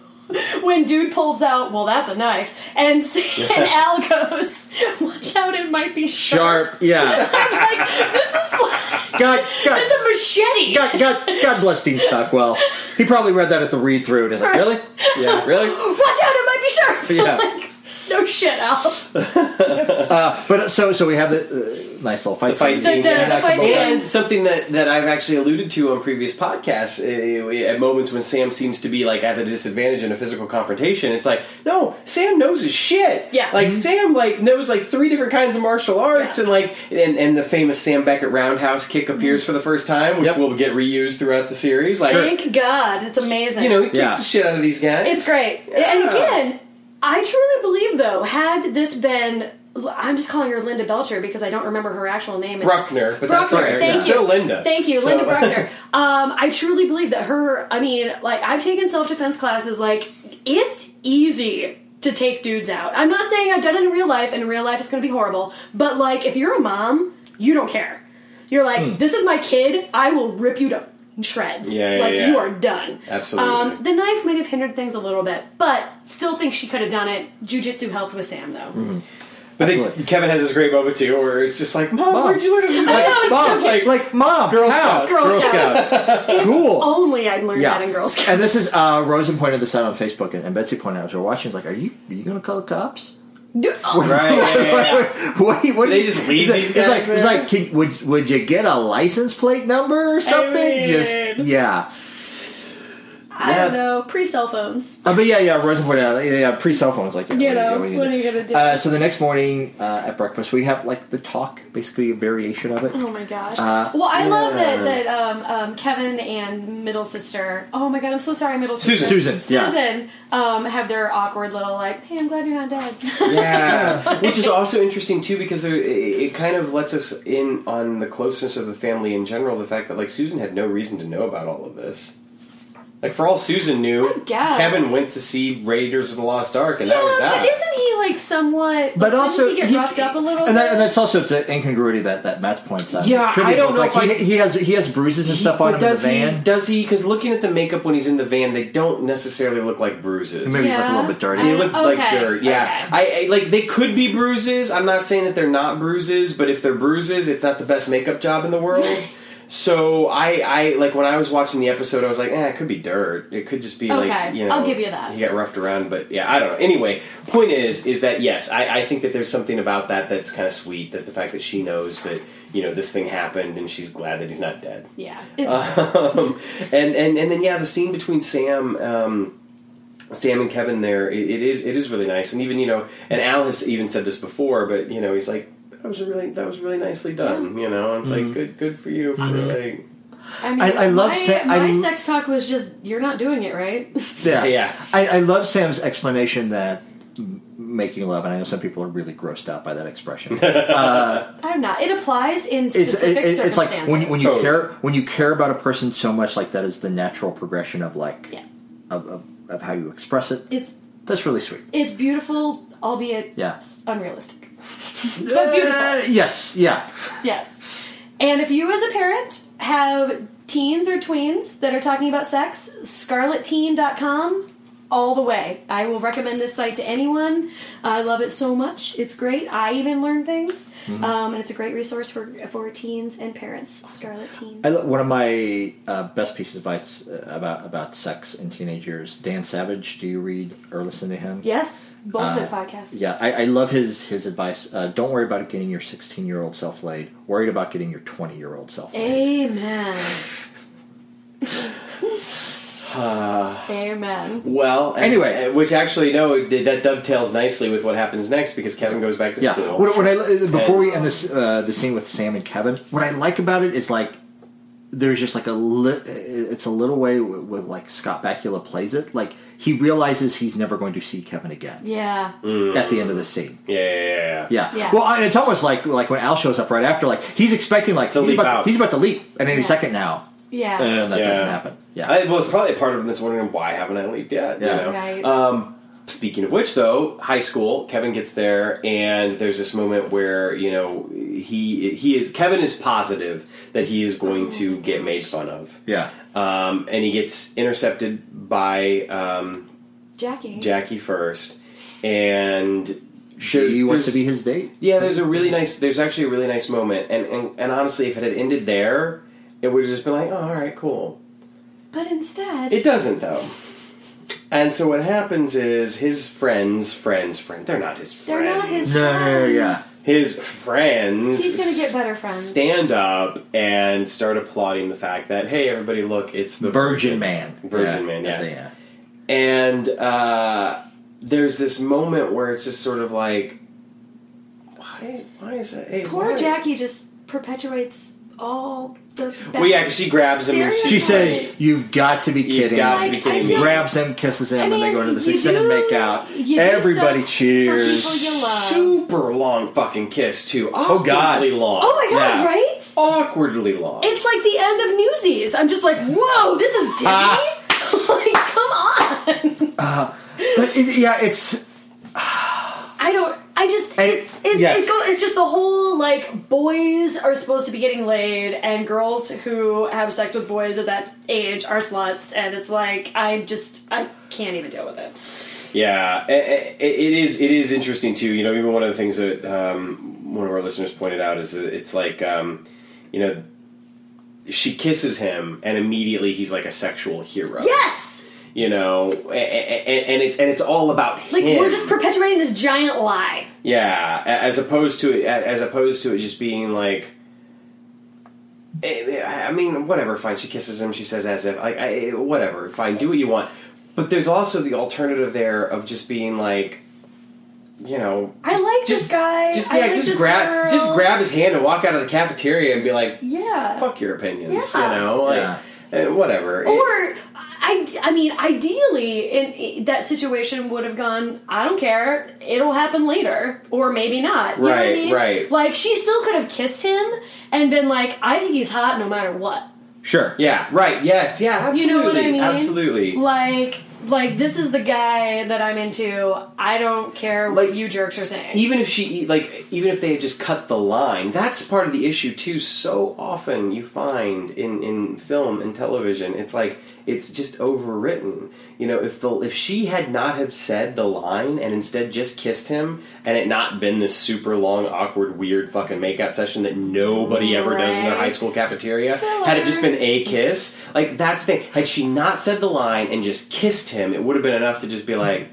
S4: when dude pulls out, well, that's a knife, and, and Al goes, watch out, it might be sharp.
S2: sharp. Yeah,
S4: I'm like, this is like,
S2: God, God,
S4: it's a machete.
S2: God, God, God bless Dean Stockwell. He probably read that at the read through and is like, really,
S1: kind of yeah.
S2: really,
S4: Watch out, it might be sharp.
S2: yeah.
S4: No shit, Al.
S2: Uh, But so so we have the uh, nice little fight.
S1: fight
S2: scene.
S1: scene,
S4: The- the-
S2: yeah.
S4: the fight
S2: Jackson
S4: scene.
S1: And something that, that I've actually alluded to on previous podcasts, eh, at moments when Sam seems to be like at a disadvantage in a physical confrontation, it's like no, Sam knows his shit.
S4: Yeah.
S1: like
S2: Mm-hmm.
S4: Mhm.
S1: Sam like knows like three different kinds of martial arts,
S4: Yeah.
S1: and
S4: Mm-hmm.
S1: like and, and the famous Sam Beckett roundhouse kick appears for the first time, which
S2: Yep.
S1: will get reused throughout the series. Like
S4: Thank God, it's amazing.
S1: you know, he kicks
S2: Yeah.
S1: the shit out of these guys.
S4: It's great. And
S1: Yeah.
S4: again, I truly believe though, had this been I'm just calling her Linda Belcher because I don't remember her actual name.
S1: Bruckner, but that's
S4: Bruckner,
S1: all right.
S4: thank
S1: It's
S4: you.
S1: still Linda.
S4: Thank you,
S1: So- uh,
S4: Linda Bruckner. Um, I truly believe that her. I mean, like I've taken self defense classes. Like it's easy to take dudes out. I'm not saying I've done it in real life. In real life, it's going to be horrible. But like, if you're a mom, you don't care. You're like, this is my kid. I will rip you to shreds.
S1: Yeah, yeah,
S4: like
S1: yeah.
S4: you are done.
S1: Absolutely.
S4: Um, the knife might have hindered things a little bit, but still think she could have done it. Jujitsu helped with Sam though.
S1: I think
S2: Absolutely.
S1: Kevin has this great moment too, where it's just like, "Mom, where'd you learn?"
S4: I know, it's
S2: Mom,
S4: so
S2: like,
S4: cute.
S2: like mom, Girl how?
S1: Scouts, Girl
S2: Scouts,
S4: If
S2: cool.
S4: Only I'd learned
S2: yeah,
S4: that in Girl Scouts.
S2: and this is uh, Rosen pointed this out on Facebook, and, and Betsy pointed out as we we're watching. Like, are you are you gonna call the cops?
S1: Right? yeah, yeah, yeah.
S2: what, do you- what do
S1: They
S2: you-
S1: just leave
S2: it's like-
S1: these
S2: It's
S1: guys
S2: like, it's
S1: there?
S2: like can, would would you get a license plate number or something? just
S4: mean-
S2: yeah.
S4: I don't know. Pre cell phones.
S2: Uh, but yeah, yeah, Rosen pointed out, yeah, yeah pre cell phones, like, yeah,
S4: You know,
S2: what are you
S4: what
S2: gonna
S4: are
S2: do?
S4: you gonna do?
S2: Uh, so the next morning uh, at breakfast, we have like the talk, basically a variation of it.
S4: oh my gosh.
S2: Uh,
S4: well, I love that that um, um, Kevin and middle sister. Oh my god, I'm so sorry, middle sister.
S2: Susan. Susan, yeah.
S4: Susan. Um, have their awkward little like, hey, I'm glad you're not dead.
S1: Yeah. which is also interesting too because there- it, it kind of lets us in on the closeness of the family in general. The fact that like Susan had no reason to know about all of this. Like for all Susan knew,
S4: guess.
S1: Kevin went to see Raiders of the Lost Ark, and that was
S4: yeah,
S1: that.
S4: but isn't he like somewhat?
S2: But
S4: like,
S2: also,
S4: didn't he get roughed up a little.
S2: and, that,
S4: bit?
S2: and that's also it's an incongruity that that Matt points out.
S1: Yeah,
S2: It's trivial,
S1: I don't
S2: but,
S1: know
S2: Like,
S1: if
S2: he, he has he has bruises and stuff on
S1: But
S2: him in the
S1: does he?
S2: van.
S1: Does he? Because looking at the makeup when he's in the van, they don't necessarily look like bruises.
S2: Maybe he's like a
S4: Yeah.
S2: little bit dirty.
S1: They look like
S4: Okay,
S1: dirt. Yeah, I, I like they could be bruises. I'm not saying that they're not bruises, but if they're bruises, it's not the best makeup job in the world. so I, I like when I was watching the episode, I was like, eh, it could be dirt. It could just be
S4: Okay,
S1: like you know,
S4: I'll give you that.
S1: He got roughed around, but yeah, I don't know. Anyway, point is, is that yes, I, I think that there's something about that that's kind of sweet. That the fact that she knows that you know this thing happened and she's glad that he's not dead
S4: yeah, it's
S2: Uh,
S1: um, and and and then yeah, the scene between Sam. Um, Sam and Kevin there, it, it is it is really nice, and even you know, and Al has even said this before, but you know, he's like, that was a really that was really nicely done, you know. And it's like good good for you for like,
S4: I mean,
S2: I- I love
S4: my,
S2: se-
S4: my
S2: I-
S4: sex talk was just you're not doing it right.
S2: Yeah,
S1: Yeah.
S2: I, I love Sam's explanation that m- making love, and I know some people are really grossed out by that expression.
S4: I'm not. It applies in
S2: it's it-
S4: specific
S2: it's
S4: circumstances.
S2: like when when you
S1: Oh.
S2: care when you care about a person so much, like that is the natural progression of like
S4: Yeah.
S2: of, of of how you express it.
S4: it's
S2: That's really sweet.
S4: it's beautiful, albeit
S2: Yeah.
S4: unrealistic.
S2: But
S4: beautiful.
S2: Uh, yes. Yeah.
S4: Yes. And if you, as a parent, have teens or tweens that are talking about sex, scarletteen.com, all the way. I will recommend this site to anyone. I love it so much. It's great. I even learn things.
S2: Mm-hmm.
S4: Um, and it's a great resource for, for teens and parents. Scarlet Teen.
S2: I, lo- one of my uh, best pieces of advice uh, about about sex in teenage years. Dan Savage. Do you read or listen to him?
S4: yes, both
S2: Uh,
S4: those podcasts.
S2: Yeah, I, I love his his advice. Uh, don't worry about getting your 16 year old self laid. Worried about getting your 20 year old self
S4: Eh.
S2: laid.
S4: Amen.
S2: Uh.
S4: Amen.
S1: Well, and-
S2: Anyway.
S1: uh, which actually no, th- that dovetails nicely with what happens next because Kevin goes back to
S2: Yeah.
S1: school.
S2: What, what I, uh, before we end this uh, the scene with Sam and Kevin, what I like about it is like there's just like a li- uh, it's a little way with, with like Scott Bakula plays it. Like he realizes he's never going to see Kevin again
S4: Yeah.
S2: at the end of the scene.
S1: Yeah, yeah, yeah, yeah.
S2: Yeah.
S4: Yeah.
S2: Well, and it's almost like like when Al shows up right after, like he's expecting like
S1: To
S2: he's
S1: leap
S2: about,
S1: out.
S2: he's about to leap at any
S4: Yeah.
S2: second now,
S4: Yeah.
S2: and that
S1: Yeah.
S2: doesn't happen. Yeah.
S1: I was probably a part of him that's wondering why haven't I leaped yet?
S2: Yeah.
S1: You know?
S4: Right.
S1: Um, speaking of which, though, high school. Kevin gets there, and there's this moment where you know he he is Kevin is positive that he is going to get made fun of.
S2: yeah.
S1: Um, and he gets intercepted by um,
S4: Jackie.
S1: Jackie first, and shows
S2: he wants to
S1: there's-
S2: be his date.
S1: Yeah, there's a really nice. There's actually a really nice moment, and and, and honestly, if it had ended there, it would have just been like, oh, all right, cool.
S4: But instead,
S1: It doesn't though. And so what happens is his friends, friends, friends. They're not his
S4: they're
S1: friends.
S4: not his
S2: No, no,
S4: friends.
S2: no, yeah.
S1: His friends.
S4: He's gonna get better friends.
S1: Stand up and start applauding the fact that hey, everybody, look, it's the
S2: Virgin Man.
S1: Virgin Man, yeah.
S2: that's it, yeah.
S1: and uh, there's this moment where it's just sort of like, why? Why is that? Hey,
S4: Poor
S1: why?
S4: Jackie just perpetuates all the.
S1: Well, yeah, 'cause she grabs him and she-
S2: She
S1: She
S2: says, "You've got to be
S1: You
S2: kidding.
S1: got to be
S4: Like, I
S1: kidding me.
S4: feel-
S2: Grabs him, kisses him,
S4: I
S2: and they
S4: mean,
S2: go to the
S4: you
S2: six and
S4: do-
S2: make out.
S4: you do
S2: Everybody
S4: stuff for
S2: cheers.
S4: people you love.
S1: super long fucking kiss too.
S2: Oh, God.
S1: Awkwardly long.
S4: Oh my god!
S2: Yeah.
S4: Right?
S1: Awkwardly long.
S4: It's like the end of Newsies. I'm just like, whoa! This is Disney.
S2: Ah.
S4: like, come on!
S2: But it, yeah, it's
S4: I don't. I just.
S2: And-
S4: it's it's,
S2: yes.
S4: it go, it's just the whole like boys are supposed to be getting laid and girls who have sex with boys at that age are sluts and it's like I just I can't even deal with it.
S1: Yeah, i- i- it is. It is interesting too. You know, even one of the things that um, one of our listeners pointed out is that it's like, um, you know, she kisses him, and immediately he's like a sexual hero.
S4: Yes.
S1: You know, and, and it's and it's all about
S4: Like
S1: him.
S4: we're just perpetuating this giant lie.
S1: yeah, a- as opposed to it, a- as opposed to it just being like. eh, I mean, whatever. Fine. She kisses him. She says, "As if, like, I, eh, whatever. Fine. Do what you want." But there's also the alternative there of just being like, you know,
S4: I like this guy.
S1: Just
S4: I
S1: yeah,
S4: like
S1: just
S4: this
S1: grab,
S4: girl.
S1: just grab his hand and walk out of the cafeteria and be like,
S4: Yeah.
S1: "Fuck your opinions,"
S4: Yeah.
S1: you know, like,
S2: Yeah.
S1: eh, whatever.
S4: Or, I, I mean, ideally, in, i that situation would have gone. I don't care. It'll happen later, or maybe not. You know what I
S1: Right,
S4: mean?
S1: right.
S4: Like she still could have kissed him and been like, "I think he's hot, no matter what."
S2: sure.
S1: yeah, right. Yes, yeah, absolutely,
S4: You know what I mean?
S1: absolutely.
S4: Like, like this is the guy that I'm into. I don't care what
S1: Like-
S4: you jerks are saying.
S1: even if she e, like even if they had just cut the line that's part of the issue too so often you find in in film and television it's like it's just overwritten you know if the if she had not have said the line and instead just kissed him and it not been this super long awkward weird fucking makeout session that nobody ever does in their high
S4: Right.
S1: school cafeteria had it just been a kiss like that's the thing had she not said the line and just kissed him it would have been enough to just be like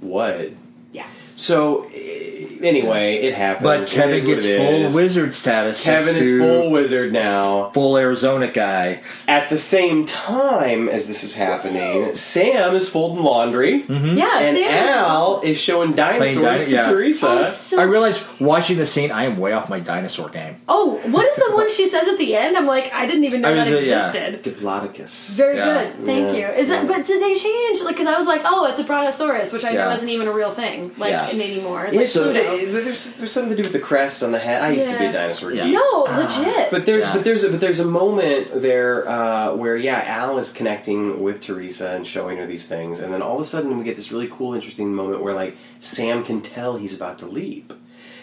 S1: what
S4: yeah.
S1: so eh,
S10: anyway, it happens.
S2: But
S10: It
S2: Kevin
S10: is what
S2: gets
S10: it
S2: full
S10: is.
S2: wizard status.
S10: Kevin
S2: thanks
S10: is
S2: to
S10: full wizard now.
S2: full Arizona guy.
S10: At the same time as this is happening, Sam is folding laundry,
S1: Mm-hmm.
S4: Yeah,
S10: and
S4: Sam is-
S10: Al is showing dinosaurs
S2: dino-
S10: to
S2: yeah.
S10: Teresa.
S4: Oh, it's so-
S2: I realize watching the scene, I am way off my dinosaur game.
S4: Oh, what is the one she says at the end? I'm like, I didn't even know
S2: I mean,
S4: that
S2: the- yeah.
S4: existed.
S10: Diplodocus.
S4: Very
S2: Yeah.
S4: good, thank
S10: Yeah.
S4: you. Is it? But did they change? Like, because I was like, oh, it's a brontosaurus, which I know
S2: Yeah.
S4: isn't even a real thing, like
S2: Yeah.
S4: anymore. It's
S1: Yeah,
S4: like
S1: so
S4: Pluto.
S1: th- there's there's something to do with the crest on the head. I used to be a
S4: Yeah.
S1: dinosaur.
S2: Yeah.
S1: geek.
S4: no, legit.
S1: But there's
S2: Yeah.
S1: but there's a, but there's a moment there uh, where yeah, Al is connecting with Teresa and showing her these things, and then all of a sudden we get this really cool, interesting moment where like Sam can tell he's about to leap,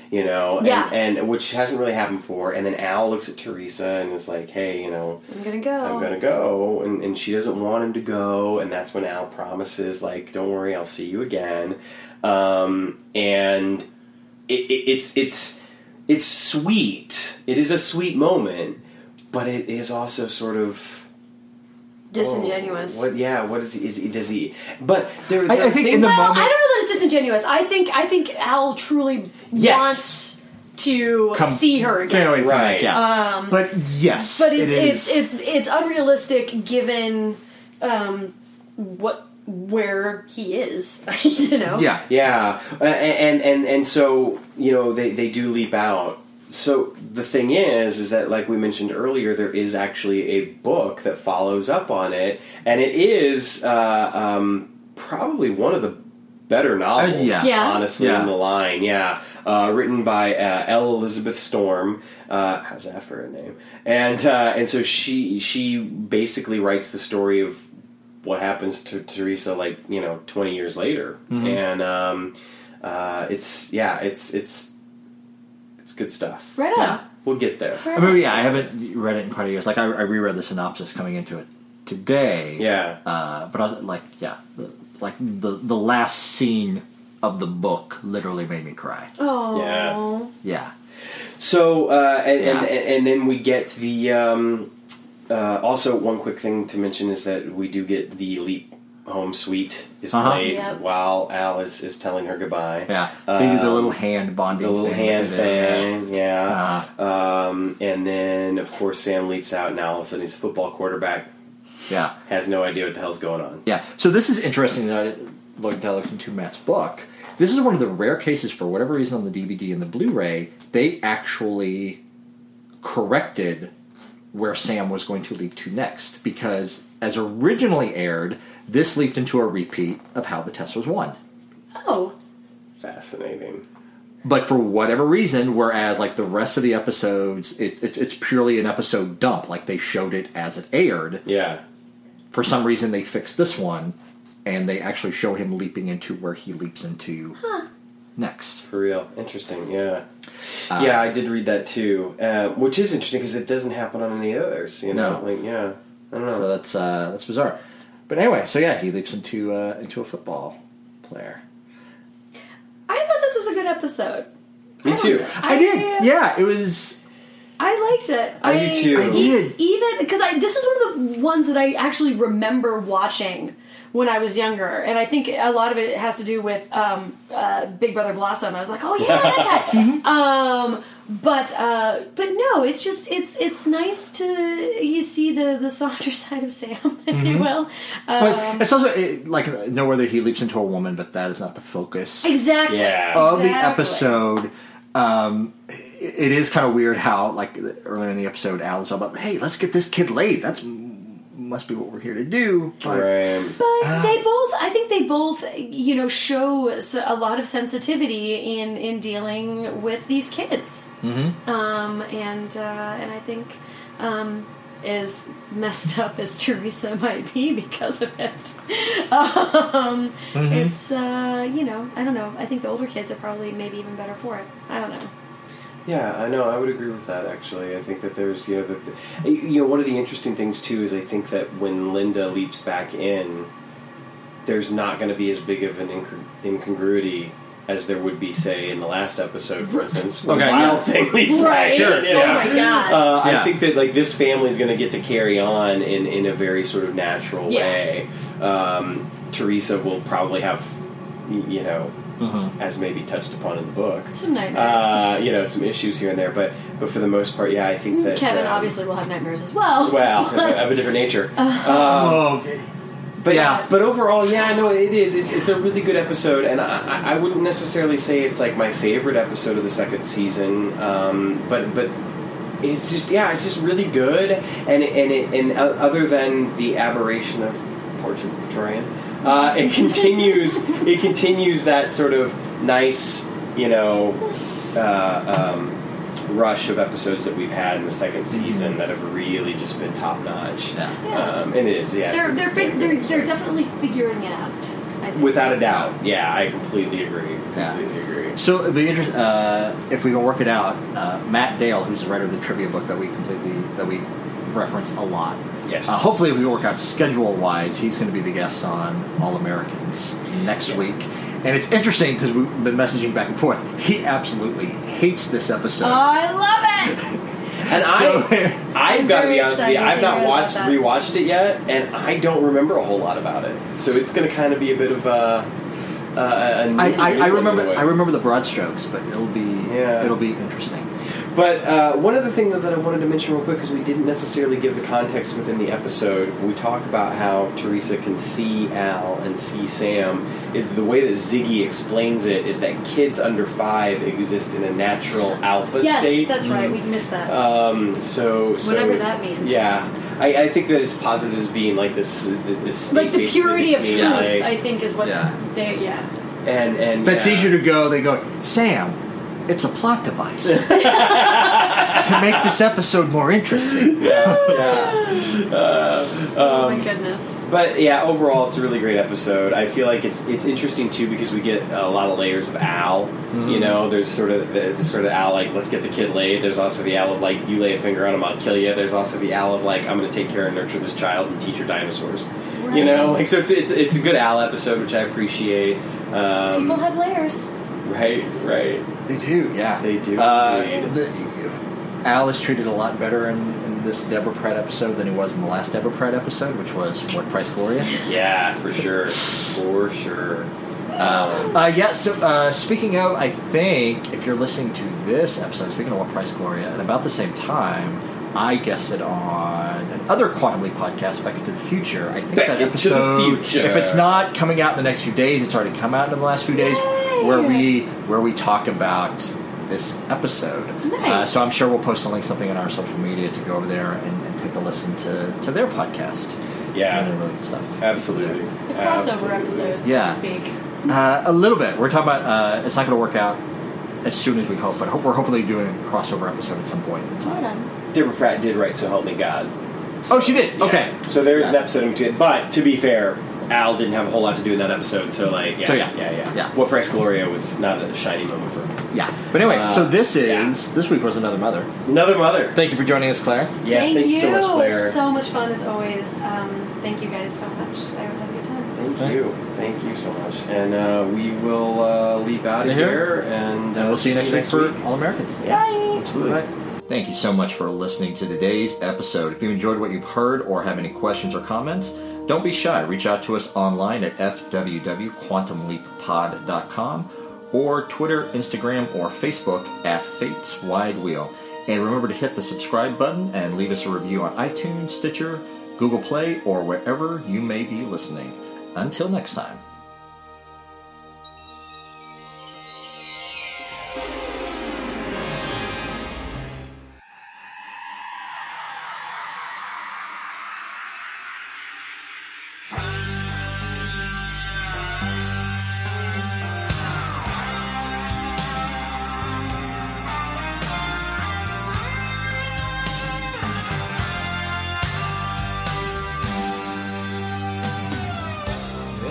S1: you know, and,
S4: Yeah.
S1: and which hasn't really happened before. And then Al looks at Teresa and is like, hey, you know,
S4: I'm gonna go.
S1: I'm gonna go, and, and she doesn't want him to go, and that's when Al promises, like, don't worry, I'll see you again, um, and it, it, it's it's it's sweet. It is a sweet moment, but it is also sort of oh,
S4: Disingenuous.
S1: What? Yeah. What is he? Is, he- does he? But there,
S2: I-
S1: there
S2: I
S1: are
S2: think in
S1: things-
S2: the
S4: Well,
S2: moment-
S4: I don't know that it's disingenuous. I think I think Al truly
S1: Yes.
S4: wants to
S2: Come-
S4: see her
S2: Get
S4: again.
S2: away from
S1: Right.
S2: that, yeah. but yes,
S4: Um, But
S2: it
S4: it's
S2: is.
S4: it's, it's it's unrealistic given um, what where he is. you know.
S2: yeah.
S1: Yeah, A- a- and and and so you know they they do leap out. So the thing is, is that like we mentioned earlier, there is actually a book that follows up on it, and it is uh, um, probably one of the better novels,
S2: Uh, yeah.
S4: Yeah.
S1: honestly,
S2: Yeah.
S1: in the line. Yeah, uh, written by uh, L. Elizabeth Storm. Uh, how's that for a name? And uh, and so she she basically writes the story of what happens to Teresa, like you know, twenty years later,
S2: Mm-hmm.
S1: and um, uh, it's yeah, it's it's it's good stuff.
S4: Right on.
S1: We'll get there.
S2: I mean, yeah, I haven't read it in quite a years. Like I, I reread the synopsis coming into it today.
S1: Yeah,
S2: Uh, but I was, like, yeah, the, like the the last scene of the book literally made me cry.
S4: Oh.
S1: Yeah.
S2: Yeah.
S1: So uh, and,
S2: Yeah.
S1: and and then we get the um, uh, also one quick thing to mention is that we do get the leap home suite is
S2: Uh-huh.
S1: played
S4: Yep.
S1: while Alice is telling her goodbye.
S2: Yeah, they do the
S1: Um,
S2: little hand bonding,
S1: the little
S2: thing
S1: hand
S2: that they do.
S1: thing, yeah.
S2: Uh-huh.
S1: Um, and then of course Sam leaps out, and all of a sudden he's a football quarterback.
S2: Yeah,
S1: Has no idea what the hell's going on.
S2: yeah. So this is interesting that I looked, I looked into Matt's book. This is one of the rare cases, for whatever reason, on the DVD and the Blu-ray, they actually corrected where Sam was going to leap to next, because as originally aired, this leaped into a repeat of how the test was won.
S4: Oh.
S1: Fascinating.
S2: but for whatever reason, whereas like the rest of the episodes, it, it's it's purely an episode dump. Like they showed it as it aired.
S1: Yeah.
S2: For some reason, they fixed this one, and they actually show him leaping into where he leaps into next.
S1: For real. Interesting. Yeah.
S2: Uh,
S1: yeah, I did read that too, uh, which is interesting because it doesn't happen on any others. You know,
S2: No.
S1: like yeah, I don't know.
S2: So that's uh, that's bizarre. But anyway, so yeah, he leaps into uh, into a football player.
S4: I thought this was a good episode.
S1: Me too.
S2: I, did. Yeah, it was.
S4: I liked it.
S1: I do too. I
S2: did.
S4: Even because I this is one of the ones that I actually remember watching when I was younger, and I think a lot of it has to do with um, uh, Big Brother Blossom. I was like, oh yeah, that guy. um, but uh, but no, it's just it's it's nice to you see the the softer side of Sam, if you
S2: Mm-hmm.
S4: will.
S2: But
S4: Um,
S2: it's also it, like no whether he leaps into a woman, but that is not the focus.
S4: exactly.
S1: Yeah.
S2: of the
S4: Exactly.
S2: episode. Um, it- it is kind of weird how, like earlier in the episode, Al is all about, "Hey, let's get this kid laid." That's must be what we're here to do. But
S1: Right.
S4: But they both, I think they both, you know, show s- a lot of sensitivity in in dealing with these kids. Mm-hmm. Um, and uh, and I think um, as messed up as Teresa might be because of it, um, it's uh, you know, I don't know. I think the older kids are probably maybe even better for it. I don't know.
S1: Yeah, I know. I would agree with that. Actually, I think that there's you know that the, you know one of the interesting things too is I think that when Linda leaps back in, there's not going to be as big of an incongru- incongruity as there would be say in the last episode, for instance. When
S2: Okay,
S1: Wild
S2: yeah.
S1: Thing leaps back in. you know?
S4: Oh my god.
S1: Uh,
S2: Yeah.
S1: I think that like this family's going to get to carry on in in a very sort of natural
S4: Yeah.
S1: way. Um, Teresa will probably have, y- you know,
S2: Mm-hmm.
S1: as maybe touched upon in the book.
S4: Some nightmares.
S1: Uh, you know, some issues here and there, but but for the most part, yeah, I think that
S4: Mm, Kevin
S1: um,
S4: obviously Uh, will have nightmares as well.
S1: well of a different nature. Um,
S2: Oh,
S1: But
S2: Yeah.
S1: but overall, yeah, no, it is. It's, it's a really good episode, and I, I- I wouldn't necessarily say it's like my favorite episode of the second season. Um, but but it's just yeah, it's just really good, and and it, and o- other than the aberration of Torture Praetorian, uh, it continues it continues that sort of nice you know uh, um, rush of episodes that we've had in the second season that have really just been top notch.
S2: Mm-hmm. Yeah.
S1: Um, and it is yeah.
S4: They're
S1: it's-
S4: they're
S1: it's been a
S4: fig-
S1: good
S4: they're,
S1: episode.
S4: they're definitely figuring it out. I think.
S1: Without a doubt, yeah, I completely agree.
S2: Yeah.
S1: Completely agree.
S2: So it'd be interesting uh, if we can work it out. Uh, Matt Dale, who's the writer of the trivia book that we completely that we reference a lot.
S1: Yes.
S2: Uh, hopefully, if we work out schedule wise, he's going to be the guest on All Americans next week. And it's interesting because we've been messaging back and forth. He absolutely hates this episode.
S4: Oh, I love it.
S1: And
S2: So-
S1: I, I've got to be
S4: very
S1: honest with you,
S4: excited
S1: I've
S4: to
S1: not
S4: hear about
S1: watched
S4: that.
S1: rewatched it yet, and I don't remember a whole lot about it. So it's going to kind of be a bit of a. a, a new-
S2: I, I,
S1: new
S2: I
S1: one in a
S2: remember
S1: way.
S2: I remember the broad strokes, but it'll be
S1: Yeah.
S2: it'll be interesting.
S1: But uh, one other thing though, that I wanted to mention real quick because we didn't necessarily give the context within the episode. We talk about how Teresa can see Al and see Sam. Is the way that Ziggy explains it is that kids under five exist in a natural alpha
S4: Yes,
S1: state.
S4: that's right. We missed that.
S1: Um, so, so
S4: Whatever that means.
S1: Yeah, I, I think that it's posited as being like this, this
S4: like the purity of truth,
S1: yeah.
S4: I think, is what
S2: Yeah.
S4: they. Yeah.
S1: and and
S2: That's
S1: yeah.
S2: easier to go. They go, Sam, it's a plot device to make this episode more interesting.
S1: Yeah.
S4: oh
S1: Um,
S4: my goodness.
S1: But yeah, overall, it's a really great episode. I feel like it's it's interesting too because we get a lot of layers of Al. You know, there's sort of there's sort of Al like let's get the kid laid. There's also the Al of like you lay a finger on him, I'll kill you. There's also the Al of like I'm going to take care and nurture this child and teach her dinosaurs. You know, like so it's it's it's a good Al episode which I appreciate. Um,
S4: People have layers.
S1: right, right.
S2: They do, yeah.
S1: They do,
S2: Uh,
S1: indeed.
S2: the, Al is treated a lot better in, in this Deborah Pratt episode than he was in the last Deborah Pratt episode, which was What Price Gloria?
S1: Yeah, for sure, for sure. Um,
S2: Uh, yeah, so uh, speaking of, I think if you're listening to this episode, speaking of What Price Gloria, at about the same time, I guested on another Quantum Leap podcast, Back into the Future. I think
S1: Back
S2: that
S1: into the
S2: episode,
S1: Future.
S2: if it's not coming out in the next few days, it's already come out in the last few days, where we where we talk about this episode. Uh,
S4: Nice.
S2: so I'm sure we'll post a link, something on our social media to go over there and, and take a listen to, to their podcast.
S1: Yeah.
S2: and really good stuff.
S1: absolutely,
S4: The crossover
S1: uh, absolutely.
S4: episodes,
S2: Yeah.
S4: so to speak.
S2: Uh, a little bit. We're talking about uh, it's not going to work out as soon as we hope, but hope, we're hopefully doing a crossover episode at some point in
S4: Well
S2: time.
S4: done.
S1: Deborah Pratt did write "So Help Me God."
S2: Oh, she did.
S1: Yeah.
S2: Okay.
S1: so there's an
S2: Yeah.
S1: episode in between. But to be fair, Al didn't have a whole lot to do in that episode. So like, yeah,
S2: So, yeah.
S1: yeah, yeah.
S2: Yeah.
S1: What Price Gloria was not a shiny moment for him.
S2: Yeah. But anyway,
S1: Uh,
S2: so this is
S1: yeah.
S2: this week was another mother.
S1: another mother.
S2: Thank you for joining us, Claire.
S1: yes, thank, you so much, Claire.
S4: So much fun as always. Um, thank you guys so much. I always have a good time.
S1: thank you, thank you so much. And uh, we will uh, leap out of
S2: Here.
S1: here, and, uh,
S2: And we'll see you next week for All Americans.
S1: Yeah,
S4: Bye.
S1: absolutely.
S2: Thank you so much for listening to today's episode. If you enjoyed what you've heard or have any questions or comments, don't be shy. Reach out to us online at fwwquantumleappod.com or Twitter, Instagram, or Facebook at Fates Wide Wheel. And remember to hit the subscribe button and leave us a review on iTunes, Stitcher, Google Play, or wherever you may be listening. Until next time.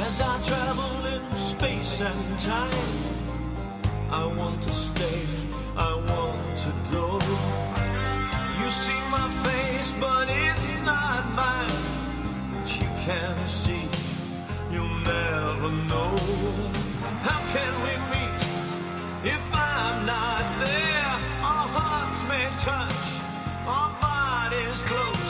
S11: As I travel in space and time, I want to stay, I want to go. You see my face, but it's not mine. But you can see, you'll never know. How can we meet if I'm not there? Our hearts may touch, our bodies close. ah,